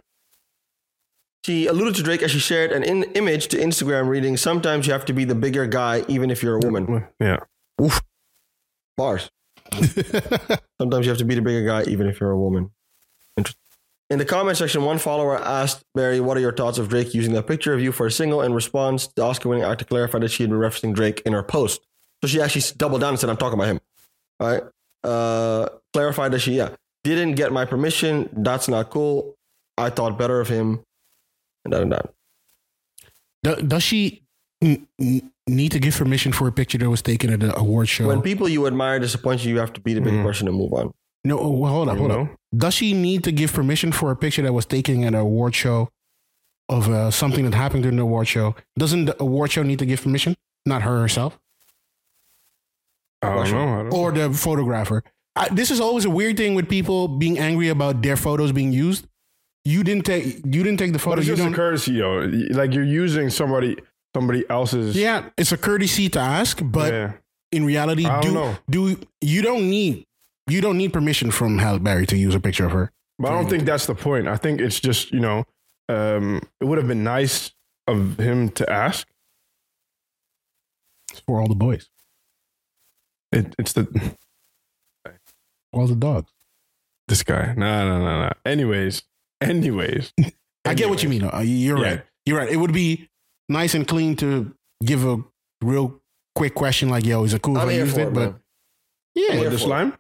Speaker 3: She alluded to Drake as she shared an in- image to Instagram reading. Sometimes you have to be the bigger guy, even if you're a woman.
Speaker 1: Yeah.
Speaker 3: Bars. Sometimes you have to be the bigger guy, even if you're a woman. Interesting. In the comment section, one follower asked Barry, "What are your thoughts of Drake using that picture of you for a single?" In response, the Oscar-winning actor clarified that she had been referencing Drake in her post. So she actually doubled down and said, "I'm talking about him." All right. Uh, clarified that she, yeah, didn't get my permission. That's not cool. I thought better of him. And that and that.
Speaker 2: Do- does she n- n- need to give permission for a picture that was taken at an award show?
Speaker 3: When people you admire disappoint you, you have to be the big
Speaker 2: Mm-hmm.
Speaker 1: Mhm.
Speaker 3: person and move on.
Speaker 2: no, oh, well, hold up, hold
Speaker 1: You
Speaker 2: up.
Speaker 1: know?
Speaker 2: Does she need to give permission for a picture that was taken at an award show of uh, something that happened during the award show? Doesn't the award show need to give permission? Not her herself
Speaker 1: I don't
Speaker 3: Question.
Speaker 1: know. I don't
Speaker 2: or the photographer. I, this is always a weird thing with people being angry about their photos being used. You didn't take you didn't take the
Speaker 1: But
Speaker 2: photo.
Speaker 1: it's
Speaker 2: You
Speaker 1: just a
Speaker 2: don't.
Speaker 1: courtesy, yo. Like you're using somebody somebody else's.
Speaker 2: yeah, it's a courtesy to ask, but
Speaker 1: Yeah.
Speaker 2: in reality,
Speaker 1: I don't
Speaker 2: do
Speaker 1: know.
Speaker 2: do you don't need you don't need permission from Halle Berry to use a picture of her.
Speaker 1: But I don't think that's the point. I think it's just you know, um, it would have been nice of him to ask.
Speaker 2: It's for all the boys,
Speaker 1: It, it's the
Speaker 2: all the dogs.
Speaker 1: this guy. Nah, nah, nah, nah. Anyways, anyways.
Speaker 2: I get what you mean. though. Uh, You're
Speaker 1: Yeah.
Speaker 2: right. You're right. It would be nice and clean to give a real quick question like, "Yo, is it cool if
Speaker 3: I'm
Speaker 2: I
Speaker 3: here
Speaker 2: used
Speaker 3: for
Speaker 2: it?"
Speaker 3: it,
Speaker 2: but
Speaker 3: man.
Speaker 2: yeah,
Speaker 1: What, the slime?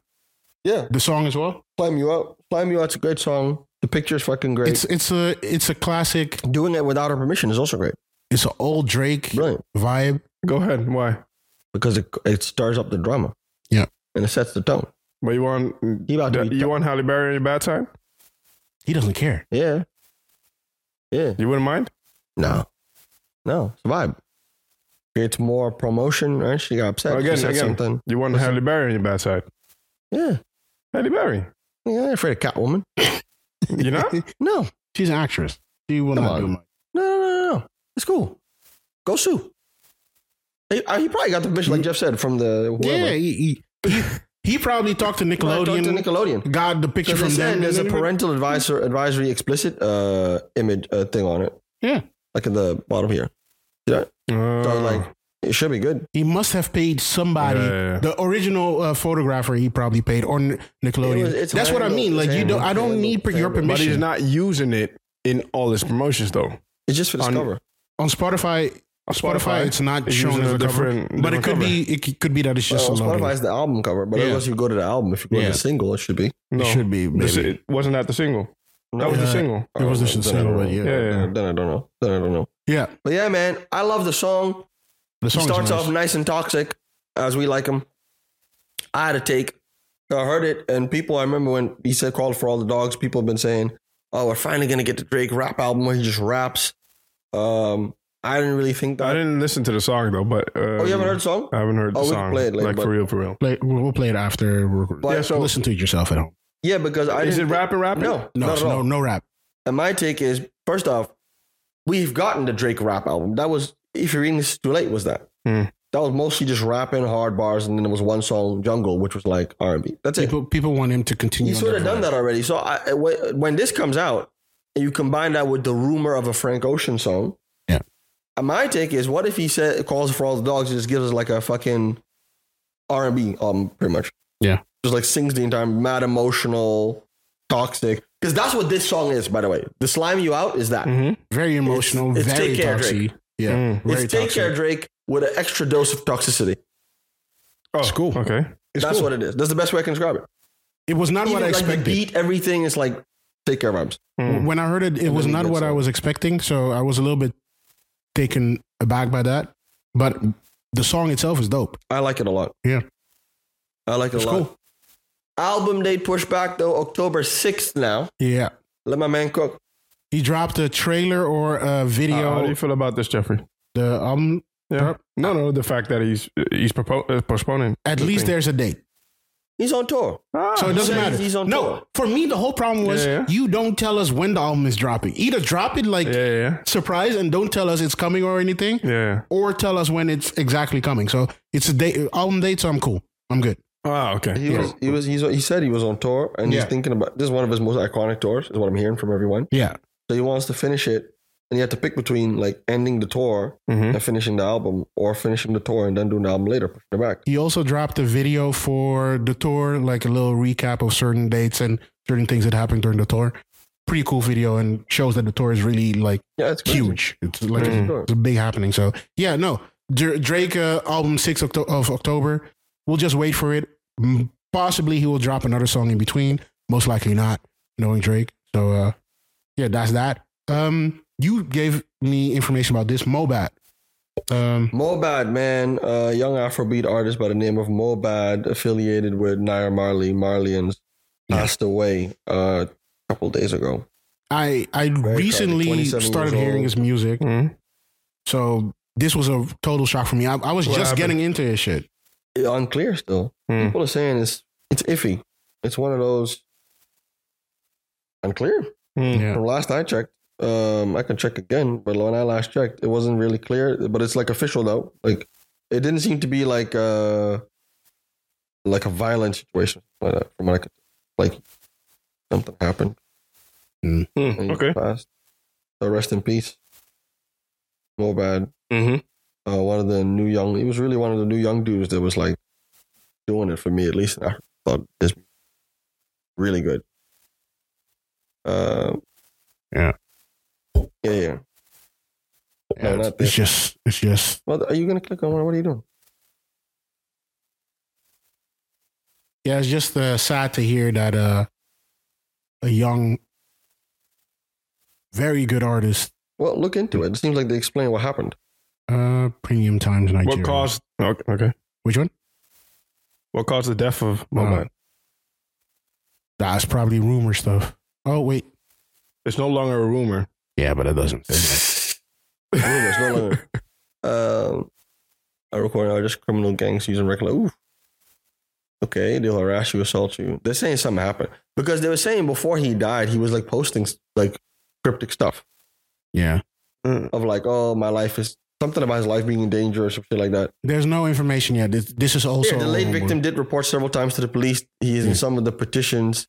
Speaker 3: Yeah.
Speaker 2: the song as well.
Speaker 3: Climb You Out. Climb You Out's a great song. The picture's fucking great.
Speaker 2: It's it's a it's a classic.
Speaker 3: Doing it without her permission is also great.
Speaker 2: It's an old Drake
Speaker 3: Brilliant.
Speaker 2: vibe.
Speaker 1: Go ahead. Why?
Speaker 3: Because it, it stirs up the drama.
Speaker 2: Yeah.
Speaker 3: And it sets the tone.
Speaker 1: But you want
Speaker 3: He about to be
Speaker 1: you want Halle Berry on your bad side?
Speaker 2: He doesn't care.
Speaker 3: Yeah. Yeah.
Speaker 1: You wouldn't mind?
Speaker 3: No. No. It's a vibe. Creates more promotion, right? She got upset.
Speaker 1: Well,
Speaker 3: she
Speaker 1: again,
Speaker 3: said
Speaker 1: again.
Speaker 3: something.
Speaker 1: You want
Speaker 3: Listen.
Speaker 1: Halle Berry on your bad side?
Speaker 3: Yeah.
Speaker 1: Halle Berry.
Speaker 3: Yeah, I ain't afraid of Catwoman.
Speaker 1: You know?
Speaker 3: No.
Speaker 2: She's an actress. She will
Speaker 3: Come
Speaker 2: not
Speaker 3: on.
Speaker 2: do much.
Speaker 3: No, no, no, no, no. It's cool. Go sue. He, uh, he probably got the permission, like Jeff said, from the whoever.
Speaker 2: Yeah, he, he, he probably talked to
Speaker 3: Talk to
Speaker 2: Nickelodeon.
Speaker 3: Nickelodeon.
Speaker 2: got the
Speaker 3: So
Speaker 2: picture
Speaker 3: they
Speaker 2: from
Speaker 3: said
Speaker 2: them.
Speaker 3: there's a parental advisor advisory explicit uh image uh, thing on it.
Speaker 2: Yeah.
Speaker 3: Like in the bottom here. So
Speaker 1: Oh.
Speaker 3: like it should be good.
Speaker 2: He must have paid somebody.
Speaker 1: Yeah, yeah, yeah.
Speaker 2: The original uh, photographer he probably paid or N-
Speaker 3: It
Speaker 2: Nickelodeon.
Speaker 3: was- it's
Speaker 2: That's what I
Speaker 3: handled,
Speaker 2: mean.
Speaker 3: it's
Speaker 2: Like you don't.
Speaker 3: handled,
Speaker 2: I don't
Speaker 3: handled,
Speaker 2: need per- your
Speaker 3: handled.
Speaker 1: But he's
Speaker 2: permission.
Speaker 1: not using it in all his promotions though.
Speaker 3: It's just for the
Speaker 1: On-
Speaker 3: cover.
Speaker 2: on Spotify.
Speaker 1: On
Speaker 2: Spotify, it's not
Speaker 1: it's
Speaker 2: shown
Speaker 1: using
Speaker 2: as
Speaker 1: a
Speaker 2: a cover,
Speaker 1: different-
Speaker 2: but it
Speaker 1: different
Speaker 2: could
Speaker 1: cover.
Speaker 2: be. It c- could be that it's just
Speaker 3: Well,
Speaker 2: a logo.
Speaker 3: Spotify is the album cover, but
Speaker 2: Yeah.
Speaker 3: unless you go to the album, if you go
Speaker 2: Yeah.
Speaker 3: to the single, it should be.
Speaker 1: no.
Speaker 2: It should be.
Speaker 1: This-
Speaker 2: Maybe.
Speaker 1: It wasn't that the single. That was the
Speaker 2: Yeah.
Speaker 1: single.
Speaker 2: It was just a
Speaker 3: Then I
Speaker 2: single,
Speaker 3: don't
Speaker 2: but
Speaker 3: know.
Speaker 1: yeah. Yeah, yeah.
Speaker 3: Then I don't know. Then I don't know.
Speaker 2: Yeah,
Speaker 3: But yeah, man, I love the song.
Speaker 2: the
Speaker 3: He
Speaker 2: song
Speaker 3: starts
Speaker 2: is nice.
Speaker 3: off nice and toxic, as we like him. I had a take. I heard it, and people. I remember when he said "called for all the dogs." People have been saying, "Oh, we're finally gonna get the Drake rap album where he just raps." Um, I didn't really think
Speaker 1: I
Speaker 3: that.
Speaker 1: didn't listen to the song though, but uh,
Speaker 3: Oh, you haven't heard the song?
Speaker 1: I haven't heard the
Speaker 3: Oh, we can
Speaker 1: song.
Speaker 3: play it later,
Speaker 1: like
Speaker 3: but-
Speaker 1: for real, for real.
Speaker 2: Play, we'll we'll play it after. we're-
Speaker 3: But-
Speaker 1: yeah, so
Speaker 2: Listen to it yourself at home.
Speaker 3: Yeah, because I
Speaker 1: is it
Speaker 3: didn't.
Speaker 1: rapping, rapping?
Speaker 3: No,
Speaker 2: No,
Speaker 3: not
Speaker 2: it's
Speaker 3: at
Speaker 2: no,
Speaker 3: all.
Speaker 2: no rap.
Speaker 3: And my take is, first off, we've gotten the Drake rap album. That was, if you're reading this too late, was that?
Speaker 1: Hmm.
Speaker 3: That was mostly just rapping hard bars, and then there was one song, Jungle, which was like R and B. That's it.
Speaker 2: People, people want him to continue.
Speaker 3: You
Speaker 2: on
Speaker 3: sort of
Speaker 2: that
Speaker 3: done
Speaker 2: vibe.
Speaker 3: that already. So I, I- wh- when this comes out, and you combine that with the rumor of a Frank Ocean song.
Speaker 2: Yeah.
Speaker 3: And My take is, what if he said calls for all the dogs and just gives us like a fucking R and B album, pretty much.
Speaker 2: Yeah.
Speaker 3: Just like sings the entire mad emotional, toxic. Because that's what this song is, by the way. The slime you out is that.
Speaker 2: Mm,
Speaker 1: Mm-hmm.
Speaker 2: Very emotional.
Speaker 3: it's
Speaker 2: very
Speaker 3: Take Care,
Speaker 2: toxic. Yeah,
Speaker 1: Mm.
Speaker 2: very
Speaker 3: it's take
Speaker 2: toxic.
Speaker 3: care, Drake, with an extra dose of toxicity.
Speaker 1: Oh,
Speaker 2: It's cool.
Speaker 1: Okay.
Speaker 2: It's
Speaker 3: that's
Speaker 2: cool.
Speaker 3: what it is. That's the best way I can describe it.
Speaker 2: It was not what I
Speaker 3: Even like the
Speaker 2: expected.
Speaker 3: beat, everything is like take care vibes.
Speaker 1: Mm.
Speaker 2: When I heard it, it was
Speaker 3: really
Speaker 2: not
Speaker 3: good
Speaker 2: what I
Speaker 3: song.
Speaker 2: was expecting, so I was a little bit taken aback by that. But the song itself is dope.
Speaker 3: I like it a lot.
Speaker 2: Yeah.
Speaker 3: I like it
Speaker 2: It's
Speaker 3: a lot.
Speaker 2: cool.
Speaker 3: Album date pushed back though, October 6th now.
Speaker 2: Yeah,
Speaker 3: Let my man cook.
Speaker 2: he dropped a trailer or a
Speaker 1: Uh, how do
Speaker 2: video.
Speaker 1: you feel about this, Jeffrey?
Speaker 2: the um,
Speaker 1: Yeah. No, no. The fact that he's he's propo- uh, postponing.
Speaker 2: at
Speaker 1: the
Speaker 2: least
Speaker 1: thing.
Speaker 2: there's a date,
Speaker 3: He's on tour.
Speaker 1: Ah,
Speaker 2: so it doesn't
Speaker 3: he's-
Speaker 2: matter.
Speaker 3: he's on
Speaker 2: no,
Speaker 3: tour.
Speaker 2: for me, the whole problem was
Speaker 1: Yeah, yeah.
Speaker 2: you don't tell us when the album is dropping. Either drop it like
Speaker 1: yeah, yeah,
Speaker 2: surprise and don't tell us it's coming or anything,
Speaker 1: yeah. yeah.
Speaker 2: or tell us when it's exactly coming. So it's a date album date, so I'm cool. I'm good.
Speaker 1: Ah, okay.
Speaker 3: He was he was he's, he said he was on tour and
Speaker 2: Yeah.
Speaker 3: he's thinking about this is one of his most iconic tours, is what I'm hearing from everyone.
Speaker 2: Yeah,
Speaker 3: So he wants to finish it and he had to pick between like ending the tour
Speaker 1: Mm-hmm.
Speaker 3: and finishing the album or finishing the tour and then doing the album later, pushing it back.
Speaker 2: He also dropped a video for the tour, like a little recap of certain dates and certain things that happened during the tour. Pretty cool video and shows that the tour is really like
Speaker 3: Yeah, it's crazy.
Speaker 2: huge. It's like
Speaker 1: Mm.
Speaker 2: a, it's a big happening. So yeah, no Dr- Drake uh, album six Octo- of October. We'll just wait for it. Mm, Possibly he will drop another song in between. Most likely not, knowing Drake. So uh, yeah, that's that. Um, you gave me information about this Mobat. Um,
Speaker 3: Mobad, man, a young Afrobeat artist by the name of Mobad, affiliated with Naira Marley, Marlians, passed away uh, a couple days ago.
Speaker 2: I I
Speaker 3: tragic,
Speaker 2: recently
Speaker 3: 27
Speaker 2: started
Speaker 3: years
Speaker 2: hearing
Speaker 3: old. Hmm.
Speaker 2: his music,
Speaker 1: Mm-hmm.
Speaker 2: so this was a total shock for me. I, I was
Speaker 1: What
Speaker 2: just
Speaker 1: happened?
Speaker 2: getting into his shit.
Speaker 3: Unclear still.
Speaker 1: Hmm.
Speaker 3: People are saying it's it's iffy. It's one of those unclear.
Speaker 2: Yeah,
Speaker 1: Mm-hmm.
Speaker 3: From last I checked, um, I can check again, but when I last checked, it wasn't really clear. But it's like official though. Like it didn't seem to be like uh like a violent situation like that. From what I could, like something happened. and he
Speaker 1: Mm-hmm. Okay.
Speaker 3: passed. So rest in peace. More bad.
Speaker 1: Mm-hmm.
Speaker 3: Uh, one of the new young. He was really one of the new young dudes that was like doing it for me at least. And I thought this really good. Um.
Speaker 2: Yeah.
Speaker 3: Yeah, yeah.
Speaker 2: Yeah, it's,
Speaker 3: not
Speaker 2: it's
Speaker 3: this.
Speaker 2: just it's just
Speaker 3: What are you gonna click on? What are you doing?
Speaker 2: yeah, it's just uh, sad to hear that uh, a young very good artist.
Speaker 3: Well, look into it. It seems like they explain what happened.
Speaker 2: Uh, Premium Times Nigeria.
Speaker 1: What caused? Okay, okay.
Speaker 2: Which one?
Speaker 1: What caused the death of Moman?
Speaker 2: That's probably rumor stuff. Oh wait,
Speaker 1: It's no longer a rumor.
Speaker 2: yeah, but it doesn't.
Speaker 3: Rumors, no longer. Um, a recording artist, criminal gangs using regular. Ooh. Okay, they'll harass you, assault you. They're saying something happened because they were saying before he died, he was like posting like cryptic stuff
Speaker 2: yeah,
Speaker 3: of like, oh, my life is something about his life being in danger or some shit like that.
Speaker 2: there's no information yet. This, this is also
Speaker 3: yeah, the late victim did report several times to the police. He is in
Speaker 2: Yeah.
Speaker 3: some of the petitions.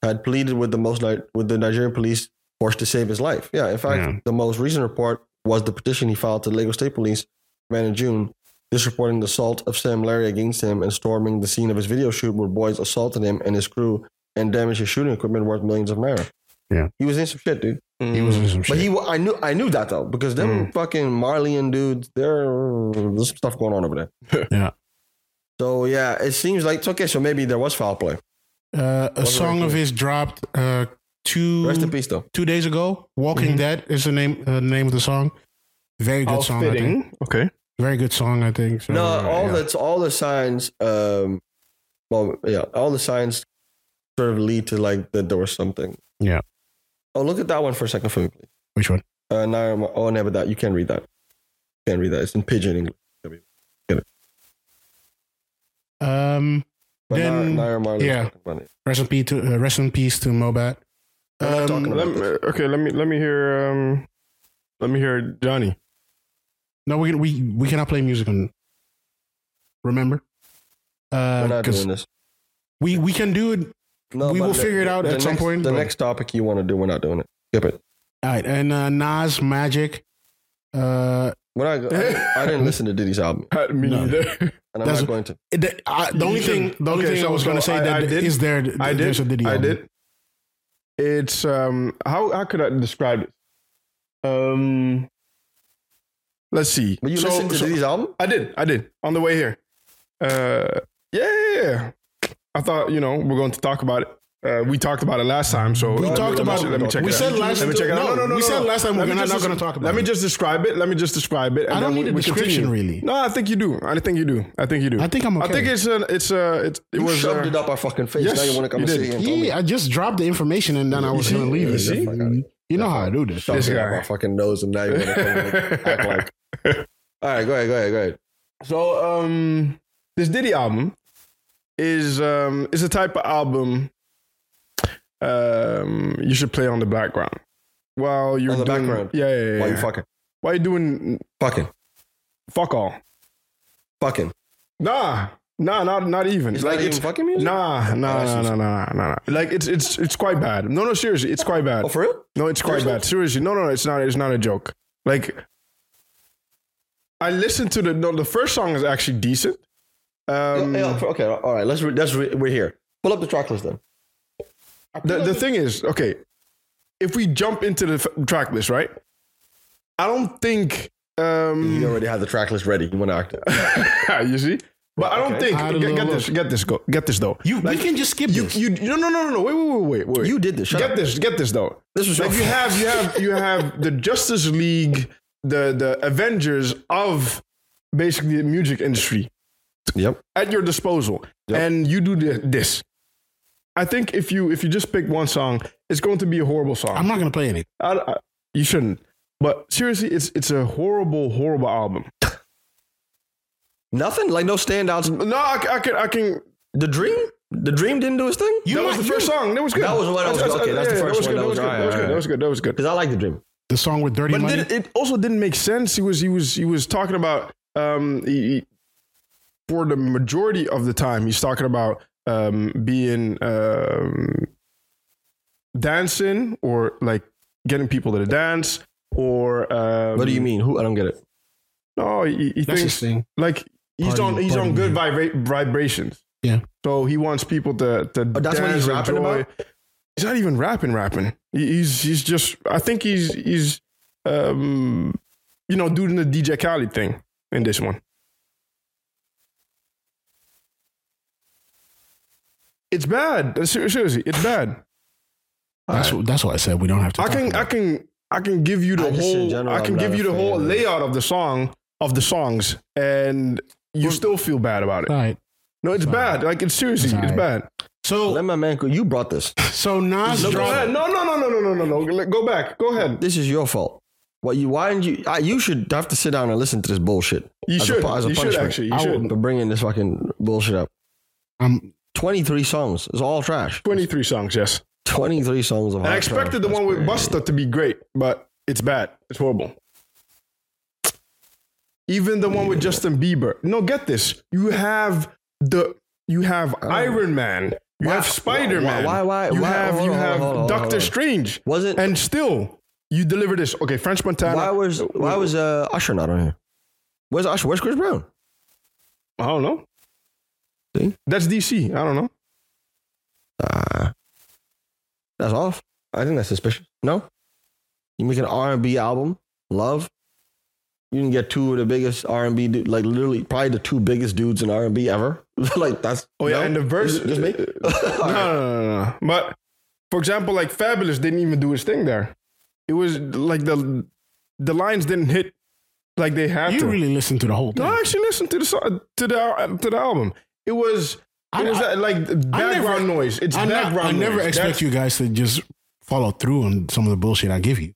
Speaker 3: Had pleaded with the most Ni- with the Nigerian police force to save his life. Yeah, in fact,
Speaker 2: Yeah.
Speaker 3: the most recent report was the petition he filed to the Lagos State Police ran in June, this reporting the assault of Sam Larry against him and storming the scene of his video shoot where boys assaulted him and his crew and damaged his shooting equipment worth millions of naira.
Speaker 2: Yeah.
Speaker 3: he was in some shit, dude.
Speaker 2: He was in some shit. Mm.
Speaker 3: But he, wa- I knew, I knew that though because them fucking Marleyan dudes, there, there's some stuff going on over there.
Speaker 2: yeah.
Speaker 3: So yeah, it seems like it's okay. So maybe there was foul play.
Speaker 2: Uh, a
Speaker 3: What
Speaker 2: song
Speaker 3: record?
Speaker 2: of his dropped uh, two
Speaker 3: Rest in peace, Mm-hmm. though.
Speaker 2: two days ago. Walking Dead is the name uh, the name of the song. Very good
Speaker 1: How
Speaker 2: song. I think.
Speaker 1: fitting. Okay.
Speaker 2: Very good song. I think. So,
Speaker 3: no,
Speaker 2: uh,
Speaker 3: all
Speaker 2: yeah.
Speaker 3: that's all the signs. Um, well, yeah, all the signs sort of lead to like that there was something.
Speaker 2: Yeah.
Speaker 3: Oh, look at that one for a second for me, please.
Speaker 2: Which one?
Speaker 3: Uh, now, I'm, oh, never that. You can't read that. Can't read that. It's in pidgin English.
Speaker 2: Um,
Speaker 3: But
Speaker 2: Then-
Speaker 3: Naira, Naira Marley
Speaker 2: yeah.
Speaker 3: was talking about it.
Speaker 2: rest in peace to uh, rest in peace to Mobat.
Speaker 3: We're not talking
Speaker 2: Um,
Speaker 3: about-
Speaker 1: Let me, okay. Let me let me hear um, let me hear Johnny.
Speaker 2: no, we can, we we cannot play music on. Remember,
Speaker 3: We're not
Speaker 2: because
Speaker 3: doing this.
Speaker 2: we we can do it.
Speaker 3: No,
Speaker 2: we
Speaker 3: but
Speaker 2: will
Speaker 3: the-
Speaker 2: figure it out
Speaker 3: the
Speaker 2: at some
Speaker 3: next-
Speaker 2: point,
Speaker 3: The
Speaker 2: but-
Speaker 3: next topic you want to do, we're not doing it. Skip it.
Speaker 2: All right, and uh, Nas Magic. Uh,
Speaker 3: We're not. I, didn't- I didn't listen to Diddy's album,
Speaker 1: me
Speaker 2: No.
Speaker 1: neither.
Speaker 3: and I'm
Speaker 2: That's-
Speaker 3: not going to.
Speaker 2: the, I the
Speaker 1: You
Speaker 2: only
Speaker 1: can-
Speaker 2: thing the only
Speaker 1: okay,
Speaker 2: thing I
Speaker 1: so-
Speaker 2: was going to
Speaker 1: so
Speaker 2: say
Speaker 1: I-
Speaker 2: that
Speaker 1: I did-
Speaker 2: is there.
Speaker 1: I
Speaker 2: There's a
Speaker 1: did.
Speaker 2: Diddy
Speaker 1: I
Speaker 2: album.
Speaker 1: did. It's um. How how could I describe it? Um. Let's see.
Speaker 3: But you
Speaker 1: So-
Speaker 3: listened to
Speaker 1: so-
Speaker 3: Diddy's album?
Speaker 1: I did. I did on the way here. Uh, yeah, yeah, yeah. I thought you know we're going to talk about it. Uh, we talked about it last time, so
Speaker 2: We
Speaker 1: Uh,
Speaker 2: talked
Speaker 1: let me-
Speaker 2: about
Speaker 1: Let me
Speaker 2: it.
Speaker 1: check
Speaker 2: We
Speaker 1: it
Speaker 2: said
Speaker 1: out.
Speaker 2: last-
Speaker 1: Let me check it out. No,
Speaker 2: no,
Speaker 1: no, no.
Speaker 2: we said
Speaker 1: no.
Speaker 2: last time we're
Speaker 1: Let me
Speaker 2: not-
Speaker 1: just
Speaker 2: not gonna
Speaker 1: des-
Speaker 2: talk about
Speaker 1: Let me
Speaker 2: it.
Speaker 1: just describe it. Let me just describe it. and
Speaker 2: I
Speaker 1: then
Speaker 2: don't need a
Speaker 1: we- we
Speaker 2: description,
Speaker 1: continue.
Speaker 2: really.
Speaker 1: No, I think you do. I think you do. I think you do.
Speaker 2: I think I'm okay.
Speaker 1: I think it's an. It's a. It's, it
Speaker 3: You
Speaker 1: was.
Speaker 3: shoved
Speaker 1: uh,
Speaker 3: it up our fucking face.
Speaker 1: yes,
Speaker 3: now you want to come
Speaker 1: you
Speaker 3: and
Speaker 1: did.
Speaker 3: sit here and tell me.
Speaker 2: Yeah, I just dropped the information and then I was
Speaker 1: see?
Speaker 2: going to leave
Speaker 1: You
Speaker 2: it.
Speaker 1: see?
Speaker 2: You, know how I do this.
Speaker 3: Shoved
Speaker 1: This
Speaker 3: it up
Speaker 1: guy.
Speaker 3: our fucking nose, and now you want to come and like, act like. All right, go ahead, go ahead, go ahead.
Speaker 1: So um this Diddy album is um is a type of album um you should play on the background. While you're
Speaker 3: On the
Speaker 1: doing,
Speaker 3: background?
Speaker 1: Yeah, yeah, yeah.
Speaker 3: Why you
Speaker 1: yeah.
Speaker 3: fucking,
Speaker 1: While you doing
Speaker 3: fucking,
Speaker 1: fuck all.
Speaker 3: fucking?
Speaker 1: Nah. Nah, not not even.
Speaker 3: It's like even fucking music.
Speaker 1: Nah, nah, nah, nah, nah, nah, nah, nah. Like it's it's it's quite bad. No, no, seriously, it's quite bad.
Speaker 3: Oh, for real?
Speaker 1: No, it's quite
Speaker 3: Seriously?
Speaker 1: bad. Seriously, no, no, it's not. It's not a joke. Like, I listened to the no. The first song is actually decent. Um,
Speaker 3: Oh, Yeah, yeah, for- okay, all right. Let's re- let's re- we're here. Pull up the track list then.
Speaker 1: The, the thing is, okay, if we jump into the f- track list, right? I don't think um,
Speaker 3: You already had the track list ready. You want to act it?
Speaker 1: you see, but I don't
Speaker 3: Okay.
Speaker 1: think
Speaker 2: I had a
Speaker 1: get, get
Speaker 2: little
Speaker 1: this, get this, go, get this though.
Speaker 2: You, we can just skip
Speaker 1: You,
Speaker 2: this.
Speaker 1: you, no, no, no, no, no, wait, wait, wait, wait, wait.
Speaker 3: You did this. Shut
Speaker 1: get
Speaker 3: up.
Speaker 1: this, get this though.
Speaker 3: This was your
Speaker 1: like you
Speaker 3: fault.
Speaker 1: have, you have, you have the Justice League, the the Avengers of basically the music industry.
Speaker 3: Yep.
Speaker 1: at your disposal
Speaker 3: Yep.
Speaker 1: and you do thi- this i think if you if you just pick one song it's going to be a horrible
Speaker 2: I'm
Speaker 1: song
Speaker 2: not going to play anything.
Speaker 1: I, I, you shouldn't but seriously it's it's a horrible horrible album
Speaker 3: Nothing. Like no standouts.
Speaker 1: no i, c- I can i can
Speaker 3: The dream. The dream didn't do his thing.
Speaker 2: You
Speaker 1: that
Speaker 2: might-
Speaker 1: was the
Speaker 2: you-
Speaker 1: first song that was good
Speaker 3: That was what I was- okay, that's the
Speaker 1: yeah,
Speaker 3: first one.
Speaker 1: that was good
Speaker 3: That
Speaker 1: that was good
Speaker 3: was-
Speaker 1: that was good that was good, that was good.
Speaker 3: Because I like the dream.
Speaker 2: The song with Dirty
Speaker 1: but
Speaker 2: Money.
Speaker 1: did, it also didn't make sense he was he was he was talking about um he, he- for the majority of the time he's talking about um being um dancing or like getting people to dance or um,
Speaker 3: What do you mean? Who? I don't get it.
Speaker 1: No, he, he
Speaker 2: That's
Speaker 1: thinks
Speaker 2: his thing.
Speaker 1: like he's
Speaker 2: Party-
Speaker 1: on he's
Speaker 2: party
Speaker 1: on good vibra- vibrations.
Speaker 2: Yeah.
Speaker 1: So he wants people to to
Speaker 3: Oh, that's what
Speaker 1: dance,
Speaker 3: he's rapping
Speaker 1: enjoy.
Speaker 3: about?
Speaker 1: He's not even rapping, rapping. He- He's he's just I think he's he's um you know doing the DJ Khaled thing in this one. Uh, It's bad. Ser- Seriously, it's bad.
Speaker 2: That's what, that's what I said. We don't have to.
Speaker 1: I
Speaker 2: talk
Speaker 1: can
Speaker 2: about
Speaker 1: I can I can give you the
Speaker 3: I just in
Speaker 1: whole
Speaker 3: general,
Speaker 1: I can
Speaker 3: I'm
Speaker 1: give
Speaker 3: not
Speaker 1: you the
Speaker 3: a
Speaker 1: whole
Speaker 3: fan.
Speaker 1: layout of the song of the songs and you still feel bad about
Speaker 2: it.
Speaker 1: it.
Speaker 2: All right.
Speaker 1: No, it's
Speaker 2: Sorry.
Speaker 1: bad. Like it's seriously,
Speaker 2: Sorry.
Speaker 1: it's bad. Oh.
Speaker 2: So
Speaker 3: Let my man go. You brought this.
Speaker 2: so Nas
Speaker 1: Go
Speaker 2: dropped.
Speaker 1: ahead. No, no, no, no, no, no, no, no. Go back. Go ahead.
Speaker 3: This is your fault. What you? Why didn't you? I, you should have to sit down and listen to this bullshit.
Speaker 1: You
Speaker 3: As a
Speaker 1: should.
Speaker 3: pu- as a
Speaker 1: you should
Speaker 3: punishment.
Speaker 1: actually. You
Speaker 2: I
Speaker 1: should.
Speaker 3: For bringing this fucking bullshit up.
Speaker 2: Um,
Speaker 3: 23 songs. It's all trash.
Speaker 1: Twenty-three songs. Yes.
Speaker 3: 23 songs of
Speaker 1: I
Speaker 3: hot
Speaker 1: expected
Speaker 3: trash.
Speaker 1: the
Speaker 3: That's
Speaker 1: one with
Speaker 3: crazy.
Speaker 1: Buster to be great, but it's bad. It's horrible. Even the one with Justin Bieber. No, get this. You have the you have Iron Man. You have Spider Man.
Speaker 3: Oh. why- why-
Speaker 1: You
Speaker 3: why-
Speaker 1: have
Speaker 3: hold
Speaker 1: you
Speaker 3: on,
Speaker 1: have
Speaker 3: hold on, hold on, hold
Speaker 1: Doctor
Speaker 3: on.
Speaker 1: Strange.
Speaker 3: Was it?
Speaker 1: And still, you deliver this. Okay, French Montana.
Speaker 3: why was why was uh, Usher not on here? Where's Usher? Where's Chris Brown?
Speaker 1: I don't know.
Speaker 3: See?
Speaker 1: That's DC. I don't know.
Speaker 3: Uh, that's off. I think that's suspicious. No, you make an R and B album, Love. You can get two of the biggest R and B, du- like literally probably the two biggest dudes in R and B ever. like that's
Speaker 1: Oh yeah,
Speaker 3: no?
Speaker 1: and the verse.
Speaker 3: Is it just me.
Speaker 1: no, no, no, no, no. But for example, like Fabulous didn't even do his thing there. It was like the the lines didn't hit like they had to.
Speaker 2: you really listened to the whole thing.
Speaker 1: no, I actually listened to the song, to the al- to the album. It was it
Speaker 2: I-
Speaker 1: was
Speaker 2: I-
Speaker 1: uh, like background noise. It's
Speaker 2: I,
Speaker 1: background.
Speaker 2: I never
Speaker 1: noise.
Speaker 2: expect
Speaker 1: That's-
Speaker 2: you guys to just follow through on some of the bullshit I give you.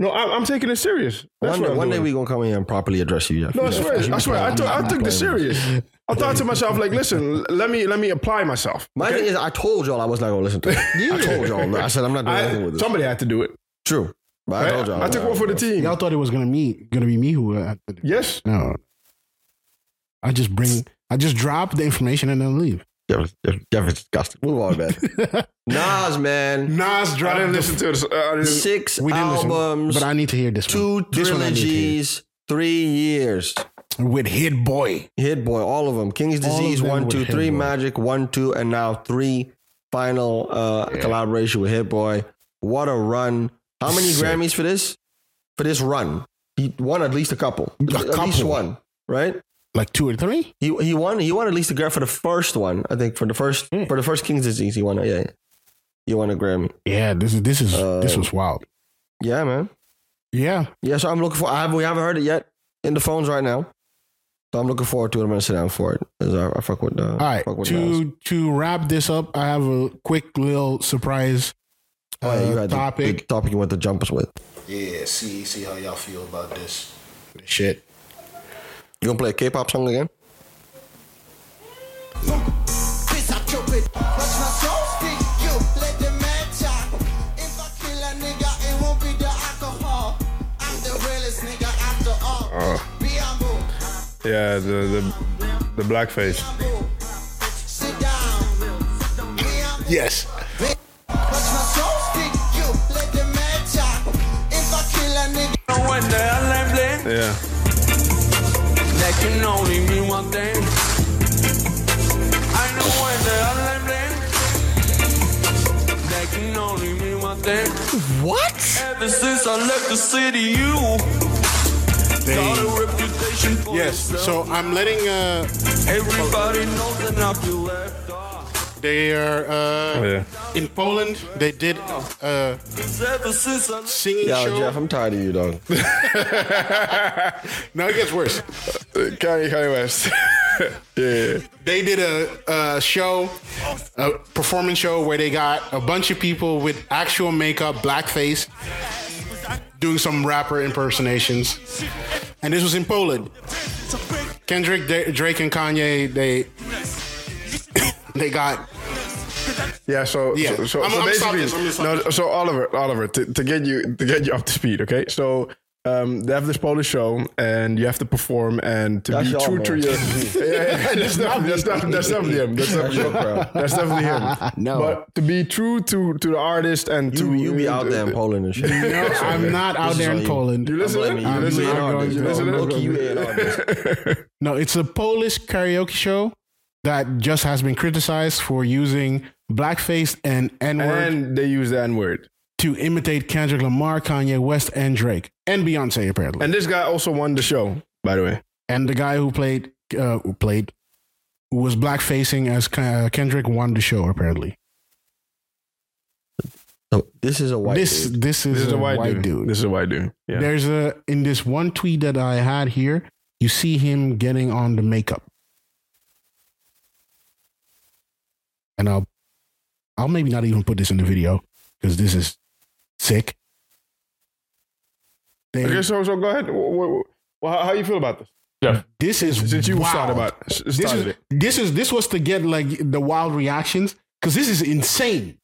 Speaker 1: No, I'm, I'm taking it serious. That's
Speaker 3: One,
Speaker 1: what
Speaker 3: day,
Speaker 1: I'm
Speaker 3: one day
Speaker 1: doing.
Speaker 3: we gonna come in here and properly address you. Jeff.
Speaker 1: No, I
Speaker 3: You know,
Speaker 1: swear,
Speaker 3: you
Speaker 1: I swear. I
Speaker 3: probably-
Speaker 1: took I
Speaker 3: I'm
Speaker 1: took this
Speaker 3: playing with you.
Speaker 1: serious. I thought to myself, like, listen, l- let me let me apply myself.
Speaker 3: My thing is, I told y'all I was not gonna listen to it. I told y'all. I said I'm not doing anything
Speaker 1: I,
Speaker 3: with this.
Speaker 1: somebody had to do it.
Speaker 3: True, but I told y'all.
Speaker 1: I, I took one for the team.
Speaker 2: Y'all thought it was gonna me gonna be me who uh,
Speaker 1: Yes.
Speaker 2: no. I just bring I just drop the information and then leave.
Speaker 3: Jeff, Jeff, Jeff is disgusting. Move on, man. Nas, man.
Speaker 2: Nas
Speaker 1: I didn't listen to it. I didn't-
Speaker 3: Six
Speaker 2: We didn't
Speaker 3: albums,
Speaker 2: listen, but I need to hear this one.
Speaker 3: two
Speaker 2: This one I need to hear.
Speaker 3: trilogies, three years.
Speaker 2: with Hit Boy.
Speaker 3: Hit Boy, all of them. King's
Speaker 2: All of
Speaker 3: Disease,
Speaker 2: them
Speaker 3: one,
Speaker 2: with
Speaker 3: two,
Speaker 2: Hit
Speaker 3: three.
Speaker 2: Boy.
Speaker 3: Magic, one, two, and now three final uh, collaboration with Hit Boy. What a run. How many
Speaker 2: Sick.
Speaker 3: Grammys for this? For this run. He won at least a couple.
Speaker 2: A
Speaker 3: at least
Speaker 2: couple.
Speaker 3: one, right?
Speaker 2: Like two or three?
Speaker 3: He he won he won at least a Grammy for the first one. I think for the first
Speaker 2: Yeah.
Speaker 3: for the first King's Disease he won. it. Yeah, yeah. he won a Grammy.
Speaker 2: Yeah, this is this is this
Speaker 1: Oh.
Speaker 3: Um,
Speaker 2: was wild.
Speaker 3: Yeah, man.
Speaker 2: Yeah.
Speaker 3: Yeah, so I'm looking for. I have, we haven't heard it yet in the phones right now. So I'm looking forward to it. I'm gonna sit down for it. 'cause I, I fuck with. Uh,
Speaker 2: All right.
Speaker 3: fuck with Nas.
Speaker 2: To to wrap this up, I have a quick little surprise
Speaker 3: Oh, yeah, you
Speaker 2: uh,
Speaker 3: had the- The,
Speaker 2: topic.
Speaker 3: topic you want to jump us with.
Speaker 2: Yeah, see see how y'all feel about this shit.
Speaker 3: You gonna play a K-pop song again?
Speaker 4: Bitch, I kill it. Watch my soul speak. You let the man talk. If I kill a nigga, it won't be the alcohol. I'm the realest nigga after all. Be humble,
Speaker 1: Yeah, the the, the blackface.
Speaker 4: humble. Sit down. Be humble.
Speaker 2: Yes.
Speaker 4: Watch my soul speak. You let the man talk. If I kill a nigga.
Speaker 5: know what the hell I'm playing.
Speaker 1: Yeah.
Speaker 5: That can only mean one thing. I know what the hell I'm playing. That can only mean one thing. What? Ever since I left the city, you got a reputation for
Speaker 2: Yes. So
Speaker 5: yourself.
Speaker 2: I'm letting uh
Speaker 5: Everybody knows that now you left off.
Speaker 2: they are uh
Speaker 1: Oh, yeah.
Speaker 2: in Poland they did uh
Speaker 5: 'Cause ever since I left
Speaker 2: singing
Speaker 3: Yeah,
Speaker 2: show.
Speaker 3: Jeff, I'm tired of you, dog.
Speaker 2: Now it gets worse.
Speaker 1: Kanye, Kanye West. yeah.
Speaker 2: They did a, a show, a performance show where they got a bunch of people with actual makeup, blackface, doing some rapper impersonations, and this was in Poland. Kendrick, Da- Drake, and Kanye they they got
Speaker 1: Yeah. So
Speaker 2: Yeah.
Speaker 1: so, so,
Speaker 2: I'm-
Speaker 1: so
Speaker 2: I'm
Speaker 1: basically,
Speaker 2: stopping this, I'm just stopping
Speaker 1: no, so Oliver, Oliver, to, to get you to get you up to speed, okay? So. Um, they have this Polish show, and you have to perform, and to
Speaker 3: That's
Speaker 1: be
Speaker 3: y'all,
Speaker 1: true to
Speaker 3: man.
Speaker 1: your. Yeah, yeah, yeah, that's, definitely, that's, definitely, that's definitely him. That's definitely
Speaker 3: your
Speaker 1: him.
Speaker 3: crowd.
Speaker 1: That's definitely him.
Speaker 2: No.
Speaker 1: but to be true to to the artist and
Speaker 3: You,
Speaker 1: to
Speaker 3: you be out there in Poland and shit.
Speaker 2: no. I'm not out
Speaker 3: is
Speaker 2: there
Speaker 3: all
Speaker 2: in
Speaker 3: you.
Speaker 2: Poland.
Speaker 1: You listen,
Speaker 3: blaming you.
Speaker 1: you
Speaker 3: You
Speaker 1: listen,
Speaker 2: ain't
Speaker 1: you
Speaker 2: artist, bro.
Speaker 1: listen, you
Speaker 3: Loki, you ain't artist.
Speaker 2: No, it's a Polish karaoke show that just has been criticized for using blackface and N word
Speaker 1: And they use the N word.
Speaker 2: to imitate Kendrick Lamar, Kanye West, and Drake, and Beyonce apparently.
Speaker 1: And this guy also won the show, by the way.
Speaker 2: and the guy who played uh, who played who was black facing as Ken- uh, Kendrick won the show apparently.
Speaker 3: So this is a white.
Speaker 2: this
Speaker 3: dude.
Speaker 2: this is,
Speaker 1: This is
Speaker 2: a,
Speaker 1: a white, dude.
Speaker 2: dude.
Speaker 1: This is a white dude. Yeah.
Speaker 2: There's a in this one tweet that I had here. You see him getting on the makeup, and I'll I'll maybe not even put this in the video because this is sick. They-
Speaker 1: Okay, so so go ahead. Wh- wh- wh- how, how you feel about this?
Speaker 2: this is
Speaker 1: Since you
Speaker 2: wild.
Speaker 1: started about s- started
Speaker 2: this is
Speaker 1: it.
Speaker 2: this is this was to get like the wild reactions because this is insane.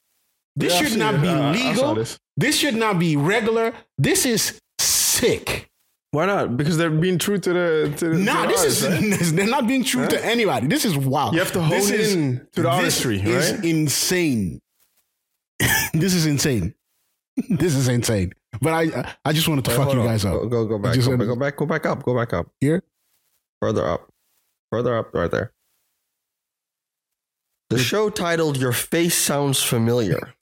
Speaker 2: This
Speaker 1: Yeah, I've
Speaker 2: should
Speaker 1: seen
Speaker 2: not
Speaker 1: it. Uh,
Speaker 2: be
Speaker 1: I- I- I saw
Speaker 2: legal.
Speaker 1: this.
Speaker 2: this should not be regular. This is sick.
Speaker 1: Why not? Because they're being true to the to the.
Speaker 2: Nah,
Speaker 1: to the artist,
Speaker 2: this is
Speaker 1: right?
Speaker 2: they're not being true to anybody. This is wild.
Speaker 1: You have to
Speaker 2: This
Speaker 1: hone in to the artistry,
Speaker 2: This is
Speaker 1: right?
Speaker 2: insane. this is insane. This is insane. But I I just wanted to
Speaker 3: Wait,
Speaker 2: fuck
Speaker 3: hold
Speaker 2: you
Speaker 3: on.
Speaker 2: guys up.
Speaker 1: Oh,
Speaker 3: Go go, go back.
Speaker 2: just
Speaker 3: Go,
Speaker 2: said-
Speaker 3: back. go back. Go back up. Go back up.
Speaker 2: Here?
Speaker 3: Further up. Further up. Right there. The show titled "Your Face Sounds Familiar."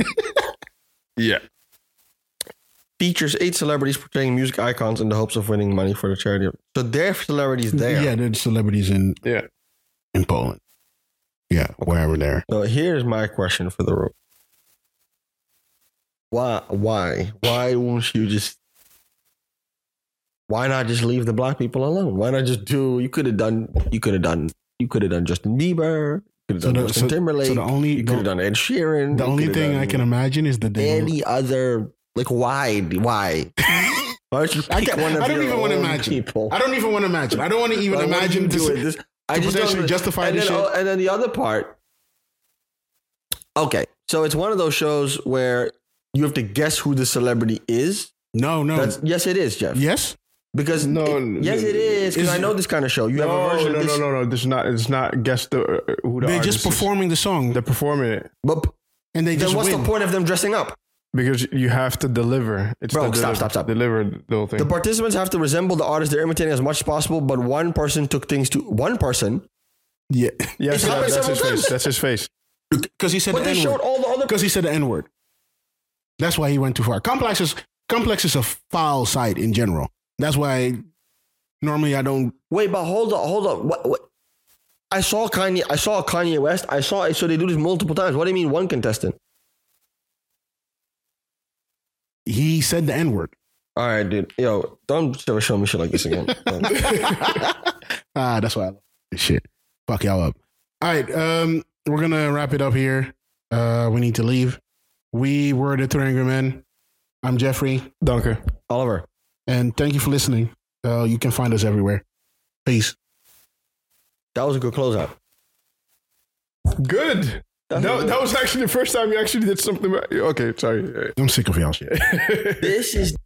Speaker 1: yeah.
Speaker 3: features eight celebrities portraying music icons in the hopes of winning money for the charity. So their celebrities there.
Speaker 2: Yeah, they're celebrities in
Speaker 1: Yeah.
Speaker 2: in Poland. Yeah, wherever they're.
Speaker 3: So here's my question for the room. Why why? Why won't you just why not just leave the black people alone? Why not just do you could have done you could have done you could have done Justin Bieber, you could have
Speaker 2: So
Speaker 3: done
Speaker 2: the-
Speaker 3: Justin
Speaker 2: so- so the
Speaker 3: Timberlake,
Speaker 2: only-
Speaker 3: you could
Speaker 2: the-
Speaker 3: have done Ed Sheeran.
Speaker 2: The
Speaker 3: you
Speaker 2: only
Speaker 3: coulda
Speaker 2: thing I
Speaker 3: done
Speaker 2: can imagine is that they.
Speaker 3: any other like why why? Why don't you pick
Speaker 2: I, can't,
Speaker 3: one of
Speaker 2: I don't
Speaker 3: your
Speaker 2: even want to
Speaker 3: own
Speaker 2: imagine.
Speaker 3: people?
Speaker 2: I don't even want to imagine. I don't want to even
Speaker 3: Like, what are
Speaker 2: imagine
Speaker 3: you
Speaker 2: this.
Speaker 3: doing? This- I
Speaker 2: to
Speaker 3: just
Speaker 2: potentially
Speaker 3: don't-
Speaker 2: justify
Speaker 3: and
Speaker 2: this
Speaker 3: then,
Speaker 2: shit.
Speaker 3: oh, and then the other part. Okay, so it's one of those shows where you have to guess who the celebrity is.
Speaker 2: No, no.
Speaker 3: That's yes, it is Jeff.
Speaker 2: yes,
Speaker 3: because
Speaker 1: No,
Speaker 3: it- yes, it is. Because
Speaker 2: Is-
Speaker 3: I know this kind of show. You have a
Speaker 1: No,
Speaker 3: version
Speaker 1: no,
Speaker 3: of
Speaker 1: no,
Speaker 3: this,
Speaker 1: no, no. This is not. It's not. Guess the uh, who the
Speaker 2: they're
Speaker 1: artist
Speaker 2: just
Speaker 1: is.
Speaker 2: performing the song,
Speaker 1: They're performing it
Speaker 3: But p-
Speaker 2: and they
Speaker 3: then
Speaker 2: just
Speaker 3: what's
Speaker 2: win.
Speaker 3: the point of them dressing up?
Speaker 1: because you have to deliver. It's
Speaker 3: Bro,
Speaker 1: the
Speaker 3: stop,
Speaker 1: deliver,
Speaker 3: stop, stop.
Speaker 1: Deliver the whole thing.
Speaker 3: The participants have to resemble the artist they're imitating as much as possible. But one person took things to one person.
Speaker 2: Yeah,
Speaker 1: yes,
Speaker 3: It's happened
Speaker 1: that's
Speaker 3: several
Speaker 1: his
Speaker 3: times.
Speaker 1: face. That's his face.
Speaker 2: because he said
Speaker 3: But
Speaker 2: the
Speaker 3: they
Speaker 2: N
Speaker 3: showed
Speaker 2: word.
Speaker 3: all the other.
Speaker 2: Because he said the N word. That's why he went too far. Complex is complex is a foul site in general. That's why normally I don't.
Speaker 3: Wait, but hold up, hold up. What, what? I saw Kanye. I saw Kanye West. I saw it. So they do this multiple times. What do you mean one contestant?
Speaker 2: He said the N word.
Speaker 3: All right, dude. Yo, don't ever show me shit like this again.
Speaker 2: Ah, that's why I love this shit. Fuck y'all up. All right, um, we're gonna wrap it up here. Uh, we need to leave. We were the Three Angry Men. I'm Jeffrey.
Speaker 1: Dunker.
Speaker 3: Oliver.
Speaker 2: And thank you for listening. Uh, you can find us everywhere. Peace.
Speaker 3: That was a good closeout.
Speaker 1: Good. That, that was actually the first time you actually did something. right- Okay, sorry.
Speaker 2: I'm sick of y'all shit.
Speaker 3: This is